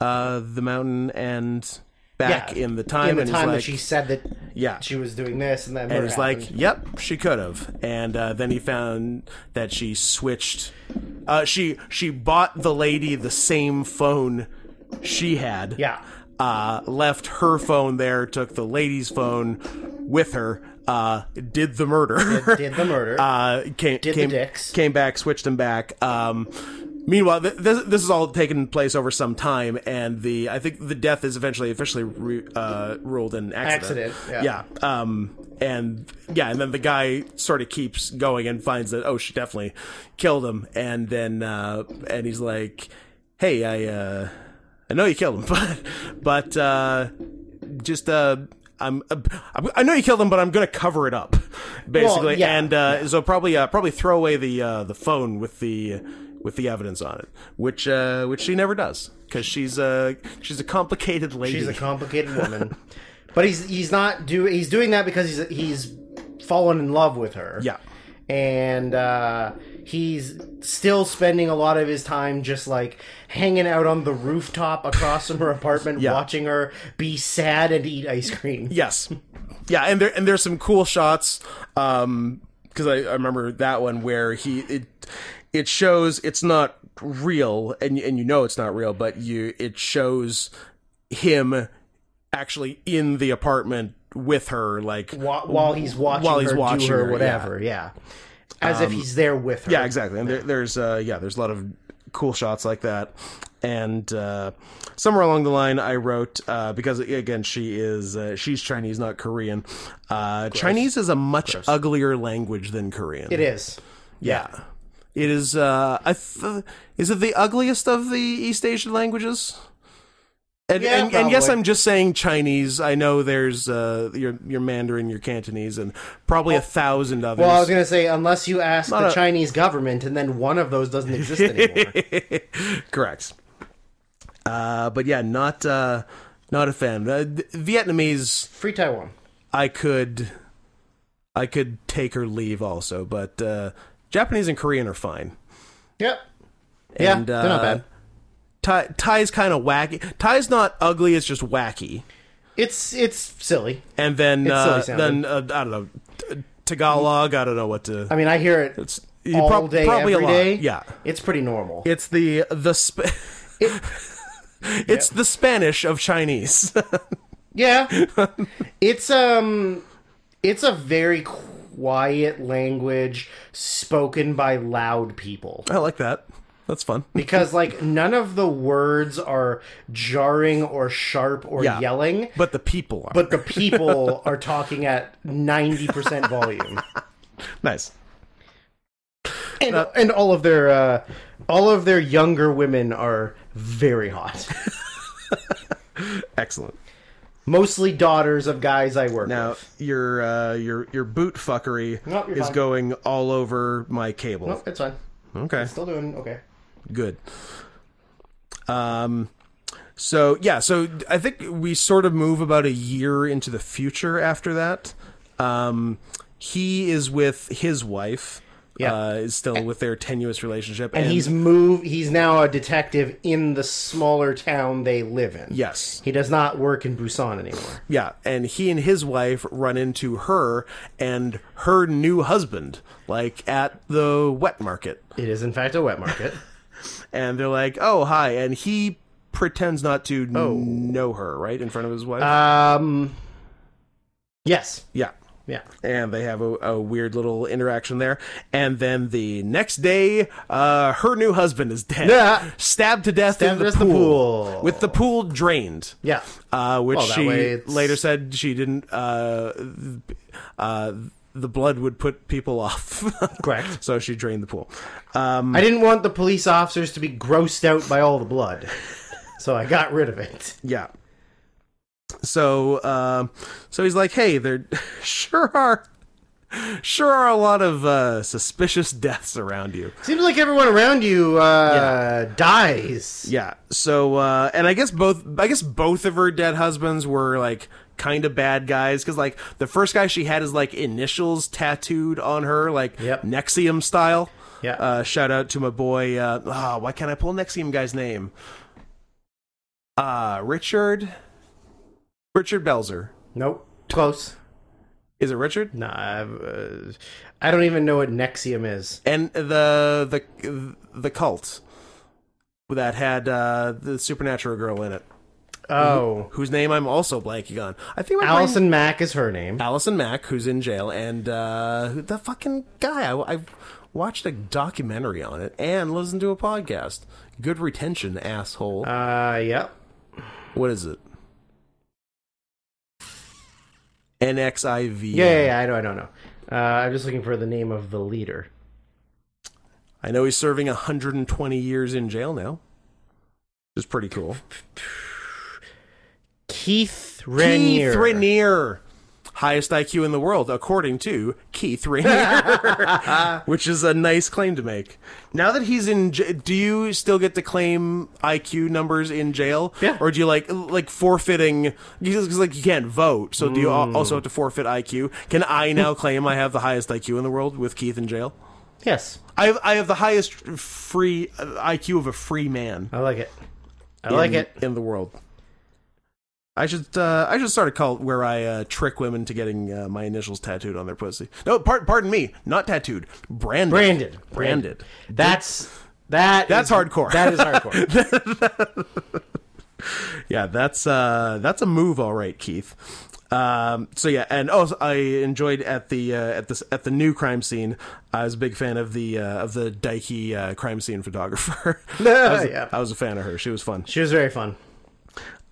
Speaker 1: uh the mountain and back
Speaker 2: Yeah,
Speaker 1: in the time
Speaker 2: In the
Speaker 1: and
Speaker 2: time
Speaker 1: it's like
Speaker 2: that she said that
Speaker 1: yeah
Speaker 2: she was doing this, and then
Speaker 1: and it's like yep she could have and uh, then he found that she switched uh she she bought the lady the same phone she had
Speaker 2: yeah,
Speaker 1: uh, left her phone there, took the lady's phone with her, uh, did the murder,
Speaker 2: did the murder.
Speaker 1: uh, came
Speaker 2: Did the
Speaker 1: came,
Speaker 2: dicks.
Speaker 1: came back, switched them back. Um, meanwhile, th- this this is all taking place over some time, and the I think the death is eventually officially re- uh, ruled an accident.
Speaker 2: Accident, yeah.
Speaker 1: yeah. Um, and yeah, and then the guy sort of keeps going and finds that oh, she definitely killed him, and then uh, and he's like, hey, I. Uh, I know you killed him, but but uh, just uh, I'm, I'm I know you killed him, but I'm gonna cover it up, basically.
Speaker 2: yeah,
Speaker 1: and uh, so probably uh, probably throw away the uh, the phone with the with the evidence on it, which uh, which she never does because she's a she's a complicated lady.
Speaker 2: She's a complicated woman, but he's he's not do he's doing that because he's he's fallen in love with her.
Speaker 1: Yeah.
Speaker 2: and uh, he's still spending a lot of his time just like hanging out on the rooftop across from her apartment,
Speaker 1: Yeah.
Speaker 2: watching her be sad and eat ice cream.
Speaker 1: Yes. Yeah, and there and there's some cool shots. Um, because I, I remember that one where he it it shows it's not real, and you- and you know it's not real, but you it shows him actually in the apartment with her, like
Speaker 2: Wh- while he's watching
Speaker 1: While he's
Speaker 2: her
Speaker 1: watching
Speaker 2: do her,
Speaker 1: her, Um,
Speaker 2: whatever. Yeah. as if he's there with her.
Speaker 1: Yeah, exactly. And there, there's uh, yeah, there's a lot of cool shots like that. And uh, somewhere along the line, I wrote uh, because again, she is uh, she's Chinese, not Korean. Uh, Chinese is a much uglier language than Korean.
Speaker 2: It is.
Speaker 1: Yeah. It is. Uh, I th- is it the ugliest of the East Asian languages? And,
Speaker 2: Yeah,
Speaker 1: and, and yes,
Speaker 2: probably.
Speaker 1: I'm just saying Chinese. I know there's uh, your your Mandarin, your Cantonese, and probably a thousand others.
Speaker 2: Well, I was going to say, unless you ask the
Speaker 1: a-
Speaker 2: Chinese government, and then one of those doesn't exist anymore.
Speaker 1: Correct. Uh, but yeah, not uh, not a fan. Uh, th- Vietnamese,
Speaker 2: Free Taiwan.
Speaker 1: I could, I could take or leave also, but uh, Japanese and Korean are fine.
Speaker 2: Yep. Yeah,
Speaker 1: And,
Speaker 2: they're not
Speaker 1: uh,
Speaker 2: bad.
Speaker 1: Thai, Thai's kind of wacky. Thai's not ugly; it's just wacky.
Speaker 2: It's it's silly.
Speaker 1: And then, uh,
Speaker 2: silly
Speaker 1: then uh, I don't know t- Tagalog. I don't know what to.
Speaker 2: I mean, I hear it
Speaker 1: It's you
Speaker 2: all
Speaker 1: prob-
Speaker 2: day,
Speaker 1: probably
Speaker 2: every
Speaker 1: a lot.
Speaker 2: day.
Speaker 1: Yeah,
Speaker 2: it's pretty normal.
Speaker 1: it's the the. Sp- it's the Spanish of Chinese.
Speaker 2: Yeah. it's um it's a very quiet language spoken by loud people.
Speaker 1: I like that. That's fun.
Speaker 2: Because like none of the words are jarring or sharp or
Speaker 1: Yeah.
Speaker 2: yelling,
Speaker 1: But the people are
Speaker 2: but the people are talking at 90% volume.
Speaker 1: nice.
Speaker 2: And and all of their uh all of their younger women are very hot.
Speaker 1: Excellent.
Speaker 2: Mostly daughters of guys I work
Speaker 1: Now
Speaker 2: with.
Speaker 1: your uh, your your boot fuckery
Speaker 2: Nope, you're
Speaker 1: is
Speaker 2: fine.
Speaker 1: going all over my cable.
Speaker 2: Nope, Oh, it's fine.
Speaker 1: Okay,
Speaker 2: Still doing okay.
Speaker 1: good. Um, so yeah, so I think we sort of move about a year into the future after that. Um, he is with his wife.
Speaker 2: Yeah.
Speaker 1: uh, is still with their tenuous relationship,
Speaker 2: and he's moved he's now a detective in the smaller town they live in
Speaker 1: yes,
Speaker 2: he does not work in busan anymore
Speaker 1: Yeah, and he and his wife run into her and her new husband, like at the wet market.
Speaker 2: it is in fact a wet market
Speaker 1: And they're like, oh, hi. And he pretends not to
Speaker 2: Oh.
Speaker 1: know her, right? In front of his wife.
Speaker 2: um yes
Speaker 1: yeah.
Speaker 2: yeah
Speaker 1: And they have a, a weird little interaction there. And then the next day, uh, her new husband is dead.
Speaker 2: Yeah.
Speaker 1: Stabbed to death
Speaker 2: Stabbed
Speaker 1: in the
Speaker 2: to death
Speaker 1: pool,
Speaker 2: in the pool.
Speaker 1: With the pool drained.
Speaker 2: yeah
Speaker 1: uh, which
Speaker 2: Well, that way
Speaker 1: she
Speaker 2: it's-
Speaker 1: later said she didn't. Uh, th- uh, the blood would put people off,
Speaker 2: Correct.
Speaker 1: so she drained the pool.
Speaker 2: i didn't want the police officers to be grossed out by all the blood so i got rid of it
Speaker 1: Yeah. So, um, so he's like, "Hey, there sure are, sure are a lot of uh, suspicious deaths around you."
Speaker 2: seems like everyone around you uh dies
Speaker 1: Yeah. So, uh, and I guess both, I guess both of her dead husbands were like kind of bad guys because like the first guy she had is like initials tattooed on her, like
Speaker 2: Yep.
Speaker 1: Nexium style.
Speaker 2: Yeah.
Speaker 1: Uh, shout out to my boy. Uh, ah, why can't I pull Nexium guy's name? Uh, Richard. Richard Belzer.
Speaker 2: nope close
Speaker 1: Is it Richard?
Speaker 2: nah I've, uh, i don't even know what nexium is
Speaker 1: And the the the cult that had uh, the supernatural girl in it,
Speaker 2: oh
Speaker 1: whose name I'm also blanking on. I think my brain-
Speaker 2: allison mack is her name
Speaker 1: Allison Mack, who's in jail, and uh, who- the fucking guy. I, I watched a documentary on it and listened to a podcast. Good retention, asshole.
Speaker 2: uh yep
Speaker 1: what is it? NXIV.
Speaker 2: Yeah, yeah, yeah, I know, I don't know. Uh, I'm just looking for the name of the leader.
Speaker 1: I know he's serving 120 years in jail now. Which is pretty cool.
Speaker 2: Keith Renier.
Speaker 1: Keith Rainier. Highest IQ in the world, according to Keith Rainier, which is a nice claim to make. Now that he's in, j- do you still get to claim IQ numbers in jail?
Speaker 2: Yeah.
Speaker 1: Or do you like like forfeiting? Because like you can't vote, so do you al- also have to forfeit IQ? Can I now claim I have the highest IQ in the world with Keith in jail?
Speaker 2: Yes,
Speaker 1: I have I have the highest free uh, IQ of a free man.
Speaker 2: I like it. I like
Speaker 1: in,
Speaker 2: it.
Speaker 1: in the world. I should uh, I should start a cult where I uh, trick women to getting uh, my initials tattooed on their pussy. No, par- pardon me, not tattooed, branded.
Speaker 2: Branded.
Speaker 1: branded.
Speaker 2: That's that.
Speaker 1: That's
Speaker 2: is-
Speaker 1: hardcore.
Speaker 2: That is hardcore.
Speaker 1: Yeah, that's uh, that's a move, all right, Keith. Um, so yeah, and also I enjoyed at the uh, at this at the new crime scene. I was a big fan of the uh, of the Dikey uh, crime scene photographer. I, was,
Speaker 2: Yeah.
Speaker 1: I was a fan of her. She was fun.
Speaker 2: She was very fun.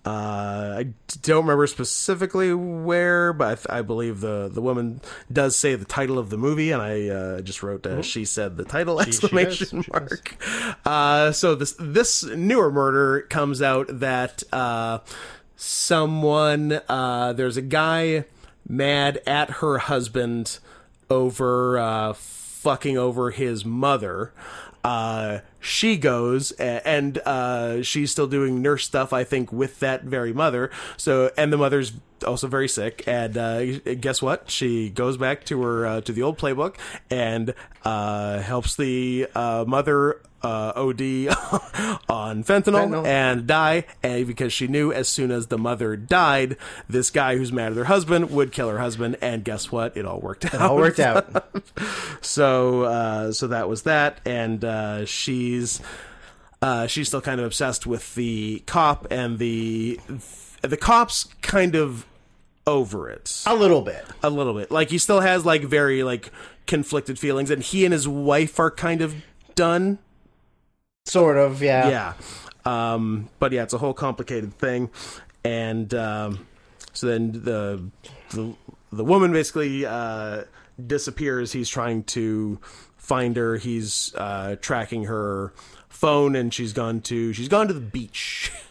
Speaker 1: Uh, I don't remember specifically where, but I, th- I believe the the woman does say the title of the movie, and I uh, just wrote uh, she said the title exclamation
Speaker 2: she does.
Speaker 1: mark. Uh, so this this newer murder comes out that uh, someone uh, there's a guy mad at her husband over uh, fucking over his mother. Uh, she goes a- and uh, she's still doing nurse stuff, I think, with that very mother. So and the mother's also very sick. And uh, guess what? She goes back to her uh, to the old playbook and uh, helps the uh, mother uh, OD on fentanyl,
Speaker 2: Fentanyl.
Speaker 1: and die, and because she knew as soon as the mother died, this guy who's mad at her husband would kill her husband. And guess what? It all worked out.
Speaker 2: All worked out.
Speaker 1: So uh, so that was that, and uh, she's uh, she's still kind of obsessed with the cop, and the the cop's kind of over it
Speaker 2: A little bit.
Speaker 1: a little bit. Like he still has like very like conflicted feelings, and he and his wife are kind of done.
Speaker 2: Sort of, yeah.
Speaker 1: Yeah. Um, but yeah, it's a whole complicated thing. And um, so then the the, the woman basically uh, disappears. He's trying to find her. He's uh, tracking her phone, and she's gone to she's gone to the beach.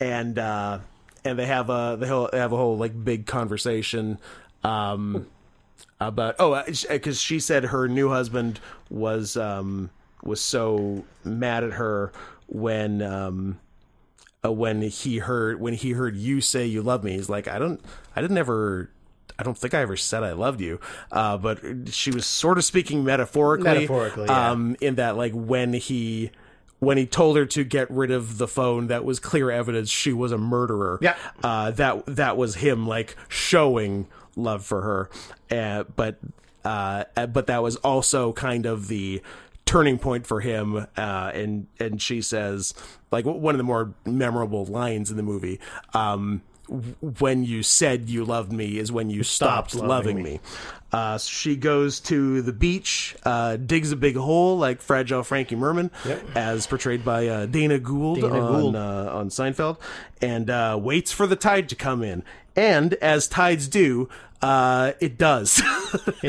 Speaker 1: And uh, and they have a they ho- they have a whole like big conversation. Um, about oh because she said her new husband was um was so mad at her when um uh, when he heard when he heard you say you love me he's like i don't i didn't ever i don't think i ever said i loved you uh but she was sort of speaking metaphorically
Speaker 2: Metaphorically, yeah.
Speaker 1: um in that like when he when he told her to get rid of the phone that was clear evidence she was a murderer
Speaker 2: Yeah.
Speaker 1: uh, that that was him like showing love for her, uh, but uh, uh, but that was also kind of the turning point for him. Uh, and and she says like w- one of the more memorable lines in the movie. Um, w- when you said you loved me is when you stopped, loving, me. Uh, so she goes to the beach, uh, digs a big hole like fragile Frankie Merman, as portrayed by uh, Dana Gould
Speaker 2: Dana
Speaker 1: on
Speaker 2: Gould.
Speaker 1: uh, on Seinfeld, and uh, waits for the tide to come in. And as tides do, uh, it does.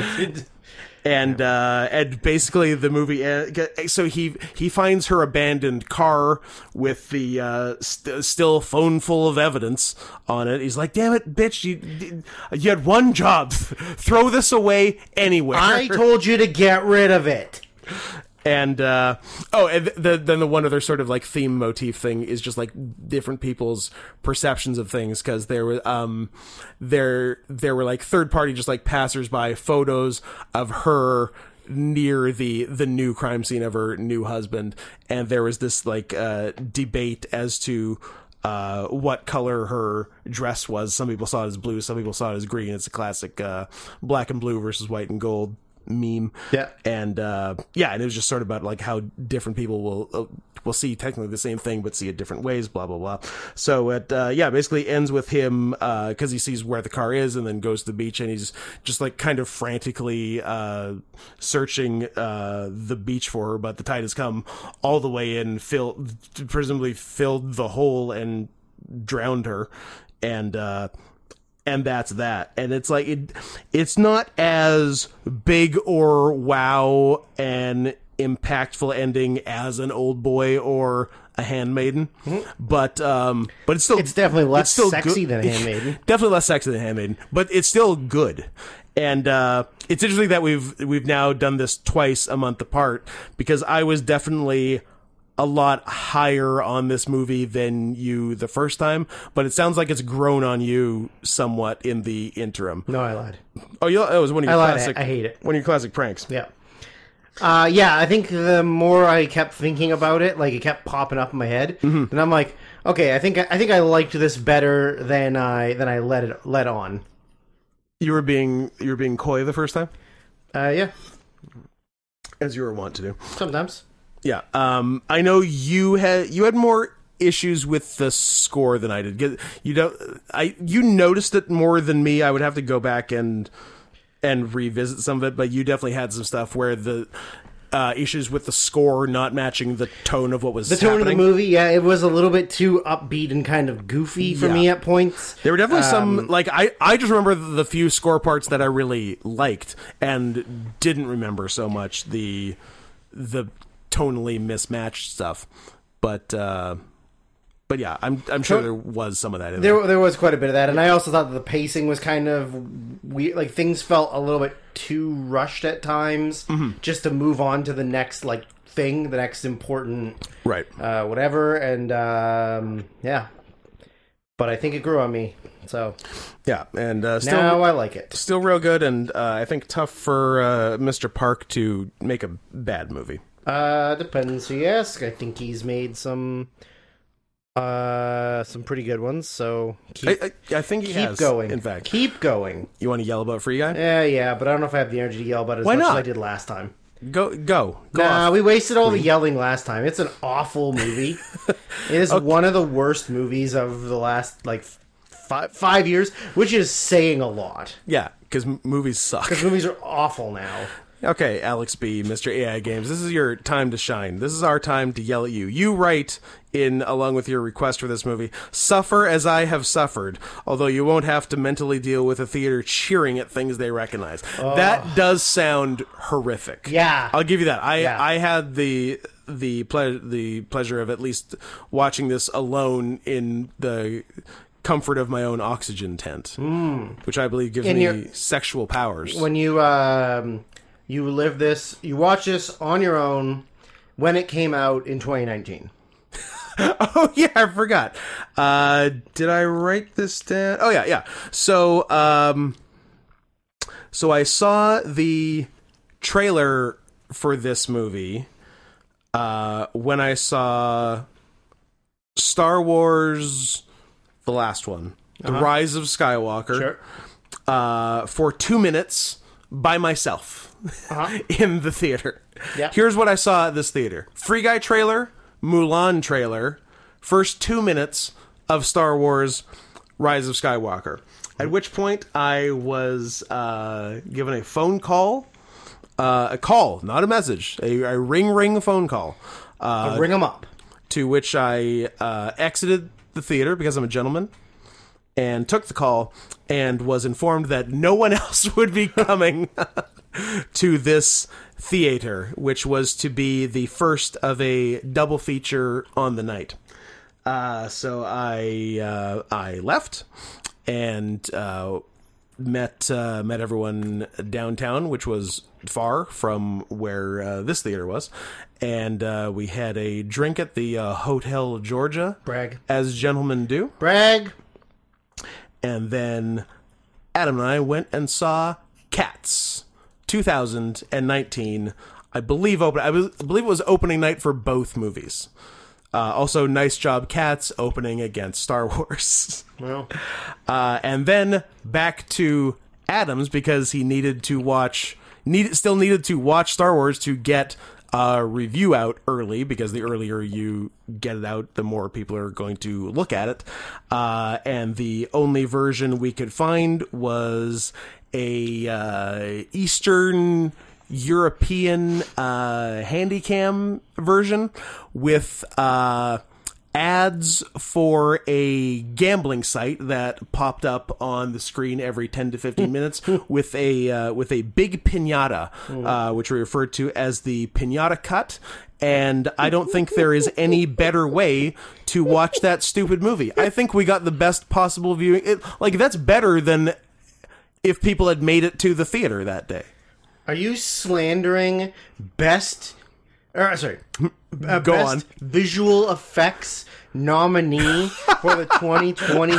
Speaker 1: and uh, and basically the movie. Uh, so he he finds her abandoned car with the uh, st- still phone full of evidence on it. He's like, "Damn it, bitch! You you had one job. Throw this away anywhere."
Speaker 2: I told you to get rid of it.
Speaker 1: and uh, oh, and th- the, then the one other sort of like theme motif thing is just like different people's perceptions of things because there were um there there were like third party just like passersby photos of her near the the new crime scene of her new husband, and there was this like uh, debate as to uh, what color her dress was. Some people saw it as blue, some people saw it as green. It's a classic uh, black and blue versus white and gold meme
Speaker 2: Yeah.
Speaker 1: and uh, yeah, and it was just sort of about like how different people will uh, will see technically the same thing but see it different ways, blah blah blah. So it uh, yeah, basically ends with him because he sees where the car is and then goes to the beach and he's just like kind of frantically uh, searching uh, the beach for her, but the tide has come all the way in, filled presumably filled the hole and drowned her, and. Uh, and that's that and it's like it it's not as big or wow and impactful ending as an old boy or a handmaiden but um but it's still
Speaker 2: Mm-hmm. It's definitely less sexy
Speaker 1: good-
Speaker 2: than Handmaiden.
Speaker 1: definitely less sexy than handmaiden but it's still good and uh it's interesting that we've we've now done this twice a month apart because i was definitely a lot higher on this movie than you the first time, but it sounds like it's grown on you somewhat in the interim.
Speaker 2: No, I lied.
Speaker 1: Oh, you, it was one of your
Speaker 2: I lied.
Speaker 1: classic.
Speaker 2: I hate it.
Speaker 1: One of your classic pranks.
Speaker 2: Yeah. Uh, yeah, I think the more I kept thinking about it, like it kept popping up in my head, and I'm like, okay, I think I think I liked this better than I than I let it let on.
Speaker 1: You were being you were being coy the first time,
Speaker 2: Uh, yeah,
Speaker 1: as you were wont to do.
Speaker 2: sometimes.
Speaker 1: Yeah. Um. I know you had you had more issues with the score than I did. Get- You don't, I you noticed it more than me. I would have to go back and and revisit some of it, but you definitely had some stuff where the uh, issues with the score not matching the tone of what was
Speaker 2: The tone of the
Speaker 1: happening.
Speaker 2: movie, yeah, it was a little bit too upbeat and kind of goofy for
Speaker 1: Yeah.
Speaker 2: me at points.
Speaker 1: There were definitely some like I I just remember the few score parts that I really liked and didn't remember so much the the tonally mismatched stuff. But uh but yeah, I'm I'm sure there was some of that in there.
Speaker 2: There, there was quite a bit of that, and I also thought that the pacing was kind of weird. Like things felt a little bit too rushed at times,
Speaker 1: Mm-hmm.
Speaker 2: just to move on to the next like thing, the next important
Speaker 1: Right.
Speaker 2: uh, whatever. And um, yeah, but I think it grew on me, so
Speaker 1: Yeah, and uh still
Speaker 2: now I like it.
Speaker 1: still real good and uh, I think tough for uh Mr. Park to make a bad movie.
Speaker 2: Uh, depends who you ask. I think he's made some uh some pretty good ones. So keep,
Speaker 1: I, I, I think he
Speaker 2: keep
Speaker 1: has,
Speaker 2: going. Eh.
Speaker 1: In fact,
Speaker 2: keep going.
Speaker 1: you want to yell about Free Guy?
Speaker 2: Yeah, yeah, but I don't know if I have the energy to yell about it as much as
Speaker 1: not?
Speaker 2: I did last time.
Speaker 1: Go go go
Speaker 2: Nah,
Speaker 1: off.
Speaker 2: we wasted all the yelling last time. It's an awful movie. it is one of the worst movies of the last like five five years, which is saying a lot.
Speaker 1: Yeah, because movies suck.
Speaker 2: These movies are awful now.
Speaker 1: Okay, Alex B, Mr. AI Games, this is your time to shine. This is our time to yell at you. You write in along with your request for this movie, suffer as I have suffered, although you won't have to mentally deal with a theater cheering at things they recognize. That does sound horrific.
Speaker 2: Yeah.
Speaker 1: I'll give you that. I
Speaker 2: Yeah.
Speaker 1: I had the the ple- the pleasure of at least watching this alone in the comfort of my own oxygen tent, which I believe gives
Speaker 2: Hmm. In
Speaker 1: me
Speaker 2: your-
Speaker 1: sexual powers.
Speaker 2: When you um you live this, you watch this on your own when it came out in 2019.
Speaker 1: Oh yeah, I forgot. Uh, did I write this down? Oh yeah, yeah. So um, so I saw the trailer for this movie uh, when I saw Star Wars, the last one, The Rise of Skywalker, uh, for two minutes by myself in the theater.
Speaker 2: Yeah.
Speaker 1: Here's what I saw at this theater Free Guy trailer, Mulan trailer, first two minutes of Star Wars Rise of Skywalker. At which point I was uh, given a phone call, uh, a call, not a message, a, a ring ring phone call. Uh,
Speaker 2: Ring them up.
Speaker 1: to which I uh, exited the theater because I'm a gentleman and took the call and was informed that no one else would be coming to this theater, which was to be the first of a double feature on the night. Uh, so I uh, I left and uh, met uh, met everyone downtown, which was far from where uh, this theater was, and uh, we had a drink at the uh, Hotel Georgia,
Speaker 2: Brag.
Speaker 1: as gentlemen do,
Speaker 2: Brag.
Speaker 1: and then Adam and I went and saw Cats, 2019. I believe open. I, was, I believe it was opening night for both movies. Uh, also, nice job, Cats, opening against Star Wars.
Speaker 2: Well,
Speaker 1: Uh, and then back to Adams because he needed to watch need still needed to watch Star Wars to get a review out early because the earlier you get it out, the more people are going to look at it. Uh, and the only version we could find was a uh, Eastern European uh, handycam version with. Uh, ads for a gambling site that popped up on the screen every 10 to 15 minutes with a uh, with a big piñata uh, which we refer to as the piñata cut and I don't think there is any better way to watch that stupid movie. I think we got the best possible viewing. It, like that's better than if people had made it to the theater that day.
Speaker 2: are you slandering best? Or sorry, uh,
Speaker 1: Go
Speaker 2: best
Speaker 1: on.
Speaker 2: Visual effects nominee for the 2022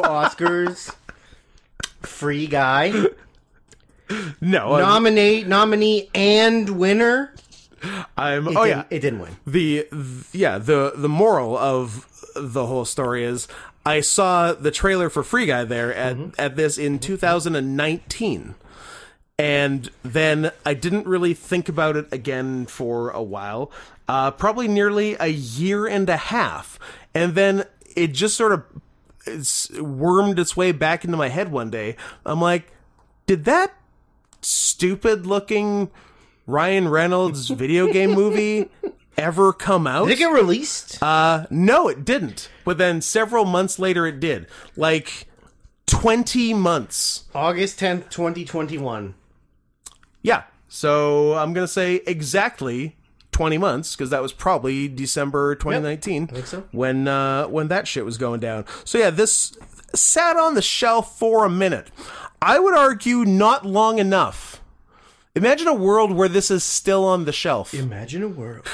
Speaker 2: Oscars. Free guy
Speaker 1: No, I'm,
Speaker 2: nominate nominee and winner.
Speaker 1: I'm-
Speaker 2: It
Speaker 1: oh
Speaker 2: didn't-
Speaker 1: yeah,
Speaker 2: it didn't win.
Speaker 1: the th- yeah the the moral of the whole story is I saw the trailer for Free Guy there at at this in 2019 and then I didn't really think about it again for a while uh probably nearly a year and a half and then it just sort of it's wormed its way back into my head one day. I'm like, did that stupid looking Ryan Reynolds video game movie ever come out?
Speaker 2: Did it get released?
Speaker 1: Uh, no, it didn't. But then several months later, it did. Like 20 months.
Speaker 2: August 10th, 2021.
Speaker 1: Yeah. So I'm going to say exactly 20 months because that was probably December 2019
Speaker 2: think so.
Speaker 1: when uh, when that shit was going down. So yeah, this sat on the shelf for a minute. I would argue not long enough. Imagine a world where this is still on the shelf
Speaker 2: Imagine a world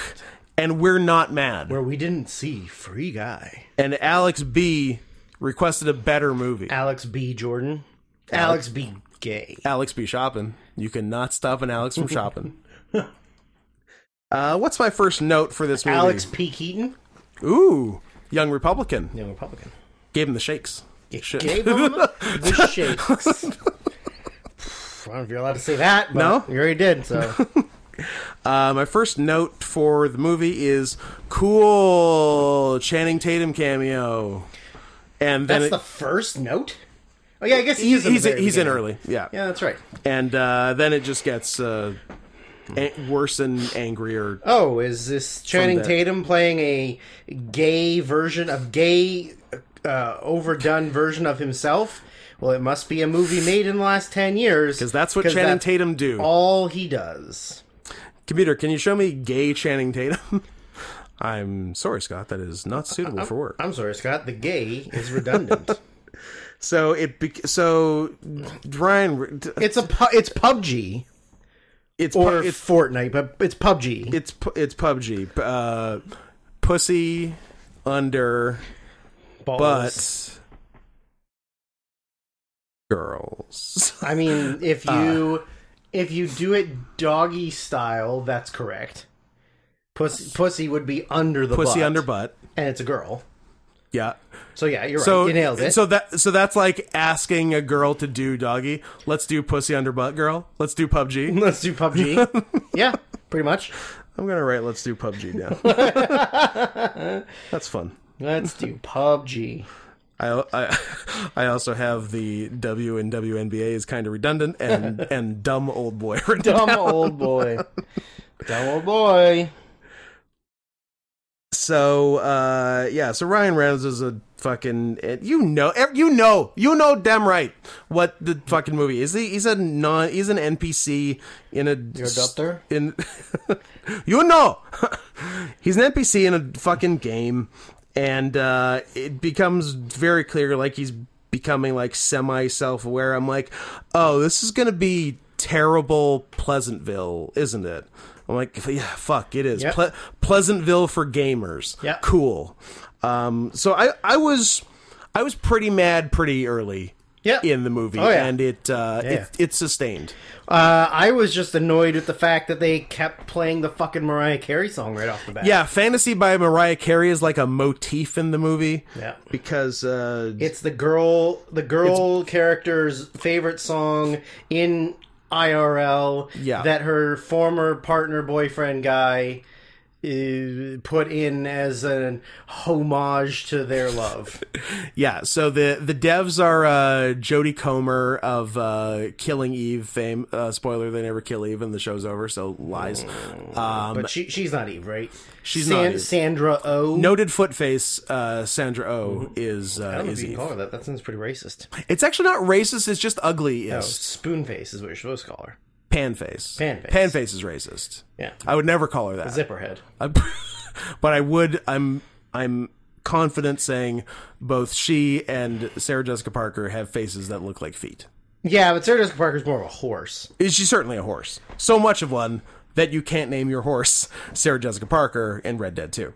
Speaker 1: and we're not mad.
Speaker 2: where we didn't see Free Guy.
Speaker 1: And Alex B requested a better movie.
Speaker 2: Alex B. Jordan. Alex B. Gay.
Speaker 1: Alex be shopping. You cannot stop an Alex from shopping. uh, what's my first note for this movie?
Speaker 2: Alex P. Keaton.
Speaker 1: Ooh, young Republican
Speaker 2: Young Republican.
Speaker 1: gave him the shakes. Shit.
Speaker 2: Gave him the shakes. I don't know if you're allowed to say that, but
Speaker 1: No?
Speaker 2: you already did, so.
Speaker 1: Uh, my first note for the movie is cool Channing Tatum cameo, and then
Speaker 2: That's
Speaker 1: it-
Speaker 2: the first note? Oh, yeah, I guess he
Speaker 1: he's
Speaker 2: is in the
Speaker 1: he's,
Speaker 2: very
Speaker 1: he's in
Speaker 2: beginning.
Speaker 1: early, yeah,
Speaker 2: Yeah, that's right.
Speaker 1: and uh, then it just gets uh, a- worse and angrier.
Speaker 2: Oh, is this Channing
Speaker 1: that.
Speaker 2: Tatum playing a gay version of gay, uh, overdone version of himself? Well, it must be a movie made in the last ten years
Speaker 1: Because that's what Channing
Speaker 2: that's
Speaker 1: Tatum do.
Speaker 2: All he does.
Speaker 1: Computer, can you show me gay Channing Tatum? I'm sorry, Scott. That is not suitable for work.
Speaker 2: I'm sorry, Scott. The gay is redundant.
Speaker 1: So it bec so Ryan.
Speaker 2: it's a pu- it's PUBG
Speaker 1: It's pu-
Speaker 2: or
Speaker 1: it's
Speaker 2: Fortnite, but it's PUBG.
Speaker 1: it's pu- it's PUBG. Uh, pussy under
Speaker 2: Balls.
Speaker 1: but girls.
Speaker 2: I mean, if
Speaker 1: Uh.
Speaker 2: you if you do it doggy style, that's correct. Pussy, pussy would be under the
Speaker 1: Pussy
Speaker 2: butt,
Speaker 1: under butt.
Speaker 2: and it's a girl.
Speaker 1: Yeah.
Speaker 2: So yeah, you're
Speaker 1: So
Speaker 2: right. You nailed it.
Speaker 1: So that so that's like asking a girl to do doggy. Let's do pussy under butt, girl. Let's do PUBG.
Speaker 2: Let's do PUBG. yeah, pretty much.
Speaker 1: I'm gonna write let's do PUBG down. that's fun.
Speaker 2: Let's do PUBG.
Speaker 1: I, I I also have the W and WNBA is kind of redundant and and dumb old boy.
Speaker 2: Dumb old boy. Dumb old boy.
Speaker 1: So uh yeah, so Ryan Reynolds is a fucking it- you know ev- you know you know damn right what the fucking movie is. He, he's a non he's an NPC in a Your
Speaker 2: adopter?
Speaker 1: in you know he's an NPC in a fucking game, and uh it becomes very clear like he's becoming like semi self aware. I'm like, oh, this is gonna be terrible Pleasantville, isn't it? I'm like, yeah, fuck, it is.
Speaker 2: Yep.
Speaker 1: Ple- Pleasantville for gamers.
Speaker 2: Yeah.
Speaker 1: Cool. Um, so I, I was I was pretty mad pretty early
Speaker 2: Yeah.
Speaker 1: in the movie
Speaker 2: Oh, yeah.
Speaker 1: and it uh
Speaker 2: Yeah.
Speaker 1: it, it sustained.
Speaker 2: Uh, I was just annoyed with the fact that they kept playing the fucking Mariah Carey song right off the bat.
Speaker 1: Yeah, Fantasy by Mariah Carey is like a motif in the movie.
Speaker 2: Yeah.
Speaker 1: Because uh
Speaker 2: It's the girl, the girl character's favorite song in IRL
Speaker 1: Yeah.
Speaker 2: that her former partner, boyfriend, guy uh, put in as an homage to their love.
Speaker 1: yeah, so the the devs are uh Jodie Comer of uh Killing Eve fame. Uh spoiler they never kill Eve and the show's over, so lies.
Speaker 2: Mm.
Speaker 1: Um
Speaker 2: But she, she's not Eve, right?
Speaker 1: She's not Eve.
Speaker 2: Sandra Oh? O.
Speaker 1: noted foot face uh Sandra
Speaker 2: Mm-hmm.
Speaker 1: Oh is
Speaker 2: I
Speaker 1: uh
Speaker 2: don't know if
Speaker 1: is
Speaker 2: you can
Speaker 1: Eve.
Speaker 2: call her that. That sounds pretty racist.
Speaker 1: It's actually not racist. It's just ugly.
Speaker 2: No,
Speaker 1: Is
Speaker 2: spoon face is what you're supposed to call her.
Speaker 1: pan face.
Speaker 2: Oh. Pan face.
Speaker 1: Pan face is racist.
Speaker 2: Yeah.
Speaker 1: I would never call her that.
Speaker 2: Zipper head.
Speaker 1: I- but I would. I'm. I'm confident saying both she and Sarah Jessica Parker have faces that look like feet.
Speaker 2: Yeah, but Sarah Jessica Parker's more of a horse.
Speaker 1: Is she certainly a horse? So much of one that you can't name your horse Sarah Jessica Parker and Red Dead 2.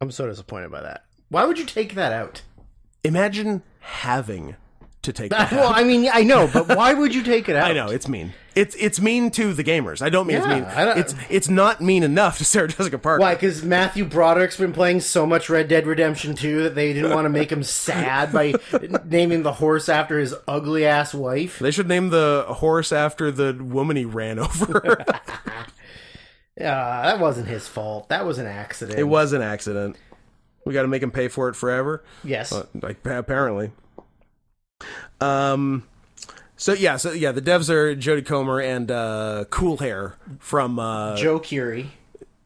Speaker 2: I'm so disappointed by that. Why would you take that out?
Speaker 1: Imagine having to take that.
Speaker 2: well, I mean, I know, but why would you take it out?
Speaker 1: I know it's mean. It's it's mean to the gamers. I don't mean
Speaker 2: Yeah,
Speaker 1: it's mean.
Speaker 2: I don't-
Speaker 1: it's it's not mean enough to Sarah Jessica Parker.
Speaker 2: Why? Because Matthew Broderick's been playing so much Red Dead Redemption 2 that they didn't want to make him sad by naming the horse after his ugly ass wife.
Speaker 1: They should name the horse after the woman he ran over.
Speaker 2: Uh, that wasn't his fault. That was an accident.
Speaker 1: it was an accident. We got to make him pay for it forever.
Speaker 2: Yes.
Speaker 1: Uh, like apparently. Um. So yeah, so yeah, the devs are Jodie Comer and uh, Cool Hair from. Uh,
Speaker 2: Joe Curie,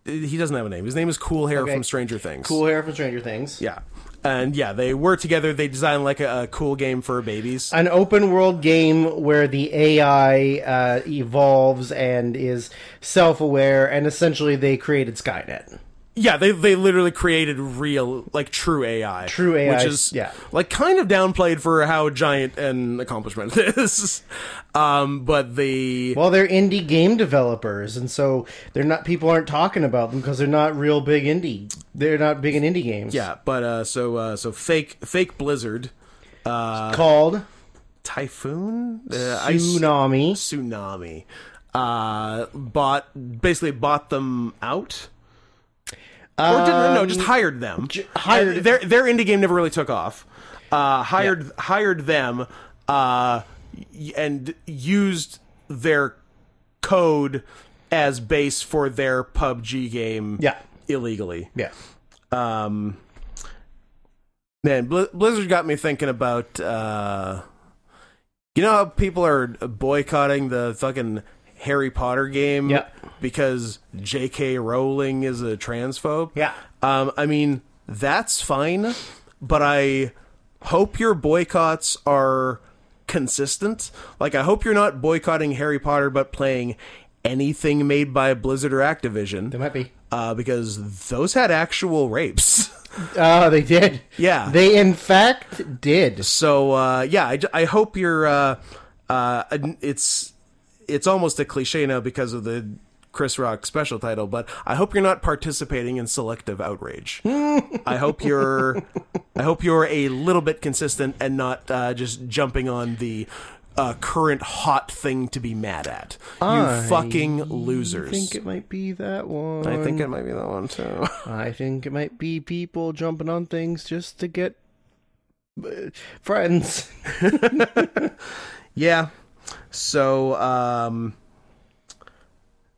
Speaker 1: he doesn't have a name. His name is Cool Hair
Speaker 2: Okay.
Speaker 1: from Stranger Things.
Speaker 2: cool hair from Stranger Things.
Speaker 1: Yeah, and yeah, they were together. They designed like a, a cool game for babies.
Speaker 2: An open world game where the AI uh, evolves and is self aware, and essentially they created Skynet.
Speaker 1: Yeah, they they literally created real like true AI,
Speaker 2: True AI,
Speaker 1: which is
Speaker 2: yeah.
Speaker 1: like kind of downplayed for how giant an accomplishment it is. Um, but the
Speaker 2: Well, they're indie game developers, and so they're not people aren't talking about them because they're not real big indie. They're not big in indie games.
Speaker 1: yeah, but uh, so uh, so fake fake blizzard,
Speaker 2: called
Speaker 1: typhoon, uh, ice-
Speaker 2: Tsunami.
Speaker 1: tsunami, uh, bought basically bought them out. Or didn't, no, just hired them.
Speaker 2: Um, hired-
Speaker 1: And their their indie game never really took off. Uh, hired hired them, uh, y- and used their code as base for their PUBG game.
Speaker 2: Yeah.
Speaker 1: illegally.
Speaker 2: Yeah,
Speaker 1: Man, Bli- Blizzard got me thinking about uh, you know how people are boycotting the fucking Harry Potter game
Speaker 2: Yep.
Speaker 1: because J.K. Rowling is a transphobe.
Speaker 2: Yeah.
Speaker 1: um, I mean that's fine, but I hope your boycotts are consistent. Like I hope you're not boycotting Harry Potter but playing anything made by Blizzard or Activision.
Speaker 2: they might be.
Speaker 1: Uh, because those had actual rapes.
Speaker 2: Oh, they did.
Speaker 1: Yeah.
Speaker 2: they in fact did.
Speaker 1: So uh, yeah, I, I hope you're. Uh, uh, it's it's almost a cliche now because of the Chris Rock special title, but I hope you're not participating in selective outrage. I hope you're. I hope you're a little bit consistent and not uh, just jumping on the. Uh, current hot thing to be mad at. You fucking losers.
Speaker 2: I think it might be that one.
Speaker 1: I think it might be that one too.
Speaker 2: I think it might be people jumping on things just to get uh, friends.
Speaker 1: Yeah. So, um,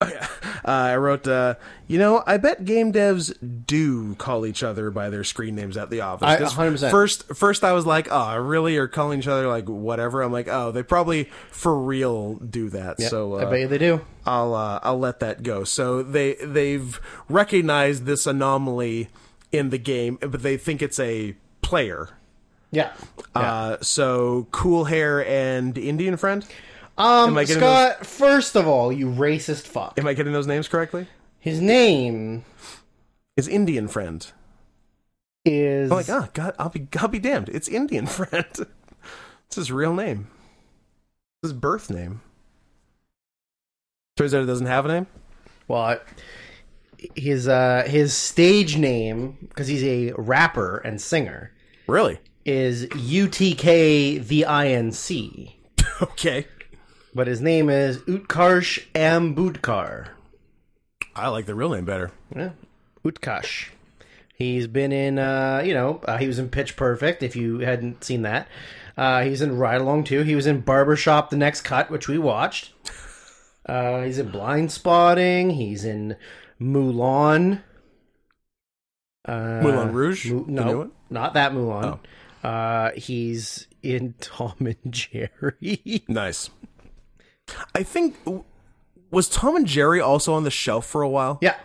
Speaker 1: uh, I wrote, uh, you know, I bet game devs do call each other by their screen names at the office.
Speaker 2: I-
Speaker 1: 'Cause
Speaker 2: 100%.
Speaker 1: First, first I was like, oh, really? Or calling each other like whatever? I'm like, oh, they probably for real do that. So,
Speaker 2: I
Speaker 1: uh,
Speaker 2: bet you they do.
Speaker 1: I'll uh, I'll let that go. So they they've recognized this anomaly in the game, but they think it's a player.
Speaker 2: Yeah.
Speaker 1: Uh, so cool hair and Indian friend.
Speaker 2: Um,
Speaker 1: I getting
Speaker 2: Scott, first of all, you racist fuck.
Speaker 1: Am I getting those names correctly?
Speaker 2: His name
Speaker 1: It's Indian friend.
Speaker 2: is
Speaker 1: I'm like, oh god, I'll be I'll be damned. It's Indian friend. it's his real name. It's his birth name. Turns out it doesn't have a name.
Speaker 2: well, I- his uh his stage name because he's a rapper and singer
Speaker 1: Really?
Speaker 2: is UTK the INC,
Speaker 1: Okay.
Speaker 2: but his name is Utkarsh Ambudkar.
Speaker 1: I like the real name better.
Speaker 2: Yeah. Utkash. He's been in, uh, you know, uh, he was in Pitch Perfect, if you hadn't seen that. Uh, he was in Ride Along 2. He was in Barbershop The Next Cut, which we watched. Uh, he's in Blind Spotting. He's in Mulan. Uh,
Speaker 1: Moulin Rouge?
Speaker 2: Mu-
Speaker 1: The new
Speaker 2: no,
Speaker 1: one? Oh.
Speaker 2: not that Mulan. Uh, he's in Tom and Jerry.
Speaker 1: Nice. I think was Tom and Jerry also on the shelf for a while?
Speaker 2: yeah.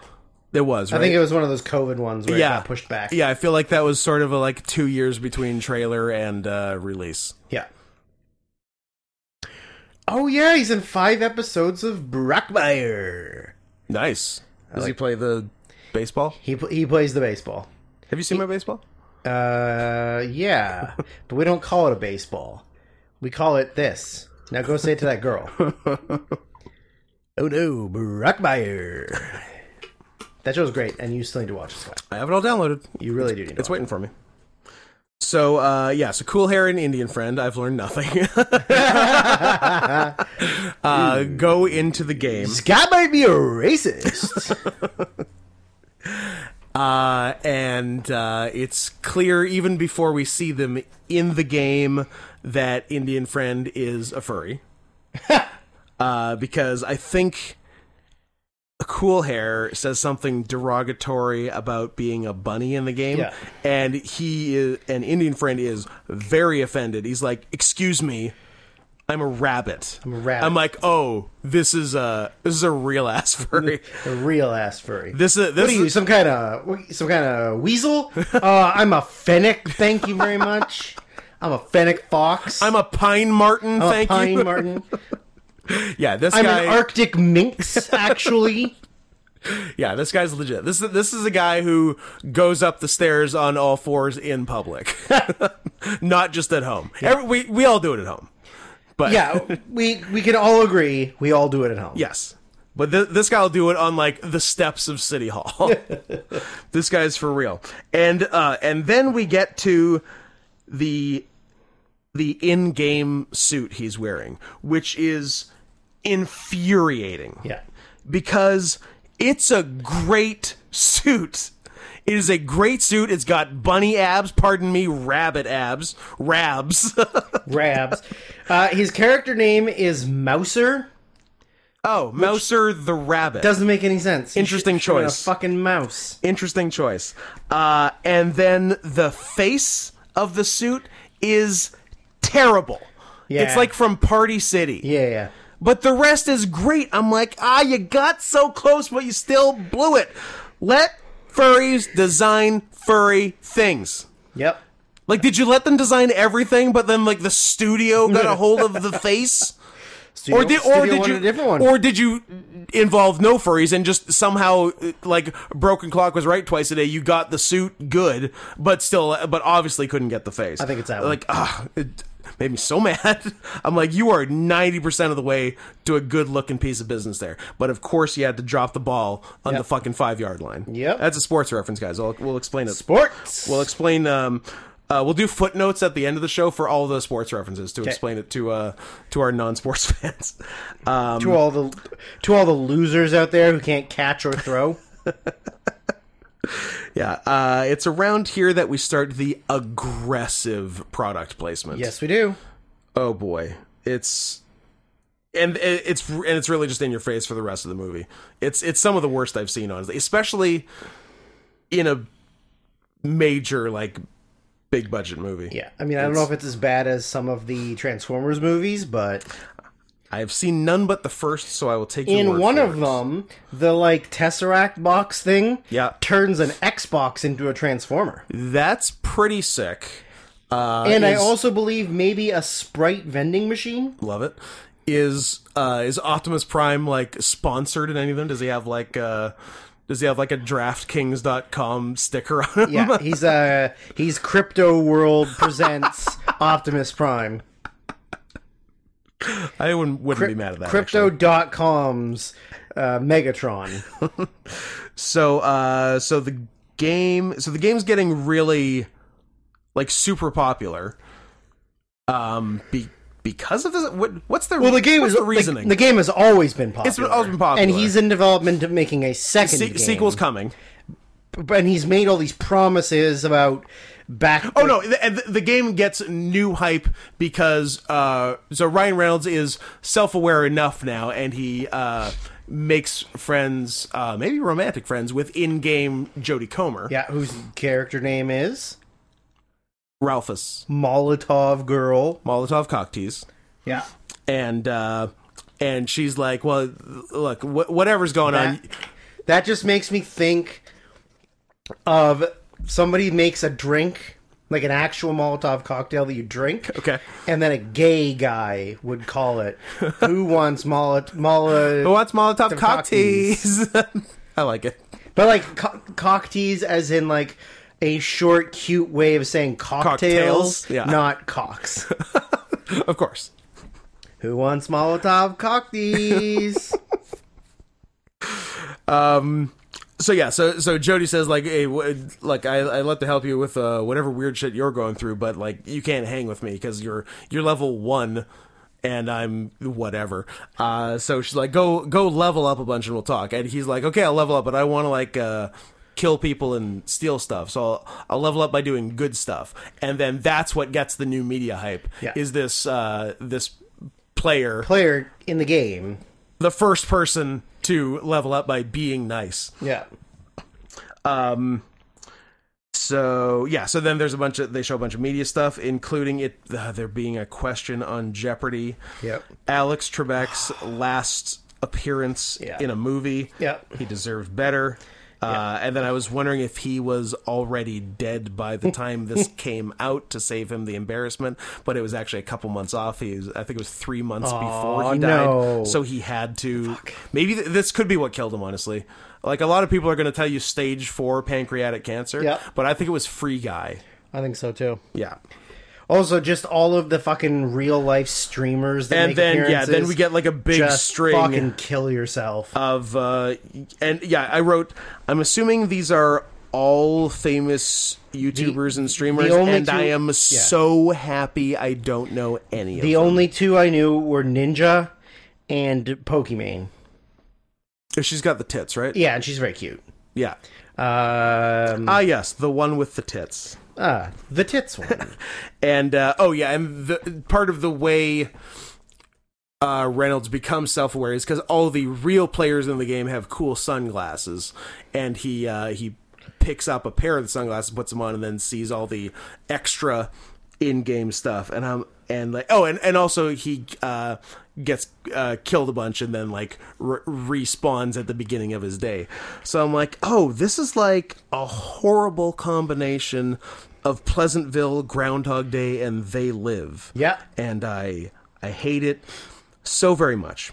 Speaker 1: It was,
Speaker 2: I
Speaker 1: right?
Speaker 2: think it was one of those COVID ones where
Speaker 1: Yeah.
Speaker 2: it got pushed back.
Speaker 1: yeah, I feel like that was sort of a like two years between trailer and uh, release.
Speaker 2: Yeah. Oh yeah, he's in five episodes of Brockmire.
Speaker 1: Nice. Does he play the baseball?
Speaker 2: He pl- he plays the baseball.
Speaker 1: Have you seen my baseball?
Speaker 2: Uh, yeah, but we don't call it a baseball. We call it this. Now go say it to that girl. oh no, Brockmire. That show's great, and you still need to watch it, Scott.
Speaker 1: I have it all downloaded.
Speaker 2: You really do need to.
Speaker 1: It's
Speaker 2: watch
Speaker 1: waiting for me. So uh, yeah, so cool hair and Indian friend. I've learned nothing. uh, go into the game,
Speaker 2: it. Scott might be a racist.
Speaker 1: uh, and uh, it's clear even before we see them in the game that Indian friend is a furry, uh, because I think Cool Hair says something derogatory about being a bunny in the game,
Speaker 2: Yeah.
Speaker 1: and he is, an Indian friend is very offended. He's like, "Excuse me, I'm a rabbit." I'm
Speaker 2: a rabbit.
Speaker 1: I'm like, "Oh, this is a this is a real ass furry.
Speaker 2: A real ass furry.
Speaker 1: This is
Speaker 2: what
Speaker 1: this
Speaker 2: are you,
Speaker 1: is,
Speaker 2: some kind of some kind of weasel? Uh, I'm a fennec. Thank you very much. I'm a fennec fox.
Speaker 1: I'm a pine martin.
Speaker 2: a
Speaker 1: thank
Speaker 2: pine
Speaker 1: you.
Speaker 2: martin.
Speaker 1: yeah, this
Speaker 2: I'm
Speaker 1: guy.
Speaker 2: an Arctic minx, actually.
Speaker 1: yeah, this guy's legit. This is this is a guy who goes up the stairs on all fours in public, not just at home. Every, we we all do it at home. But
Speaker 2: yeah, we we can all agree we all do it at home.
Speaker 1: Yes. But th- this guy will do it on like the steps of City Hall. this guy's for real. And uh and then we get to the the in-game suit he's wearing, which is infuriating.
Speaker 2: Yeah.
Speaker 1: Because it's a great suit. It is a great suit. It's got bunny abs, pardon me, rabbit abs, rabs.
Speaker 2: Rabs. Uh, his character name is Mouser.
Speaker 1: oh, Mouser the rabbit.
Speaker 2: Doesn't make any sense. You
Speaker 1: Interesting
Speaker 2: should- you're
Speaker 1: choice.
Speaker 2: A fucking mouse.
Speaker 1: Interesting choice. Uh, and then the face of the suit is terrible.
Speaker 2: Yeah.
Speaker 1: It's like from Party City.
Speaker 2: Yeah, yeah.
Speaker 1: But the rest is great. I'm like, ah, you got so close, but you still blew it. Let furries design furry things.
Speaker 2: Yep.
Speaker 1: Like, did you let them design everything, but then like the studio got a hold of the face?
Speaker 2: Studio-
Speaker 1: or did
Speaker 2: studio
Speaker 1: or did
Speaker 2: wanted
Speaker 1: you
Speaker 2: a different one?
Speaker 1: or did you involve no furries and just somehow uh, like broken clock was right twice a day you got the suit good but still but obviously couldn't get the face i
Speaker 2: think it's that one.
Speaker 1: like ah, it made me so mad i'm like you are 90% of the way to a good looking piece of business there but of course you had to drop the ball on the fucking five yard line
Speaker 2: Yep.
Speaker 1: that's a sports reference guys I'll, we'll explain it
Speaker 2: sports.
Speaker 1: We'll explain. Um, uh, we'll do footnotes at the end of the show for all the sports references to explain it to uh, to our non-sports fans. Um,
Speaker 2: to all the to all the losers out there who can't catch or throw.
Speaker 1: yeah, uh, it's around here that we start the aggressive product placement.
Speaker 2: yes, we do.
Speaker 1: Oh boy, it's and it- it's and it's really just in your face for the rest of the movie. It's it's some of the worst I've seen honestly, especially in a major like big budget movie.
Speaker 2: Yeah, I mean, I don't know if it's as bad as some of the Transformers movies, but
Speaker 1: I've seen none but the first, so I will take your
Speaker 2: in
Speaker 1: word
Speaker 2: one
Speaker 1: for
Speaker 2: of
Speaker 1: it.
Speaker 2: them, the like Tesseract box thing,
Speaker 1: Yeah.
Speaker 2: turns an Xbox into a Transformer,
Speaker 1: That's pretty sick. Uh,
Speaker 2: and I
Speaker 1: is-
Speaker 2: also believe maybe a Sprite vending machine.
Speaker 1: love it. Is uh, is Optimus Prime like sponsored in any of them? Does he have like uh, does he have like a DraftKings.com sticker on him?
Speaker 2: Yeah, he's uh he's Crypto World presents Optimus Prime.
Speaker 1: I wouldn't wouldn't be mad at that. actually.
Speaker 2: Crypto.com's uh, Megatron.
Speaker 1: So uh, so the game so the game's getting really like super popular. Um, be, because of this, what what's the
Speaker 2: Well, the game
Speaker 1: what's
Speaker 2: is
Speaker 1: the reasoning?
Speaker 2: The, the game has always been popular.
Speaker 1: always been popular.
Speaker 2: and he's in development of making a second
Speaker 1: Se-
Speaker 2: game.
Speaker 1: sequel's coming.
Speaker 2: and he's made all these promises about back.
Speaker 1: Oh no, the, and the- the game gets new hype because uh, so Ryan Reynolds is self-aware enough now, and he uh, makes friends, uh, maybe romantic friends, with in-game Jodie Comer,
Speaker 2: yeah, whose character name is
Speaker 1: Ralphus,
Speaker 2: Molotov Girl.
Speaker 1: Molotov cocktease,
Speaker 2: Yeah,
Speaker 1: and uh, and she's like, well, look, wh- whatever's going on,
Speaker 2: that, that just makes me think of somebody makes a drink like an actual Molotov cocktail that you drink.
Speaker 1: Okay.
Speaker 2: and then a gay guy would call it. Who wants Molot Molotov?
Speaker 1: who wants Molotov
Speaker 2: cocktease.
Speaker 1: cocktease? I like it.
Speaker 2: But like co- cocktease, as in like a short, cute way of saying cocktails,
Speaker 1: Cocktails, yeah.
Speaker 2: not cocks.
Speaker 1: Of course.
Speaker 2: Who wants Molotov cocktease?
Speaker 1: so yeah, so so Jody says like, hey, w- like I I love to help you with uh, whatever weird shit you're going through, but like you can't hang with me because you're you're level one, and I'm whatever. Uh, so she's like, go go level up a bunch and we'll talk. And he's like, okay, I'll level up, but I want to like uh, kill people and steal stuff. So I'll, I'll level up by doing good stuff, and then that's what gets the new media hype.
Speaker 2: Yeah.
Speaker 1: Is this uh, this player
Speaker 2: Player in the game.
Speaker 1: the first person to level up by being nice.
Speaker 2: Yeah.
Speaker 1: Um, so yeah, so then there's a bunch of they show a bunch of media stuff, including it uh, there being a question on Jeopardy.
Speaker 2: Yep.
Speaker 1: Alex Trebek's last appearance
Speaker 2: Yeah.
Speaker 1: in a movie.
Speaker 2: Yep.
Speaker 1: he deserved better. Uh, and then I was wondering if he was already dead by the time this came out to save him the embarrassment, but it was actually a couple months off. He was, I think it was three months before he died,
Speaker 2: no.
Speaker 1: so he had to. Maybe th- this could be what killed him. Honestly, like a lot of people are going to tell you stage four pancreatic cancer,
Speaker 2: Yep.
Speaker 1: but I think it was Free Guy.
Speaker 2: I think so too.
Speaker 1: Yeah,
Speaker 2: Also, just all of the fucking real life streamers. That
Speaker 1: and
Speaker 2: make
Speaker 1: then yeah,
Speaker 2: appearances,
Speaker 1: then we get like a big
Speaker 2: just
Speaker 1: string.
Speaker 2: Fucking kill yourself.
Speaker 1: of uh, and yeah, I wrote. I'm assuming these are all famous YouTubers and streamers,
Speaker 2: the only
Speaker 1: and
Speaker 2: two-
Speaker 1: I am
Speaker 2: yeah.
Speaker 1: so happy I don't know any of
Speaker 2: the
Speaker 1: them.
Speaker 2: only two I knew were Ninja and Pokimane.
Speaker 1: Oh, She's got the tits, right?
Speaker 2: Yeah, and she's very cute.
Speaker 1: Yeah.
Speaker 2: Um,
Speaker 1: Ah, yes, the one with the tits.
Speaker 2: ah, the tits one.
Speaker 1: And uh, oh yeah, and the, part of the way uh, Reynolds becomes self-aware is because all the real players in the game have cool sunglasses, and he uh, he picks up a pair of the sunglasses, puts them on, and then sees all the extra in-game stuff. And I'm and like oh, and and also he uh, gets uh, killed a bunch, and then like re- respawns at the beginning of his day. So I'm like, oh, this is like a horrible combination of Pleasantville, Groundhog Day, and They Live
Speaker 2: Yeah.
Speaker 1: and I I hate it so very much.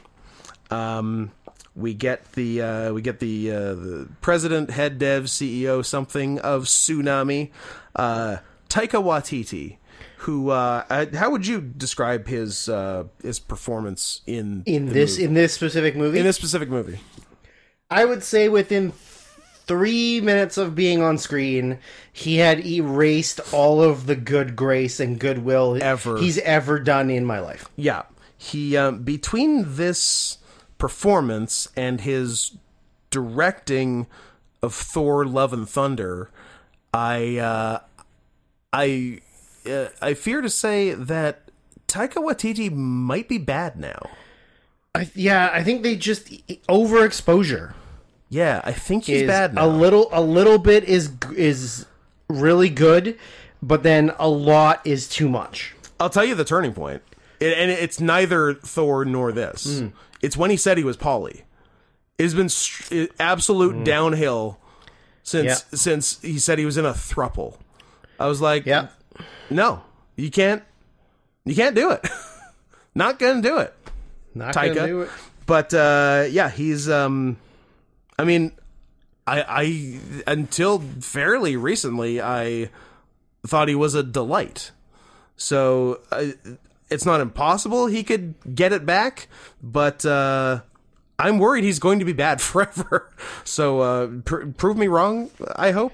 Speaker 1: Um, we get the uh, we get the, uh, the president, head dev, CEO, something of Tsunami, uh, Taika Waititi. Who? Uh, I- how would you describe his uh, his performance in
Speaker 2: in
Speaker 1: the
Speaker 2: this
Speaker 1: movie?
Speaker 2: in this specific movie,
Speaker 1: in this specific movie?
Speaker 2: I would say within th- three minutes of being on screen, he had erased all of the good grace and goodwill
Speaker 1: Ever.
Speaker 2: he's ever done in my life.
Speaker 1: Yeah, he um, between this performance and his directing of Thor: Love and Thunder, I uh, I uh, I fear to say that Taika Waititi might be bad now.
Speaker 2: I, yeah, I think they just overexposure
Speaker 1: Yeah, I think he's
Speaker 2: is
Speaker 1: bad
Speaker 2: a
Speaker 1: now.
Speaker 2: little a little bit is is really good, but then a lot is too much.
Speaker 1: I'll tell you the turning point, it, and it's neither Thor nor this.
Speaker 2: Hmm.
Speaker 1: It's when he said he was Polly. It's been str- absolute downhill since
Speaker 2: Hmm. Yeah.
Speaker 1: since he said he was in a thruple. I was like,
Speaker 2: Yeah.
Speaker 1: no, you can't, you can't do it. Not gonna do it,
Speaker 2: Not
Speaker 1: Taika.
Speaker 2: gonna do it.
Speaker 1: But uh, yeah, he's. Um, I mean, I, I until fairly recently, I thought he was a delight. So I, it's not impossible he could get it back, but uh, I'm worried he's going to be bad forever. So uh, pr- prove me wrong, I hope.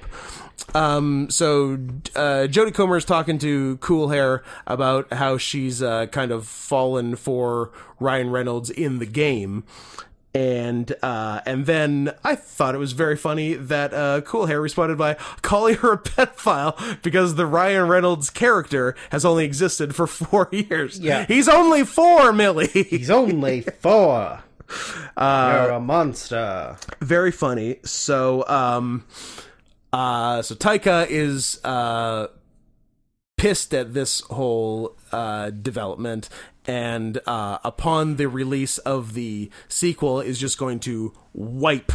Speaker 1: Um, so uh, Jodie Comer is talking to Cool Hair about how she's uh, kind of fallen for Ryan Reynolds in the game. And uh, and then I thought it was very funny that uh, Cool Hair responded by calling her a pedophile because the Ryan Reynolds character has only existed for four years.
Speaker 2: Yeah.
Speaker 1: he's only four, Millie.
Speaker 2: He's only four.
Speaker 1: Uh,
Speaker 2: You're a monster.
Speaker 1: very funny. So, um, uh, so Taika is uh, pissed at this whole uh, development, and uh, upon the release of the sequel, is just going to wipe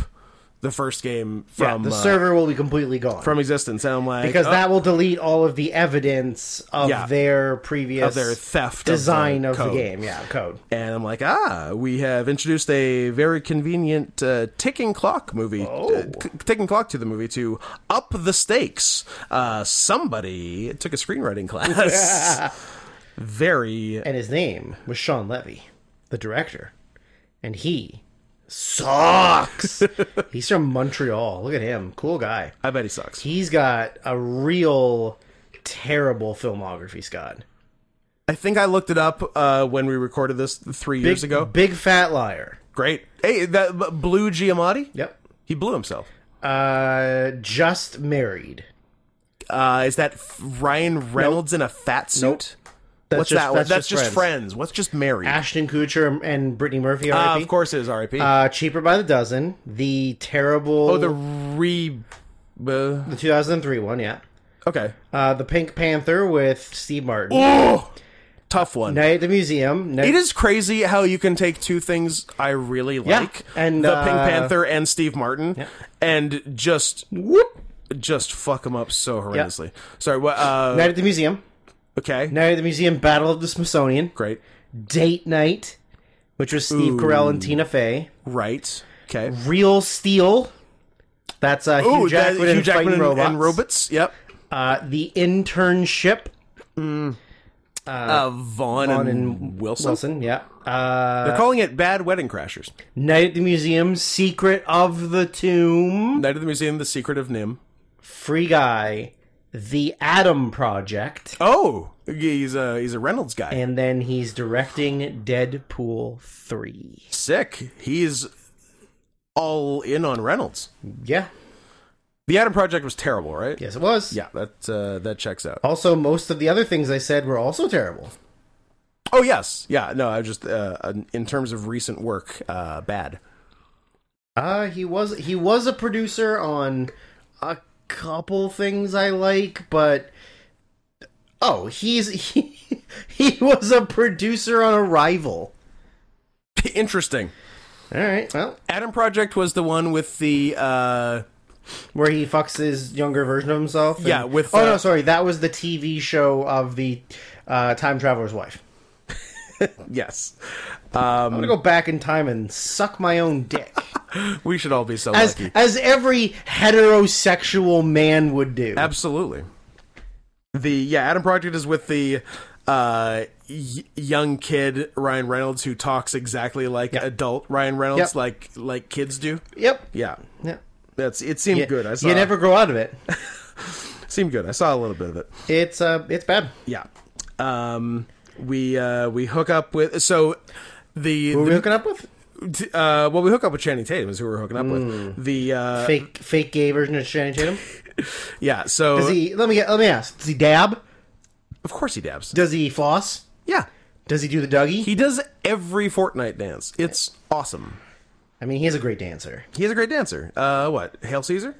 Speaker 1: the first game from
Speaker 2: the
Speaker 1: uh,
Speaker 2: server will be completely gone.
Speaker 1: from existence. And I'm like,
Speaker 2: because
Speaker 1: oh,
Speaker 2: that will delete all of the evidence of
Speaker 1: Yeah.
Speaker 2: their previous
Speaker 1: of their theft of
Speaker 2: design of the,
Speaker 1: code.
Speaker 2: game. Yeah, code.
Speaker 1: And I'm like, ah, we have introduced a very convenient uh, ticking clock movie, uh,
Speaker 2: Oh.
Speaker 1: c- ticking clock to the movie to up the stakes. Uh, somebody took a screenwriting class. very.
Speaker 2: And his name was Sean Levy, the director, and he sucks. He's from Montreal. Look at him, cool guy.
Speaker 1: I bet he sucks.
Speaker 2: He's got a real terrible filmography, Scott.
Speaker 1: I think I looked it up uh, when we recorded this three years
Speaker 2: Big-
Speaker 1: ago.
Speaker 2: big fat liar.
Speaker 1: Great. Hey, that b- Blue Giamatti.
Speaker 2: Yep.
Speaker 1: He blew himself.
Speaker 2: Uh, just married.
Speaker 1: Uh, is that f- Ryan Reynolds in a fat suit?
Speaker 2: That's
Speaker 1: What's
Speaker 2: just-
Speaker 1: that? one?
Speaker 2: that's
Speaker 1: That's,
Speaker 2: just
Speaker 1: just,
Speaker 2: Friends.
Speaker 1: friends. What's just married?
Speaker 2: Ashton Kutcher and Brittany Murphy.
Speaker 1: Uh,
Speaker 2: R.I.P.
Speaker 1: of course, it is RIP.
Speaker 2: Uh, cheaper by the dozen. The terrible.
Speaker 1: oh, the re. Uh,
Speaker 2: the 2003 one. Yeah.
Speaker 1: okay.
Speaker 2: Uh, the Pink Panther with Steve Martin.
Speaker 1: Oh, tough one.
Speaker 2: Night at the Museum. Night-
Speaker 1: It is crazy how you can take two things I really
Speaker 2: Yeah,
Speaker 1: like,
Speaker 2: and,
Speaker 1: the
Speaker 2: uh,
Speaker 1: Pink Panther and Steve Martin, and just whoop, just fuck them up so horrendously. Sorry, what? Uh,
Speaker 2: Night at the Museum.
Speaker 1: okay,
Speaker 2: Night at the Museum. Battle of the Smithsonian.
Speaker 1: great,
Speaker 2: Date Night, which was Steve Carell and Tina Fey.
Speaker 1: right, okay.
Speaker 2: Real Steel. That's uh, Hugh
Speaker 1: Ooh, Oh, that-
Speaker 2: Jackman, and fighting
Speaker 1: and,
Speaker 2: robots.
Speaker 1: and robots. Yep,
Speaker 2: Uh, the internship.
Speaker 1: uh, Vaughn, and, Wilson.
Speaker 2: Wilson, yeah. Uh,
Speaker 1: They're calling it Bad Wedding Crashers.
Speaker 2: Night at the Museum. Secret of the Tomb.
Speaker 1: Night of the Museum, The Secret of Nim.
Speaker 2: Free Guy. The Atom Project.
Speaker 1: Oh, he's a he's a Reynolds guy.
Speaker 2: And then he's directing Deadpool 3.
Speaker 1: Sick. He's all in on Reynolds.
Speaker 2: Yeah.
Speaker 1: The Adam Project was terrible, right?
Speaker 2: Yes, it was.
Speaker 1: Yeah, that uh, that checks out.
Speaker 2: Also, most of the other things I said were also terrible.
Speaker 1: Oh yes, yeah. No, I just uh, in terms of recent work, uh, bad.
Speaker 2: Uh, he was he was a producer on a couple things I like, but oh, he's he, he was a producer on Arrival.
Speaker 1: Interesting.
Speaker 2: All right, well,
Speaker 1: Adam Project was the one with the uh,
Speaker 2: where he fucks his younger version of himself. and-
Speaker 1: Yeah, with,
Speaker 2: oh
Speaker 1: uh,
Speaker 2: no, sorry, that was the TV show of the uh, time traveler's wife.
Speaker 1: yes.
Speaker 2: I'm
Speaker 1: Um,
Speaker 2: gonna go back in time and suck my own dick,
Speaker 1: We should all be so
Speaker 2: as
Speaker 1: lucky.
Speaker 2: as every heterosexual man would do.
Speaker 1: Absolutely. The yeah, Adam Project is with the uh, y- young kid Ryan Reynolds who talks exactly like adult Ryan Reynolds,
Speaker 2: Yep.
Speaker 1: like like kids do.
Speaker 2: yep.
Speaker 1: Yeah,
Speaker 2: Yeah.
Speaker 1: that's it. Seemed good. I saw.
Speaker 2: You never grow out of it.
Speaker 1: seemed good. I saw a little bit of it.
Speaker 2: It's uh, it's bad.
Speaker 1: Yeah. Um, we uh, we hook up with so the,
Speaker 2: Who are we hooking up with?
Speaker 1: the- uh, well we hook up with Channing Tatum is who we're hooking up with the uh,
Speaker 2: Fake fake gay version of Channing Tatum.
Speaker 1: yeah so
Speaker 2: Does he? Let me get. Let me ask. Does he dab?
Speaker 1: of course he dabs
Speaker 2: Does he floss?
Speaker 1: yeah
Speaker 2: Does he do the Dougie?
Speaker 1: he does every Fortnite dance it's awesome
Speaker 2: I mean, he's a great dancer.
Speaker 1: he's a great dancer uh what Hail Caesar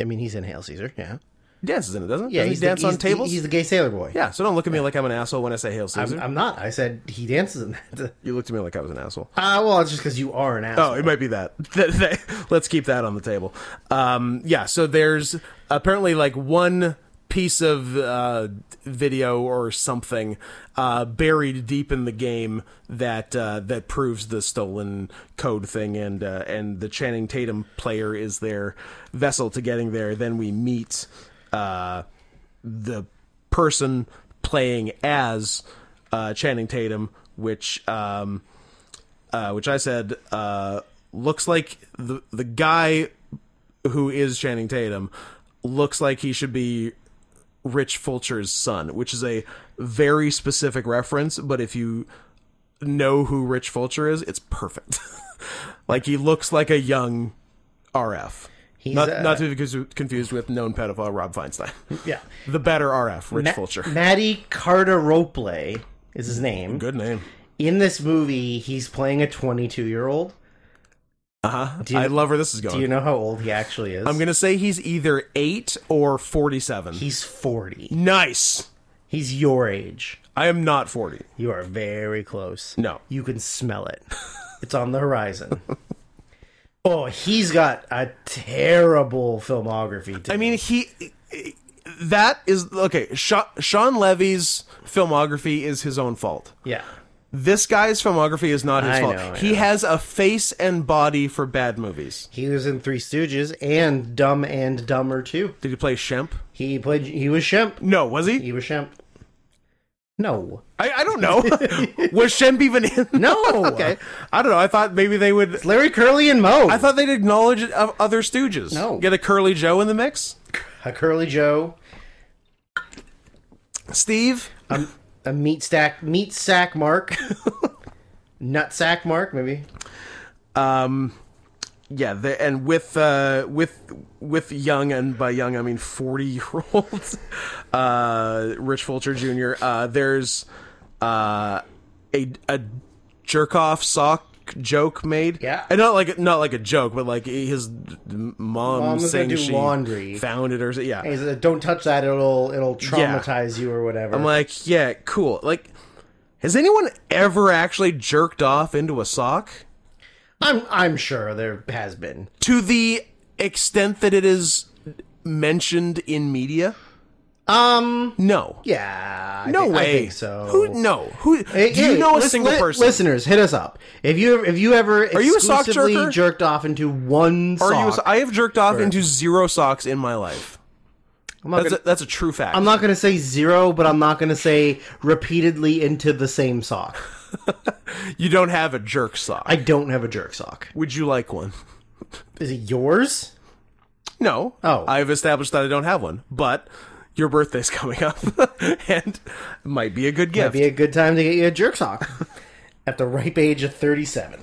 Speaker 2: I mean, he's in Hail Caesar. Yeah.
Speaker 1: dances in it doesn't it?
Speaker 2: Yeah.
Speaker 1: doesn't
Speaker 2: he's
Speaker 1: he dance
Speaker 2: the,
Speaker 1: on
Speaker 2: he's the-
Speaker 1: tables
Speaker 2: he's the gay sailor boy.
Speaker 1: yeah so don't look at me like I'm an asshole when I say Hail Caesar
Speaker 2: I'm, I'm not. I said he dances in that.
Speaker 1: you looked at me like I was an asshole
Speaker 2: Ah, well, it's just because you are an asshole.
Speaker 1: Oh, it might be that. That- that- Let's keep that on the table. Um, yeah, so there's apparently like one piece of uh, video or something uh, buried deep in the game that uh, that proves the stolen code thing, and uh, and the Channing Tatum player is their vessel to getting there. Then we meet uh, the person playing as uh, Channing Tatum, which. Um, uh, which I said uh, looks like the the guy who is Channing Tatum looks like he should be Rich Fulcher's son, which is a very specific reference. But if you know who Rich Fulcher is, it's perfect. like he looks like a young RF.
Speaker 2: He's,
Speaker 1: not,
Speaker 2: uh,
Speaker 1: not to be cons- confused with known pedophile Rob Feinstein.
Speaker 2: Yeah.
Speaker 1: The better RF, Rich
Speaker 2: Ma-
Speaker 1: Fulcher.
Speaker 2: Matty Carter Ropley is his name.
Speaker 1: Good name.
Speaker 2: In this movie, he's playing a 22 year old.
Speaker 1: Uh huh.
Speaker 2: you-
Speaker 1: I love where this is going.
Speaker 2: Do you know how old he actually is?
Speaker 1: I'm going to say he's either 8 or 47.
Speaker 2: he's 40.
Speaker 1: Nice.
Speaker 2: He's your age.
Speaker 1: I am not 40.
Speaker 2: You are very close.
Speaker 1: No.
Speaker 2: You can smell it. It's on the horizon. oh, he's got a terrible filmography. Too.
Speaker 1: I mean, he. That is. Okay. Sha- Sean Levy's filmography is his own fault.
Speaker 2: yeah.
Speaker 1: This guy's filmography is not his
Speaker 2: I
Speaker 1: fault.
Speaker 2: know, I
Speaker 1: he has a face and body for bad movies.
Speaker 2: He was in Three Stooges and Dumb and Dumber too.
Speaker 1: Did he play Shemp?
Speaker 2: He played. He was Shemp.
Speaker 1: No, was he?
Speaker 2: He was Shemp. No.
Speaker 1: I, I don't know. was Shemp even in?
Speaker 2: No.
Speaker 1: okay. I don't know. I thought maybe they would.
Speaker 2: Larry Curly and Moe.
Speaker 1: I thought they'd acknowledge it of other Stooges.
Speaker 2: No.
Speaker 1: Get a Curly Joe in the mix?
Speaker 2: a Curly Joe,
Speaker 1: Steve?
Speaker 2: a meat stack, meat sack Mark, nut sack Mark, maybe.
Speaker 1: Um, yeah, the, and with uh, with with young and by young I mean forty year olds, uh, Rich Fulcher Jr. Uh, there's uh, a a jerk off sock joke made.
Speaker 2: Yeah.
Speaker 1: and not like not like a joke, but like his mom,
Speaker 2: was gonna
Speaker 1: saying
Speaker 2: do
Speaker 1: she
Speaker 2: laundry.
Speaker 1: found it or so- yeah.
Speaker 2: He said, Don't touch that; it'll it'll traumatize you or whatever.
Speaker 1: I'm like, yeah, cool. Like, has anyone ever actually jerked off into a sock?
Speaker 2: I'm I'm sure there has been.
Speaker 1: to the extent that it is mentioned in media?
Speaker 2: Um,
Speaker 1: No.
Speaker 2: yeah, I
Speaker 1: no
Speaker 2: think- I
Speaker 1: way.
Speaker 2: think so
Speaker 1: Who? No. Who? do you
Speaker 2: Hey,
Speaker 1: know a
Speaker 2: lis-
Speaker 1: single
Speaker 2: li-
Speaker 1: person?
Speaker 2: Listeners, hit us up if you if you ever
Speaker 1: Are you a sock
Speaker 2: exclusively
Speaker 1: jerker?
Speaker 2: jerked off into one
Speaker 1: Are
Speaker 2: sock.
Speaker 1: you? I have jerked off into zero socks in my life.
Speaker 2: I'm not
Speaker 1: That's
Speaker 2: gonna-
Speaker 1: a, that's a true fact.
Speaker 2: I'm not going to say zero, but I'm not going to say repeatedly into the same sock.
Speaker 1: you don't have a jerk sock.
Speaker 2: I don't have a jerk sock.
Speaker 1: Would you like one?
Speaker 2: Is it yours?
Speaker 1: No.
Speaker 2: Oh.
Speaker 1: I've established that I don't have one, but your birthday's coming up, and might be a good gift.
Speaker 2: Be a good time to get you a jerk sock at the ripe age of 37.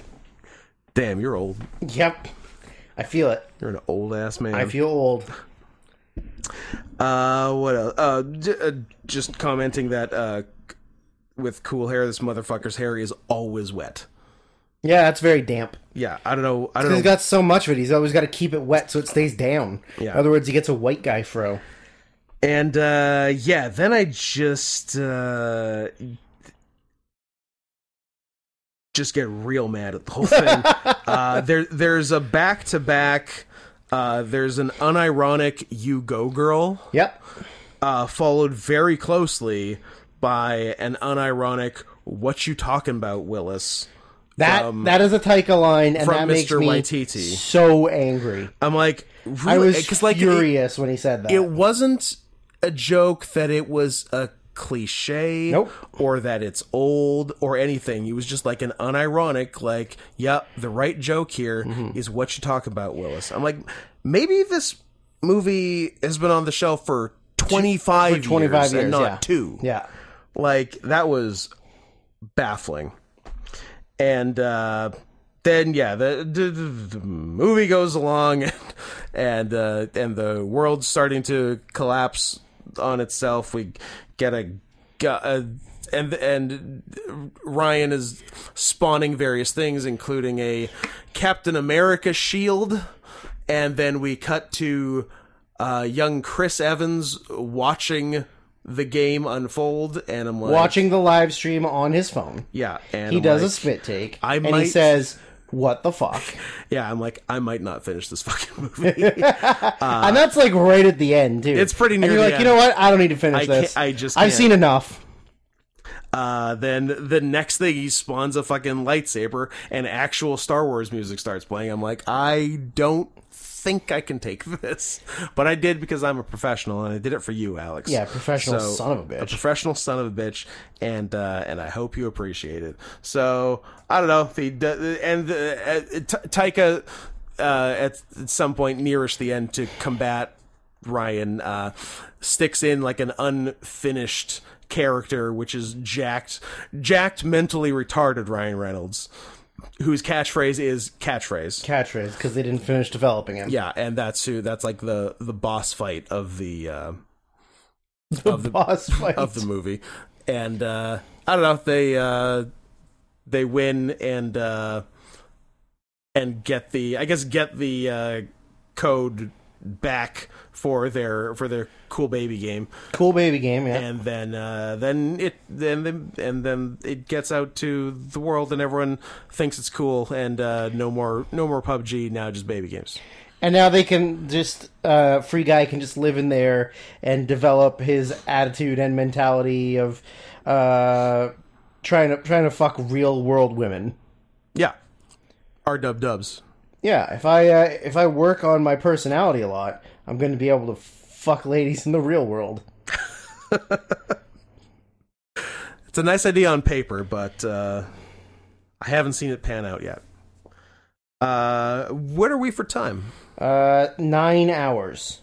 Speaker 1: Damn, you're old.
Speaker 2: Yep. I feel it.
Speaker 1: You're an old ass man.
Speaker 2: I feel old.
Speaker 1: Uh, what else? Uh, j- uh, just commenting that uh, c- with cool hair, this motherfucker's hair is always wet.
Speaker 2: Yeah, that's very damp.
Speaker 1: Yeah, I don't know. I don't know.
Speaker 2: He's got so much of it. He's always got to keep it wet so it stays down.
Speaker 1: Yeah.
Speaker 2: In other words, he gets a white guy fro.
Speaker 1: and uh, yeah, then I just uh, just get real mad at the whole thing. uh, there, there's a back to back. Uh, there's an unironic "You Go Girl,"
Speaker 2: Yep.
Speaker 1: uh, followed very closely by an unironic "What you talking about, Willis?"
Speaker 2: That that is a Taika line, and
Speaker 1: from
Speaker 2: that makes
Speaker 1: Mr.
Speaker 2: me
Speaker 1: Waititi.
Speaker 2: so angry.
Speaker 1: I'm like,
Speaker 2: I
Speaker 1: really?
Speaker 2: was
Speaker 1: 'cause, like, it,
Speaker 2: furious when he said that.
Speaker 1: it wasn't a joke that it was a cliche
Speaker 2: Nope.
Speaker 1: or that it's old or anything. It was just like an unironic, like, yep, the right joke here is
Speaker 2: Mm-hmm.
Speaker 1: what you talk about, Willis. I'm like, maybe this movie has been on the shelf for 25,
Speaker 2: 25
Speaker 1: years,
Speaker 2: years,
Speaker 1: and not
Speaker 2: yeah.
Speaker 1: two.
Speaker 2: yeah.
Speaker 1: Like that was baffling. And uh, then yeah, the, the, the- the movie goes along, and and, uh, and the world's starting to collapse on itself. We get a, gu- uh and and Ryan is spawning various things, including a Captain America shield, and then we cut to uh, young Chris Evans watching the game unfold, and I'm like,
Speaker 2: Watching the live stream on his phone.
Speaker 1: yeah, and
Speaker 2: He
Speaker 1: I'm
Speaker 2: does
Speaker 1: like-
Speaker 2: a spit take.
Speaker 1: I
Speaker 2: and he
Speaker 1: might-
Speaker 2: says, What the fuck?
Speaker 1: Yeah, I'm like, I might not finish this fucking movie.
Speaker 2: and that's like right at the end, too.
Speaker 1: Uh, It's pretty
Speaker 2: And
Speaker 1: near
Speaker 2: you're
Speaker 1: the
Speaker 2: like,
Speaker 1: end.
Speaker 2: you know what? I don't need to finish
Speaker 1: I can't-
Speaker 2: this.
Speaker 1: I just
Speaker 2: I've
Speaker 1: can't."
Speaker 2: seen enough.
Speaker 1: Uh, then the next thing he spawns a fucking lightsaber and actual Star Wars music starts playing. I'm like, I don't think I can take this, but I did because I'm a professional and I did it for you, Alex.
Speaker 2: Yeah, professional son of a bitch.
Speaker 1: A professional son of a bitch, and uh, and I hope you appreciate it. So I don't know. The, the and the, uh, Ta- Taika uh, at, at some point nearest the end to combat Ryan uh, sticks in like an unfinished character, which is jacked, jacked, mentally retarded Ryan Reynolds, whose catchphrase is catchphrase.
Speaker 2: Catchphrase, because they didn't finish developing him.
Speaker 1: Yeah, and that's who. That's like the the boss fight of the. Uh,
Speaker 2: of the boss fight.
Speaker 1: of the movie, and uh, I don't know. They uh, they win and uh, and get the I guess get the uh, code back for their for their cool baby game,
Speaker 2: cool baby game, yeah.
Speaker 1: and then uh, then it then they- and then it gets out to the world, and everyone thinks it's cool, and uh, no more no more PUBG now, just baby games.
Speaker 2: And now they can just uh, free guy can just live in there and develop his attitude and mentality of uh, trying to trying to fuck real world women.
Speaker 1: Yeah, our dub dubs.
Speaker 2: Yeah, if I uh, if I work on my personality a lot, I'm going to be able to fuck ladies in the real world.
Speaker 1: It's a nice idea on paper, but uh, I haven't seen it pan out yet. Uh, what are we for time?
Speaker 2: Uh, nine hours.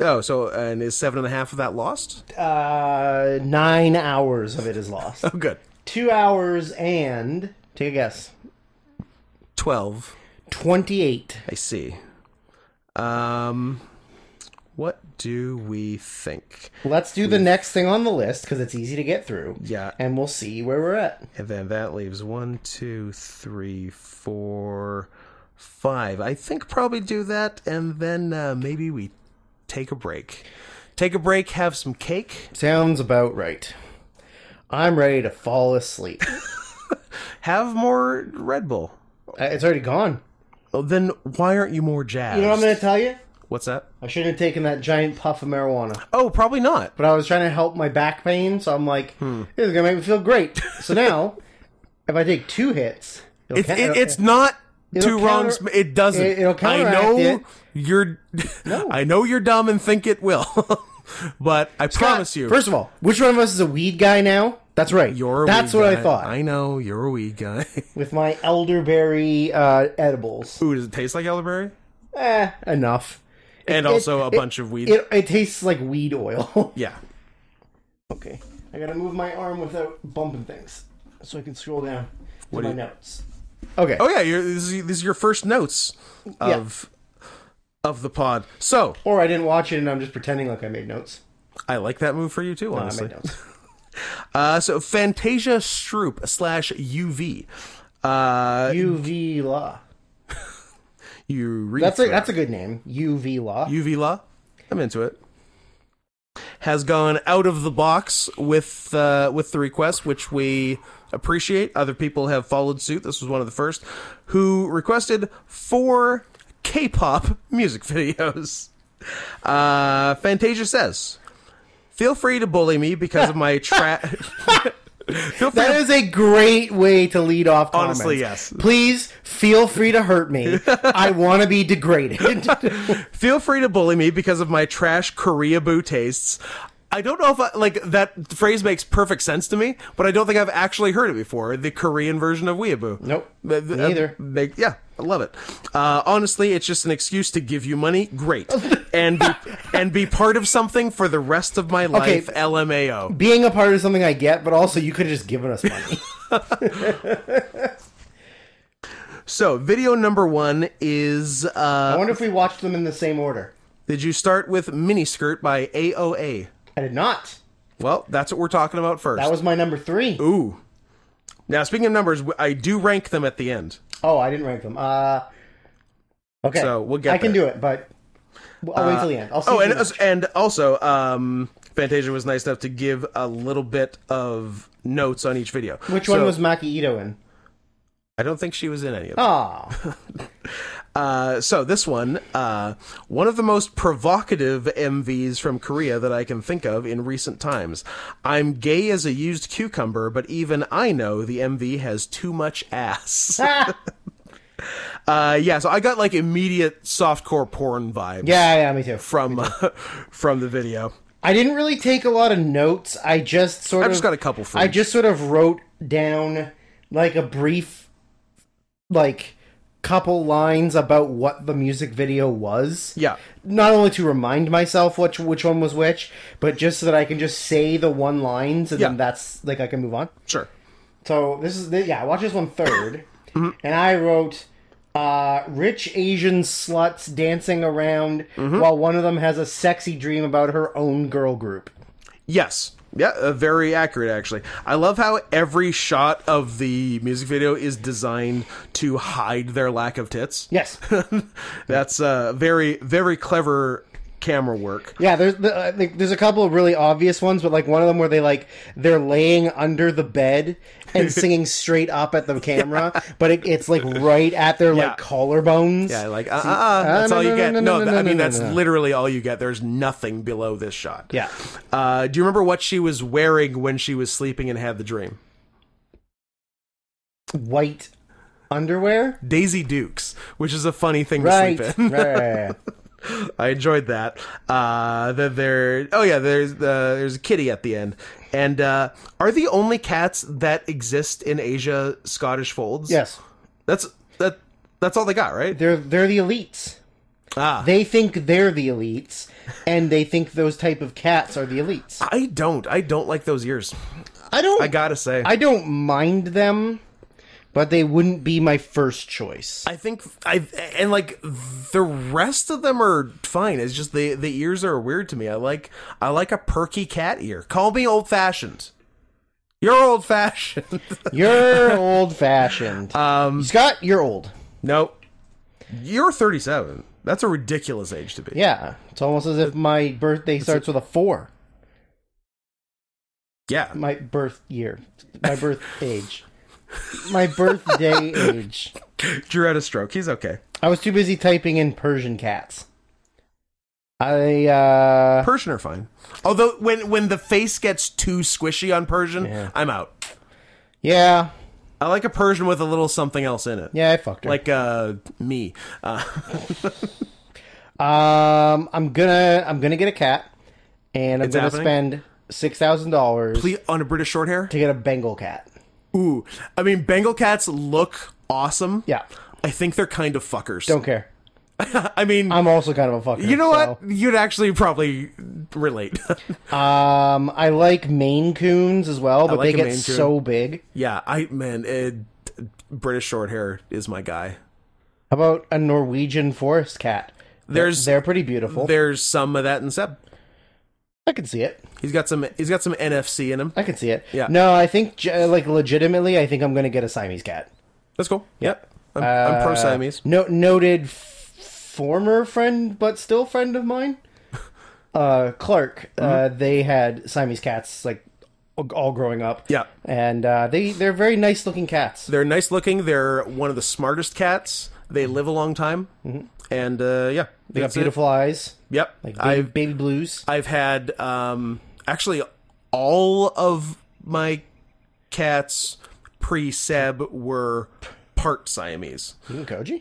Speaker 1: Oh, so and is seven and a half of that lost?
Speaker 2: Uh, nine hours of it is lost.
Speaker 1: Oh, good.
Speaker 2: Two hours and take a guess.
Speaker 1: Twelve.
Speaker 2: 28.
Speaker 1: I see. Um, what do we think?
Speaker 2: Let's do the next thing on the list because it's easy to get through.
Speaker 1: Yeah.
Speaker 2: And we'll see where we're at.
Speaker 1: And then that leaves one, two, three, four, five. I think probably do that, and then uh, maybe we take a break. Take a break, have some cake,
Speaker 2: Sounds about right. I'm ready to fall asleep.
Speaker 1: have more Red Bull.
Speaker 2: Uh, it's already gone.
Speaker 1: Oh, Then why aren't you more jazzed?
Speaker 2: You know what I'm going to tell you?
Speaker 1: What's that?
Speaker 2: I shouldn't have taken that giant puff of marijuana.
Speaker 1: Oh, probably not.
Speaker 2: But I was trying to help my back pain, so I'm like,
Speaker 1: Hmm.
Speaker 2: this is going to make me feel great. So now, if I take two hits, it'll
Speaker 1: It's
Speaker 2: ca-
Speaker 1: it,
Speaker 2: it'll-
Speaker 1: it's not
Speaker 2: it'll
Speaker 1: two
Speaker 2: counter-
Speaker 1: wrongs. It doesn't.
Speaker 2: it- it'll
Speaker 1: I
Speaker 2: counteract
Speaker 1: know
Speaker 2: it.
Speaker 1: you're. I know you're dumb and think it will, but I promise you.
Speaker 2: First of all, which one of us is a weed guy now? That's right.
Speaker 1: you're a
Speaker 2: That's
Speaker 1: weed
Speaker 2: what
Speaker 1: guy.
Speaker 2: I thought.
Speaker 1: I know you're a weed guy.
Speaker 2: With my elderberry uh, edibles.
Speaker 1: Ooh, does it taste like elderberry?
Speaker 2: Eh, enough.
Speaker 1: And
Speaker 2: It-
Speaker 1: also a
Speaker 2: it-
Speaker 1: bunch of weed.
Speaker 2: It, it tastes like weed oil.
Speaker 1: yeah.
Speaker 2: okay. I gotta move my arm without bumping things so I can scroll down to my
Speaker 1: do you-
Speaker 2: notes. Okay.
Speaker 1: Oh yeah. You're, this, is, this is your first notes of of the pod. So
Speaker 2: Or I didn't watch it and I'm just pretending like I made notes.
Speaker 1: I like that move for you too.
Speaker 2: I
Speaker 1: Honestly.
Speaker 2: made notes.
Speaker 1: uh, so Fantasia Stroop slash UV. Uh,
Speaker 2: UV Law.
Speaker 1: you read.
Speaker 2: That's a
Speaker 1: through.
Speaker 2: that's a good name. UV Law.
Speaker 1: UV Law. I'm into it. Has gone out of the box with uh, with the request, which we appreciate. Other people have followed suit. This was one of the first who requested four K-pop music videos. Uh, Fantasia says, "Feel free to bully me because of my tra Feel free
Speaker 2: That
Speaker 1: to
Speaker 2: is a great way to lead off. Comments.
Speaker 1: Honestly, yes.
Speaker 2: Please feel free to hurt me. I want to be degraded.
Speaker 1: Feel free to bully me because of my trash Korea boo tastes. I don't know if I, like that phrase makes perfect sense to me, but I don't think I've actually heard it before. The Korean version of weeaboo.
Speaker 2: Nope.
Speaker 1: Th- th-
Speaker 2: Me either.
Speaker 1: make- yeah, I love it. Uh, honestly, it's just an excuse to give you money. Great, and be, and be part of something for the rest of my life. LMAO.
Speaker 2: Being a part of something I get, but also you could have just given us money.
Speaker 1: So, video number one is.
Speaker 2: I
Speaker 1: Uh,
Speaker 2: wonder if we watched them in the same order.
Speaker 1: did you start with Miniskirt by AOA?
Speaker 2: I did not.
Speaker 1: Well, that's what we're talking about first.
Speaker 2: That was my number three.
Speaker 1: Ooh. Now, speaking of numbers, w- I do rank them at the end.
Speaker 2: Oh, I didn't rank them. Uh, okay.
Speaker 1: So, we'll get
Speaker 2: I can
Speaker 1: there.
Speaker 2: do it, but I'll wait till the end. I'll see
Speaker 1: Oh, and
Speaker 2: you later.
Speaker 1: and also, um, Fantasia was nice enough to give a little bit of notes on each video.
Speaker 2: which
Speaker 1: So,
Speaker 2: one was Maki Ito in?
Speaker 1: I don't think she was in any of them.
Speaker 2: Oh,
Speaker 1: Uh, so this one, uh, one of the most provocative MVs from Korea that I can think of in recent times. I'm gay as a used cucumber, but even I know the MV has too much ass. uh, yeah, so I got like immediate softcore porn vibes.
Speaker 2: yeah, yeah, me too.
Speaker 1: from uh, from the video.
Speaker 2: I didn't really take a lot of notes. I just sort
Speaker 1: I've
Speaker 2: of
Speaker 1: just got a couple for
Speaker 2: I
Speaker 1: you.
Speaker 2: just sort of wrote down like a brief like couple lines about what the music video was.
Speaker 1: Yeah.
Speaker 2: Not only to remind myself which which one was which, but just so that I can just say the one lines and
Speaker 1: Yeah.
Speaker 2: then that's like I can move on.
Speaker 1: Sure.
Speaker 2: So this is yeah, I watched this one third,
Speaker 1: Mm-hmm.
Speaker 2: and I wrote uh, rich Asian sluts dancing around
Speaker 1: Mm-hmm.
Speaker 2: while one of them has a sexy dream about her own girl group.
Speaker 1: Yes. Yeah, uh, very accurate actually. I love how every shot of the music video is designed to hide their lack of tits.
Speaker 2: Yes,
Speaker 1: That's uh, very very clever camera work.
Speaker 2: yeah. There's the, uh, like, there's a couple of really obvious ones, but like one of them where they like they're laying under the bed and singing straight up at the camera, but it, it's like right at their like
Speaker 1: Yeah.
Speaker 2: collarbones.
Speaker 1: Yeah, like uh, uh, uh, that's
Speaker 2: no,
Speaker 1: all you
Speaker 2: no,
Speaker 1: get. No,
Speaker 2: no, no, no,
Speaker 1: th-
Speaker 2: no,
Speaker 1: I mean
Speaker 2: no,
Speaker 1: that's
Speaker 2: no, no.
Speaker 1: literally all you get. There's nothing below this shot.
Speaker 2: Yeah.
Speaker 1: Uh, do you remember what she was wearing when she was sleeping and had the dream?
Speaker 2: white underwear.
Speaker 1: Daisy Dukes, which is a funny thing
Speaker 2: Right,
Speaker 1: to sleep in.
Speaker 2: right, right, right.
Speaker 1: I enjoyed that. Uh, that there. Oh yeah, there's uh, there's a kitty at the end, and uh, are the only cats that exist in Asia Scottish folds?
Speaker 2: Yes,
Speaker 1: that's that. That's all they got, right?
Speaker 2: they're they're the elites.
Speaker 1: Ah,
Speaker 2: they think they're the elites and they think those type of cats are the elites
Speaker 1: I don't. I don't like those ears.
Speaker 2: i don't
Speaker 1: I gotta say,
Speaker 2: I don't mind them but they wouldn't be my first choice.
Speaker 1: I think I and like the rest of them are fine. It's just the the ears are weird to me. I like I like a perky cat ear. Call me old fashioned. You're old fashioned.
Speaker 2: You're old fashioned. Um, Scott, you're old.
Speaker 1: nope. You're 37. That's a ridiculous age to be.
Speaker 2: Yeah, it's almost as if my birthday starts with a four.
Speaker 1: Yeah.
Speaker 2: My birth year, my birth age, my birthday age.
Speaker 1: Drew had a stroke. He's okay.
Speaker 2: I was too busy typing in Persian cats. I uh
Speaker 1: Persian are fine. Although when when the face gets too squishy on Persian,
Speaker 2: Yeah.
Speaker 1: I'm out.
Speaker 2: yeah
Speaker 1: I like a Persian with a little something else in it.
Speaker 2: yeah I fucked her.
Speaker 1: Like uh me. Uh,
Speaker 2: um I'm gonna I'm gonna get a cat, and I'm
Speaker 1: It's
Speaker 2: gonna
Speaker 1: happening?
Speaker 2: spend six thousand dollars to
Speaker 1: ple- on a British short hair.
Speaker 2: get a Bengal cat.
Speaker 1: Ooh, I mean, Bengal cats look awesome.
Speaker 2: Yeah,
Speaker 1: I think they're kind of fuckers.
Speaker 2: don't care.
Speaker 1: I mean,
Speaker 2: I'm also kind of a fucker.
Speaker 1: you know
Speaker 2: so.
Speaker 1: what? You'd actually probably relate.
Speaker 2: Um, I like Maine Coons as well, but
Speaker 1: like a
Speaker 2: they get
Speaker 1: Maine Coon.
Speaker 2: so big.
Speaker 1: yeah, I man, eh, British short hair is my guy.
Speaker 2: How about a Norwegian forest cat? They're-
Speaker 1: There's-
Speaker 2: they're, pretty beautiful.
Speaker 1: There's some of that in Seb.
Speaker 2: I can see it.
Speaker 1: He's got some. He's got some NFC in him.
Speaker 2: I can see it.
Speaker 1: Yeah.
Speaker 2: No, I think ge- like legitimately, I think I'm gonna get a Siamese cat.
Speaker 1: That's cool. Yep. I'm, I'm
Speaker 2: Uh,
Speaker 1: pro Siamese.
Speaker 2: No, noted f- former friend, but still friend of mine, uh, Clark. Uh,
Speaker 1: Mm-hmm.
Speaker 2: they had Siamese cats like all growing up.
Speaker 1: Yeah.
Speaker 2: and uh, they they're very nice looking cats.
Speaker 1: They're nice looking. They're one of the smartest cats. They live a long time. And uh, yeah,
Speaker 2: Mm-hmm. They got
Speaker 1: that's it.
Speaker 2: beautiful eyes,
Speaker 1: Yep.
Speaker 2: like baby,
Speaker 1: I've
Speaker 2: baby blues.
Speaker 1: I've had um, actually all of my cats pre Seb were part Siamese.
Speaker 2: You and Koji.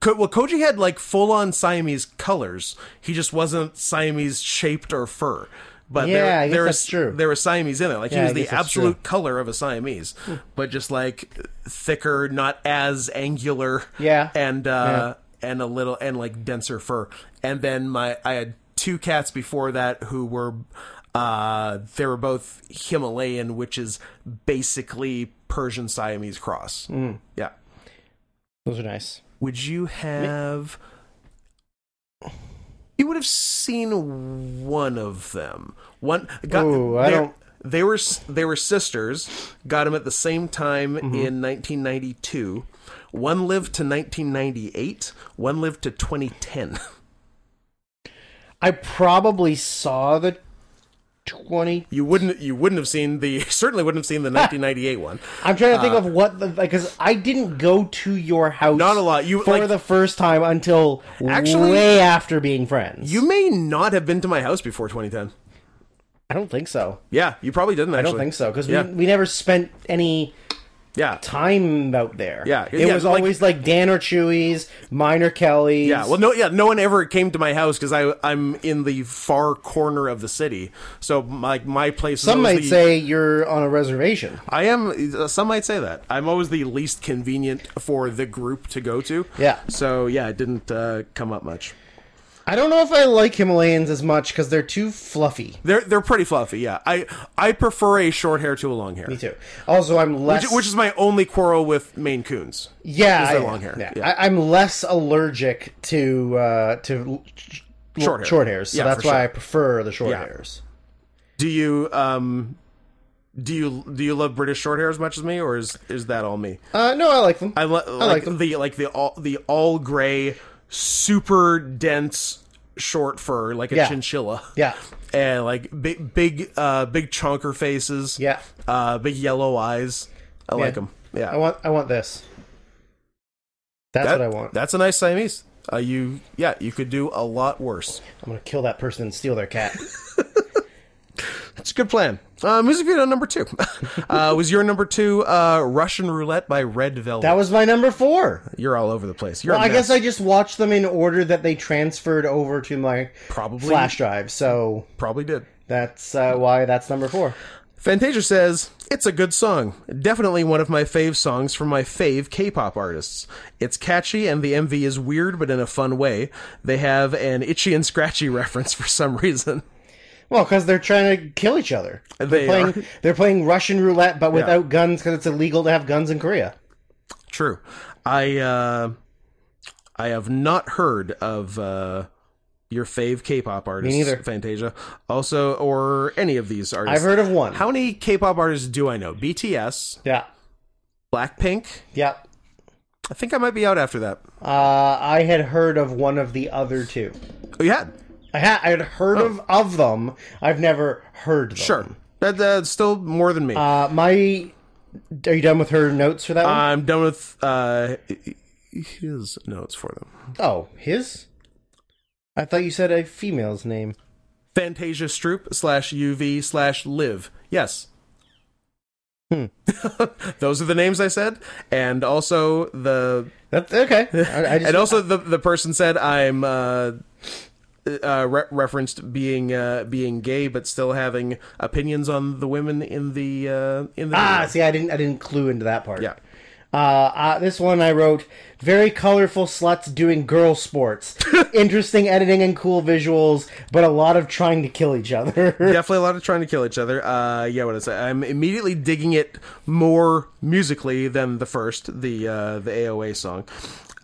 Speaker 1: Ko- well, Koji had like full on Siamese colors. He just wasn't Siamese shaped or fur. But
Speaker 2: Yeah,
Speaker 1: there,
Speaker 2: I guess
Speaker 1: there
Speaker 2: that's
Speaker 1: was
Speaker 2: true.
Speaker 1: there was Siamese in it. Like
Speaker 2: Yeah, I
Speaker 1: he was
Speaker 2: guess
Speaker 1: the
Speaker 2: that's
Speaker 1: absolute color of a Siamese, but just like thicker, not as angular.
Speaker 2: Yeah.
Speaker 1: and uh, and a little and like denser fur. And then my I had two cats before that who were uh they were both Himalayan, which is basically Persian Siamese cross.
Speaker 2: Hmm.
Speaker 1: Yeah.
Speaker 2: Those are nice.
Speaker 1: Would you have? You would have seen one of them. One got.
Speaker 2: Ooh, I
Speaker 1: they're-
Speaker 2: don't-
Speaker 1: They were s- they were sisters. Got them at the same time
Speaker 2: Mm-hmm.
Speaker 1: in 1992. One lived to 1998. One lived to 2010.
Speaker 2: I probably saw the 20.
Speaker 1: You wouldn't you wouldn't have seen the certainly wouldn't have seen the 1998 one.
Speaker 2: I'm trying to think of what the because I didn't go to your house.
Speaker 1: Uh, Not a lot. You-
Speaker 2: for
Speaker 1: like-
Speaker 2: the first time until
Speaker 1: Actually-
Speaker 2: way after being friends.
Speaker 1: You may not have been to my house before 2010.
Speaker 2: I don't think so.
Speaker 1: Yeah, you probably didn't. Actually.
Speaker 2: I don't think so because
Speaker 1: Yeah.
Speaker 2: we, we never spent any
Speaker 1: Yeah.
Speaker 2: time out there.
Speaker 1: Yeah,
Speaker 2: it
Speaker 1: yeah,
Speaker 2: was
Speaker 1: like-
Speaker 2: always like Dan or Chewy's, mine or Kelly's.
Speaker 1: Yeah, well, no, yeah, no one ever came to my house because I I'm in the far corner of the city, so my my place. is
Speaker 2: some
Speaker 1: always
Speaker 2: might
Speaker 1: the-
Speaker 2: say you're on a reservation.
Speaker 1: I am. uh, Some might say that I'm always the least convenient for the group to go to.
Speaker 2: Yeah.
Speaker 1: So yeah, it didn't uh, come up much.
Speaker 2: I don't know if I like Himalayans as much because they're too fluffy.
Speaker 1: They're they're pretty fluffy. Yeah, I I prefer a short hair to a long hair,
Speaker 2: Me too. Also, I'm less.
Speaker 1: which, which is my only quarrel with Maine Coons.
Speaker 2: Yeah,
Speaker 1: Is the
Speaker 2: I-
Speaker 1: long hair.
Speaker 2: yeah.
Speaker 1: Yeah.
Speaker 2: I, I'm less allergic to uh, to l-
Speaker 1: Short hair.
Speaker 2: short hairs, so
Speaker 1: Yeah,
Speaker 2: that's
Speaker 1: for
Speaker 2: why
Speaker 1: sure.
Speaker 2: I prefer the short
Speaker 1: Yeah.
Speaker 2: hairs.
Speaker 1: Do you um do you do you love British short hair as much as me, or is is that all me?
Speaker 2: Uh, no, I like them.
Speaker 1: I, lo- like,
Speaker 2: like them.
Speaker 1: the like the all the all gray, super dense short fur, like a
Speaker 2: Yeah.
Speaker 1: chinchilla.
Speaker 2: Yeah.
Speaker 1: and like big big uh big chonker faces.
Speaker 2: Yeah.
Speaker 1: uh, big yellow eyes. I like 'em. like
Speaker 2: Yeah.
Speaker 1: them. Yeah,
Speaker 2: I want I want this. That's
Speaker 1: That-
Speaker 2: what I want.
Speaker 1: That's a nice Siamese. Uh, you yeah, you could do a lot worse.
Speaker 2: I'm gonna kill that person and steal their cat.
Speaker 1: It's a good plan. Uh, music video number two uh, was your number two. Uh, Russian Roulette by Red Velvet.
Speaker 2: that was my number four.
Speaker 1: You're all over the place. You're
Speaker 2: Well,
Speaker 1: a
Speaker 2: I guess
Speaker 1: mess.
Speaker 2: I just watched them in order that they transferred over to my
Speaker 1: Probably.
Speaker 2: flash drive, so
Speaker 1: probably did.
Speaker 2: that's uh, why that's number four.
Speaker 1: Fantasia says, It's a good song. Definitely one of my fave songs from my fave K pop artists. It's catchy and the MV is weird but in a fun way. They have an itchy and scratchy reference for some reason.
Speaker 2: Well, because they're trying to kill each other. They're
Speaker 1: They
Speaker 2: playing. They're playing Russian roulette, but without guns because it's illegal to have guns in Korea.
Speaker 1: true. I uh, I have not heard of uh, your fave K-pop artist,
Speaker 2: neither.
Speaker 1: Fantasia. Also, or any of these artists.
Speaker 2: I've heard of one.
Speaker 1: How many K-pop artists do I know? BTS,
Speaker 2: Yeah.
Speaker 1: Blackpink.
Speaker 2: Yeah.
Speaker 1: I think I might be out after that.
Speaker 2: Uh, I had heard of one of the other two.
Speaker 1: Oh, you had
Speaker 2: I had I had heard of of them. I've never heard them.
Speaker 1: Oh. sure. That, that's still more than me.
Speaker 2: Uh, my. Are you done with her notes for that one?
Speaker 1: I'm done with uh, his notes for them.
Speaker 2: oh, his. I thought you said a female's name.
Speaker 1: Fantasia Stroop slash UV slash Live. Yes. Those are the names I said, and also the
Speaker 2: That's okay. I, I just,
Speaker 1: and also the the person said I'm uh, uh, re- referenced being uh, being gay, but still having opinions on the women in the uh, in the
Speaker 2: ah,
Speaker 1: video.
Speaker 2: see, I didn't I didn't clue into that part.
Speaker 1: yeah.
Speaker 2: Uh, uh, this one I wrote very colorful sluts doing girl sports, interesting editing and cool visuals, but a lot of trying to kill each other.
Speaker 1: Definitely a lot of trying to kill each other. Uh, yeah, what I say? I'm immediately digging it more musically than the first, the uh, the AOA song.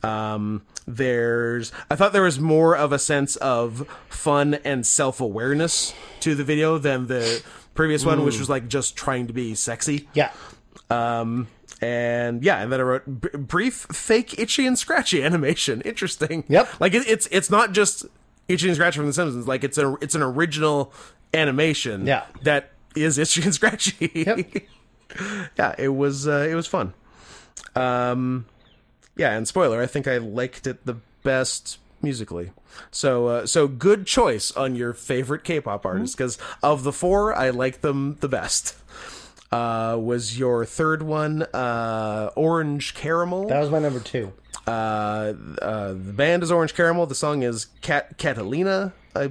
Speaker 1: Um, there's, I thought there was more of a sense of fun and self awareness to the video than the previous one, which was like just trying to be sexy.
Speaker 2: yeah,
Speaker 1: Um, and yeah, and then I wrote b- brief, fake, itchy and scratchy animation. Interesting.
Speaker 2: Yep.
Speaker 1: Like it, it's it's not just itchy and scratchy from The Simpsons. Like it's a it's an original animation.
Speaker 2: Yeah.
Speaker 1: That is itchy and scratchy.
Speaker 2: Yep.
Speaker 1: yeah, it was uh, it was fun. Um, yeah, and spoiler, I think I liked it the best musically. So uh, so good choice on your favorite K-pop artist because of the four, I like them the best. Uh, was your third one uh, Orange Caramel?
Speaker 2: that was my number two.
Speaker 1: uh, uh, the band is Orange Caramel. The song is Cat Catalina. I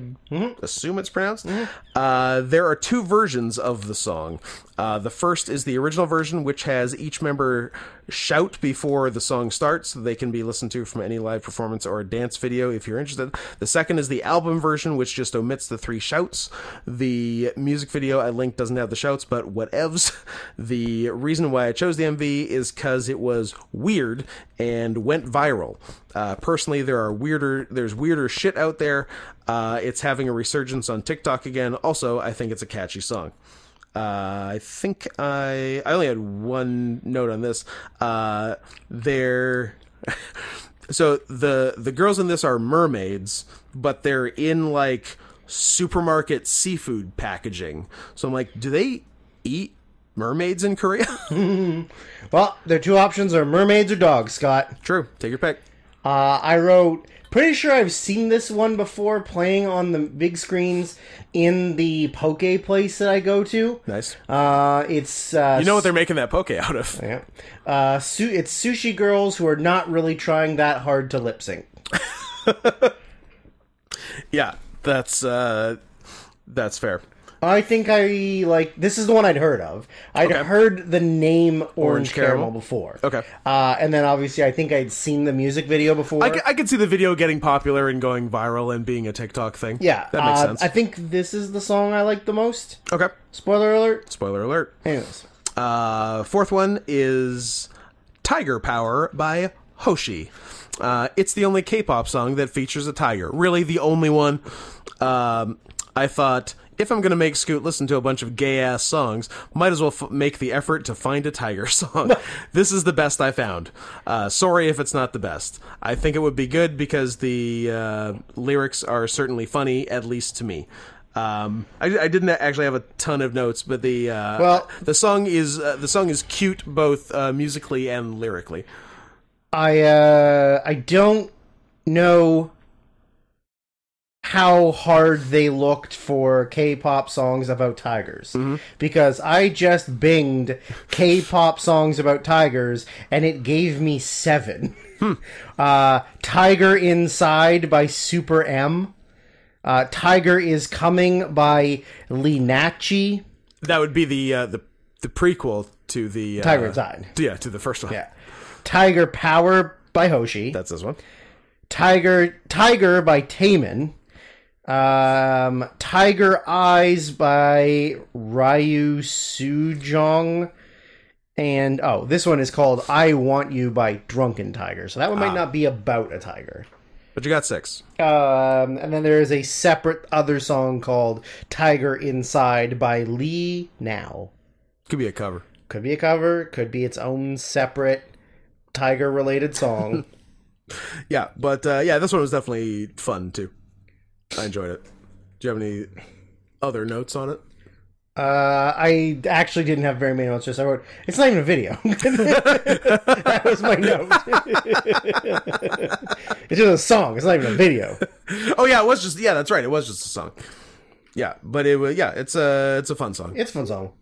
Speaker 1: assume it's pronounced. Uh, there are two versions of the song. Uh, the first is the original version, which has each member shout before the song starts, so they can be listened to from any live performance or dance video if you're interested. The second is the album version, which just omits the three shouts. The music video I linked doesn't have the shouts, but whatevs. The reason why I chose the MV is because it was weird and went viral. Uh, personally, there are weirder. There's weirder shit out there. Uh, it's having a resurgence on TikTok again. Also, I think it's a catchy song. Uh, I think I I only had one note on this. Uh, they're so the the girls in this are mermaids, but they're in like supermarket seafood packaging. So I'm like, do they eat mermaids in Korea?
Speaker 2: Well, their two options are mermaids or dogs, Scott.
Speaker 1: True. Take your pick.
Speaker 2: Uh, I wrote, pretty sure I've seen this one before playing on the big screens in the poke place that I go to.
Speaker 1: Nice.
Speaker 2: Uh, it's uh,
Speaker 1: You know what they're making that poke out of?
Speaker 2: yeah. Uh, su- it's sushi girls who are not really trying that hard to lip sync.
Speaker 1: Yeah, that's uh that's fair.
Speaker 2: I think I like this is the one I'd heard of. I'd
Speaker 1: Okay.
Speaker 2: heard the name Orange, Caramel.
Speaker 1: Caramel.
Speaker 2: before.
Speaker 1: Okay.
Speaker 2: uh, and then obviously I think I'd seen the music video before.
Speaker 1: I, c- I could see the video getting popular and going viral and being a TikTok thing.
Speaker 2: yeah,
Speaker 1: that makes
Speaker 2: uh,
Speaker 1: sense.
Speaker 2: I think this is the song I like the most.
Speaker 1: okay,
Speaker 2: Spoiler alert.
Speaker 1: spoiler alert.
Speaker 2: Anyways.
Speaker 1: Uh, fourth one is Tiger Power by Hoshi. Uh, it's the only K-pop song that features a tiger. Really, the only one. Um, I thought if I'm gonna make Scoot listen to a bunch of gay ass songs, might as well f- make the effort to find a tiger song. this is the best I found. Uh, sorry if it's not the best. I think it would be good because the uh, lyrics are certainly funny, at least to me. Um, I, I didn't actually have a ton of notes, but the uh,
Speaker 2: Well-
Speaker 1: the song is uh, the song is cute both uh, musically and lyrically.
Speaker 2: I uh I don't know how hard they looked for K-pop songs about tigers because I just binged K-pop songs about tigers and it gave me 7. Uh Tiger Inside by Super M. Uh Tiger is Coming by Linachi.
Speaker 1: That would be the uh, the the prequel to the uh,
Speaker 2: Tiger Inside.
Speaker 1: Yeah, to the first one.
Speaker 2: Yeah. Tiger Power by Hoshi.
Speaker 1: that's this one.
Speaker 2: Tiger Tiger by Taman. Um, Tiger Eyes by Ryu Sujong. And oh, this one is called I Want You by Drunken Tiger. So that one might not be about a tiger.
Speaker 1: But you got six.
Speaker 2: Um, and then there is a separate other song called Tiger Inside by Lee Now.
Speaker 1: Could be a cover.
Speaker 2: Could be a cover, could be its own separate tiger related song.
Speaker 1: Yeah, but uh, yeah, this one was definitely fun too. I enjoyed it. Do you have any other notes on it?
Speaker 2: Uh, I actually didn't have very many notes. Just I wrote, it's not even a video. that was my note. it's just a song. It's not even a video.
Speaker 1: Oh yeah, it was just yeah, that's right. It was just a song. Yeah, but it was yeah, it's a it's a fun song.
Speaker 2: It's a fun song.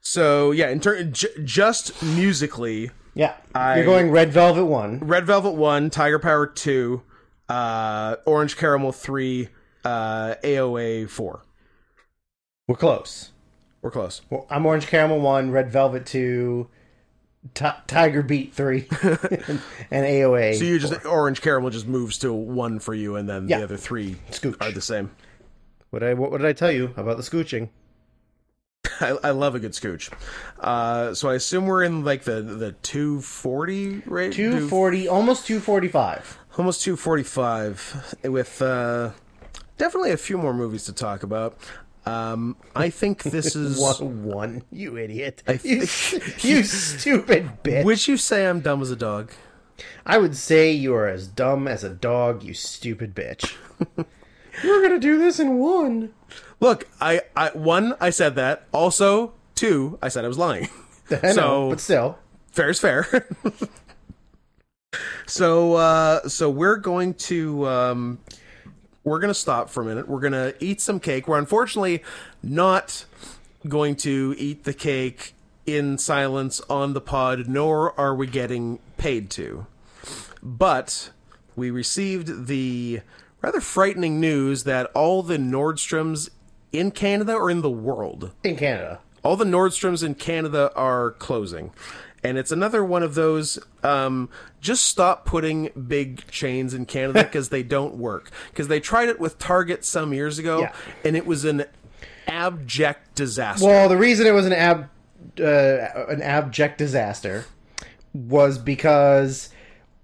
Speaker 1: So yeah, in turn, j- just musically,
Speaker 2: Yeah, you're going Red Velvet one.
Speaker 1: Red Velvet one, Tiger Power two, uh, Orange Caramel three, uh, AOA four.
Speaker 2: We're close.
Speaker 1: We're close.
Speaker 2: Well, I'm Orange Caramel one, Red Velvet two, Ti Tiger Beat three, and AOA.
Speaker 1: So you just Orange Caramel just moves to one for you, and then
Speaker 2: Yeah.
Speaker 1: the other three
Speaker 2: Scooch.
Speaker 1: are the same.
Speaker 2: what I what did I tell you about the scooching?
Speaker 1: I, I love a good scooch. Uh, so I assume we're in like the the two forty rate,
Speaker 2: Two forty, almost two forty five.
Speaker 1: almost two forty five, with uh, definitely a few more movies to talk about. Um, I think this is.
Speaker 2: One, one. You idiot. you,
Speaker 1: think-
Speaker 2: you stupid bitch.
Speaker 1: Would you say I'm dumb as a dog?
Speaker 2: I would say you are as dumb as a dog, you stupid bitch. We're gonna do this in one.
Speaker 1: Look, I, I one, I said that. Also, two, I said I was lying.
Speaker 2: I know,
Speaker 1: So-
Speaker 2: but still,
Speaker 1: fair is fair. so uh, so we're going to um, we're gonna stop for a minute. We're gonna eat some cake. We're unfortunately not going to eat the cake in silence on the pod, nor are we getting paid to. But we received the rather frightening news that all the Nordstroms in Canada or in the world
Speaker 2: in Canada.
Speaker 1: all the Nordstroms in Canada are closing. And it's another one of those um, just stop putting big chains in Canada because they don't work. Because they tried it with Target some years ago,
Speaker 2: Yeah.
Speaker 1: and it was an abject disaster.
Speaker 2: Well, the reason it was an ab uh, an abject disaster was because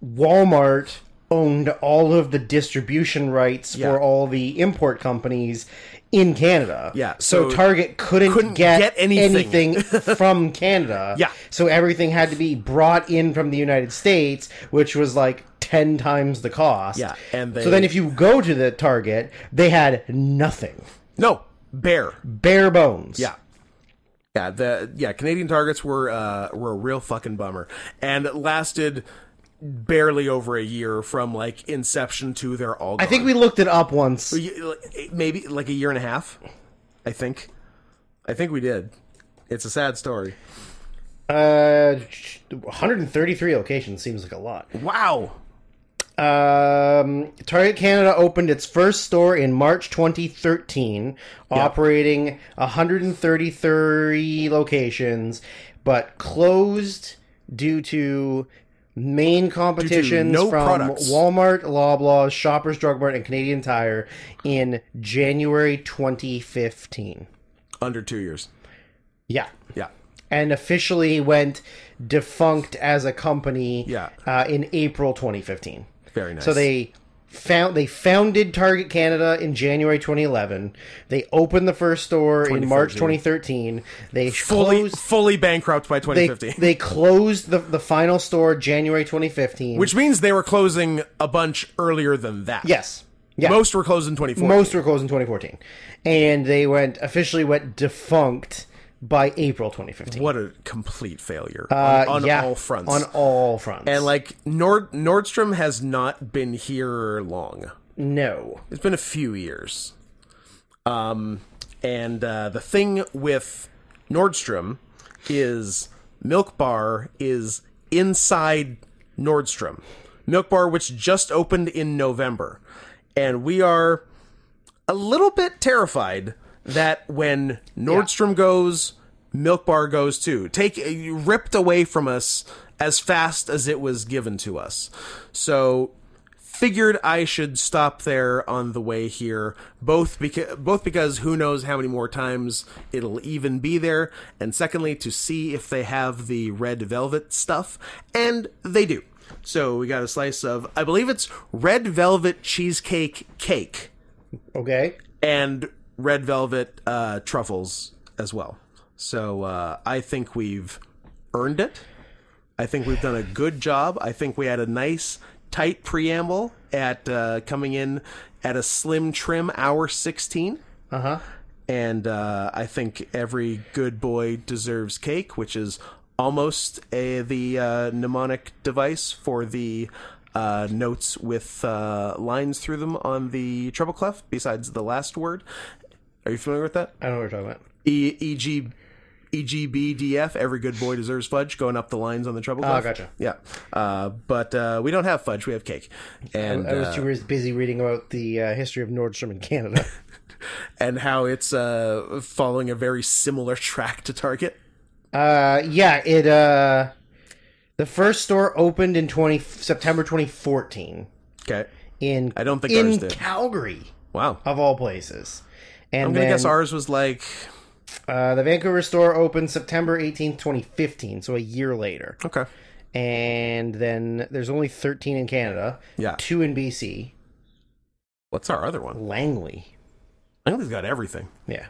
Speaker 2: Walmart owned all of the distribution rights
Speaker 1: Yeah.
Speaker 2: for all the import companies in Canada.
Speaker 1: Yeah,
Speaker 2: So,
Speaker 1: so
Speaker 2: Target couldn't,
Speaker 1: couldn't
Speaker 2: get,
Speaker 1: get anything.
Speaker 2: anything from Canada.
Speaker 1: Yeah.
Speaker 2: So everything had to be brought in from the United States, which was like 10 times the cost.
Speaker 1: Yeah, and they-
Speaker 2: So then if you go to the Target, they had nothing.
Speaker 1: no, bear.
Speaker 2: Bare bones.
Speaker 1: Yeah. Yeah, the yeah, Canadian targets were uh, were a real fucking bummer, and it lasted barely over a year from like inception to they're all. Gone.
Speaker 2: I think we looked it up once.
Speaker 1: maybe like a year and a half. I think, I think we did. It's a sad story.
Speaker 2: Uh, 133 locations seems like a lot.
Speaker 1: Wow.
Speaker 2: Um, Target Canada opened its first store in March 2013, operating 133 locations, but closed due to main competitions
Speaker 1: no
Speaker 2: from
Speaker 1: products.
Speaker 2: Walmart, Loblaws, Shoppers Drug Mart, and Canadian Tire in January 2015.
Speaker 1: Under two years.
Speaker 2: Yeah.
Speaker 1: Yeah.
Speaker 2: and officially went defunct as a company
Speaker 1: Yeah.
Speaker 2: uh, in April 2015.
Speaker 1: Very nice.
Speaker 2: So they found they founded Target Canada in January 2011. They opened the first store in March 2013. They
Speaker 1: fully
Speaker 2: closed
Speaker 1: fully bankrupt by
Speaker 2: they,
Speaker 1: 2050,
Speaker 2: they closed the, the final store January 2015.
Speaker 1: which means they were closing a bunch earlier than that.
Speaker 2: yes. Yeah.
Speaker 1: Most were closed in 2014.
Speaker 2: most were closed in 2014. And they went officially went defunct by April 2015.
Speaker 1: What a complete failure
Speaker 2: Uh,
Speaker 1: on, on
Speaker 2: yeah,
Speaker 1: all fronts.
Speaker 2: On all fronts.
Speaker 1: and like Nord Nordstrom has not been here long.
Speaker 2: no.
Speaker 1: it's been a few years. Um, and uh, the thing with Nordstrom is Milk Bar is inside Nordstrom. Milk Bar, which just opened in November. And we are a little bit terrified that when Nordstrom goes, Milk Bar goes too. Take ripped away from us as fast as it was given to us. So figured I should stop there on the way here, both because both because who knows how many more times it'll even be there, and secondly to see if they have the red velvet stuff, and they do. So we got a slice of I believe it's red velvet cheesecake cake
Speaker 2: Okay.
Speaker 1: and red velvet uh, truffles as well. So uh, I think we've earned it. I think we've done a good job. I think we had a nice tight preamble at uh, coming in at a slim trim hour sixteen. Uh huh. And uh, I think every good boy deserves cake, which is almost a, the uh, mnemonic device for the uh, notes with uh, lines through them on the treble clef, besides the last word. Are you familiar with that?
Speaker 2: I don't know what you're talking about.
Speaker 1: E- EG, EGBDF, every good boy deserves fudge, going up the lines on the treble clef.
Speaker 2: gotcha.
Speaker 1: Yeah. Uh, but uh, we don't have fudge, we have cake. And
Speaker 2: I was
Speaker 1: uh,
Speaker 2: too res- busy reading about the uh, history of Nordstrom in Canada.
Speaker 1: and how it's uh, following a very similar track to Target.
Speaker 2: uh, yeah, it. Uh, the first store opened in 20 September 2014
Speaker 1: Okay.
Speaker 2: in I
Speaker 1: don't think
Speaker 2: in
Speaker 1: ours did.
Speaker 2: Calgary
Speaker 1: Wow.
Speaker 2: of all places. And
Speaker 1: I'm going to
Speaker 2: then,
Speaker 1: guess ours was like,
Speaker 2: uh, the Vancouver store opened September 18th, 2015, so a year later.
Speaker 1: okay.
Speaker 2: And then there's only 13 in Canada.
Speaker 1: Yeah.
Speaker 2: Two in BC.
Speaker 1: What's our other one?
Speaker 2: Langley.
Speaker 1: I think we've got everything.
Speaker 2: Yeah.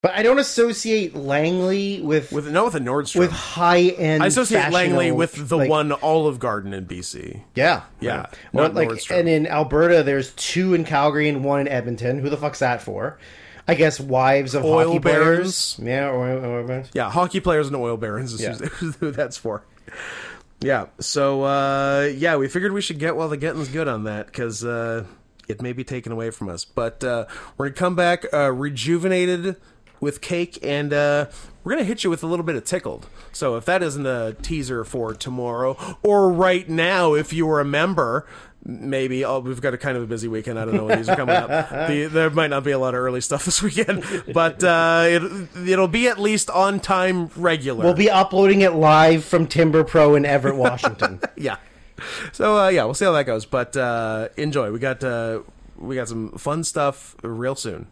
Speaker 2: But I don't associate Langley with with,
Speaker 1: With no with a Nordstrom.
Speaker 2: high end.
Speaker 1: I associate Langley with the one Olive Garden in BC.
Speaker 2: Yeah.
Speaker 1: Yeah,
Speaker 2: Or
Speaker 1: not
Speaker 2: like,
Speaker 1: Nordstrom.
Speaker 2: and in Alberta, there's two in Calgary and one in Edmonton. Who the fuck's that for? I guess wives of
Speaker 1: Oil
Speaker 2: hockey
Speaker 1: barons.
Speaker 2: players. Yeah, oil, oil barons.
Speaker 1: Yeah, hockey players and oil barons is who's- who's who that's for. Yeah. So uh, yeah, we figured we should get while the getting's good on that because uh, it may be taken away from us. But uh, we're gonna come back uh, rejuvenated with cake, and uh, we're gonna hit you with a little bit of tickled. So if that isn't a teaser for tomorrow or right now, if you were a member. Maybe oh, we've got a kind of a busy weekend. I don't know when these are coming up. The, there might not be a lot of early stuff this weekend, but uh, it, it'll be at least on time, regular.
Speaker 2: We'll be uploading it live from Timber Pro in Everett, Washington.
Speaker 1: yeah. So uh, yeah, we'll see how that goes. But uh, enjoy. We got uh, we got some fun stuff real soon.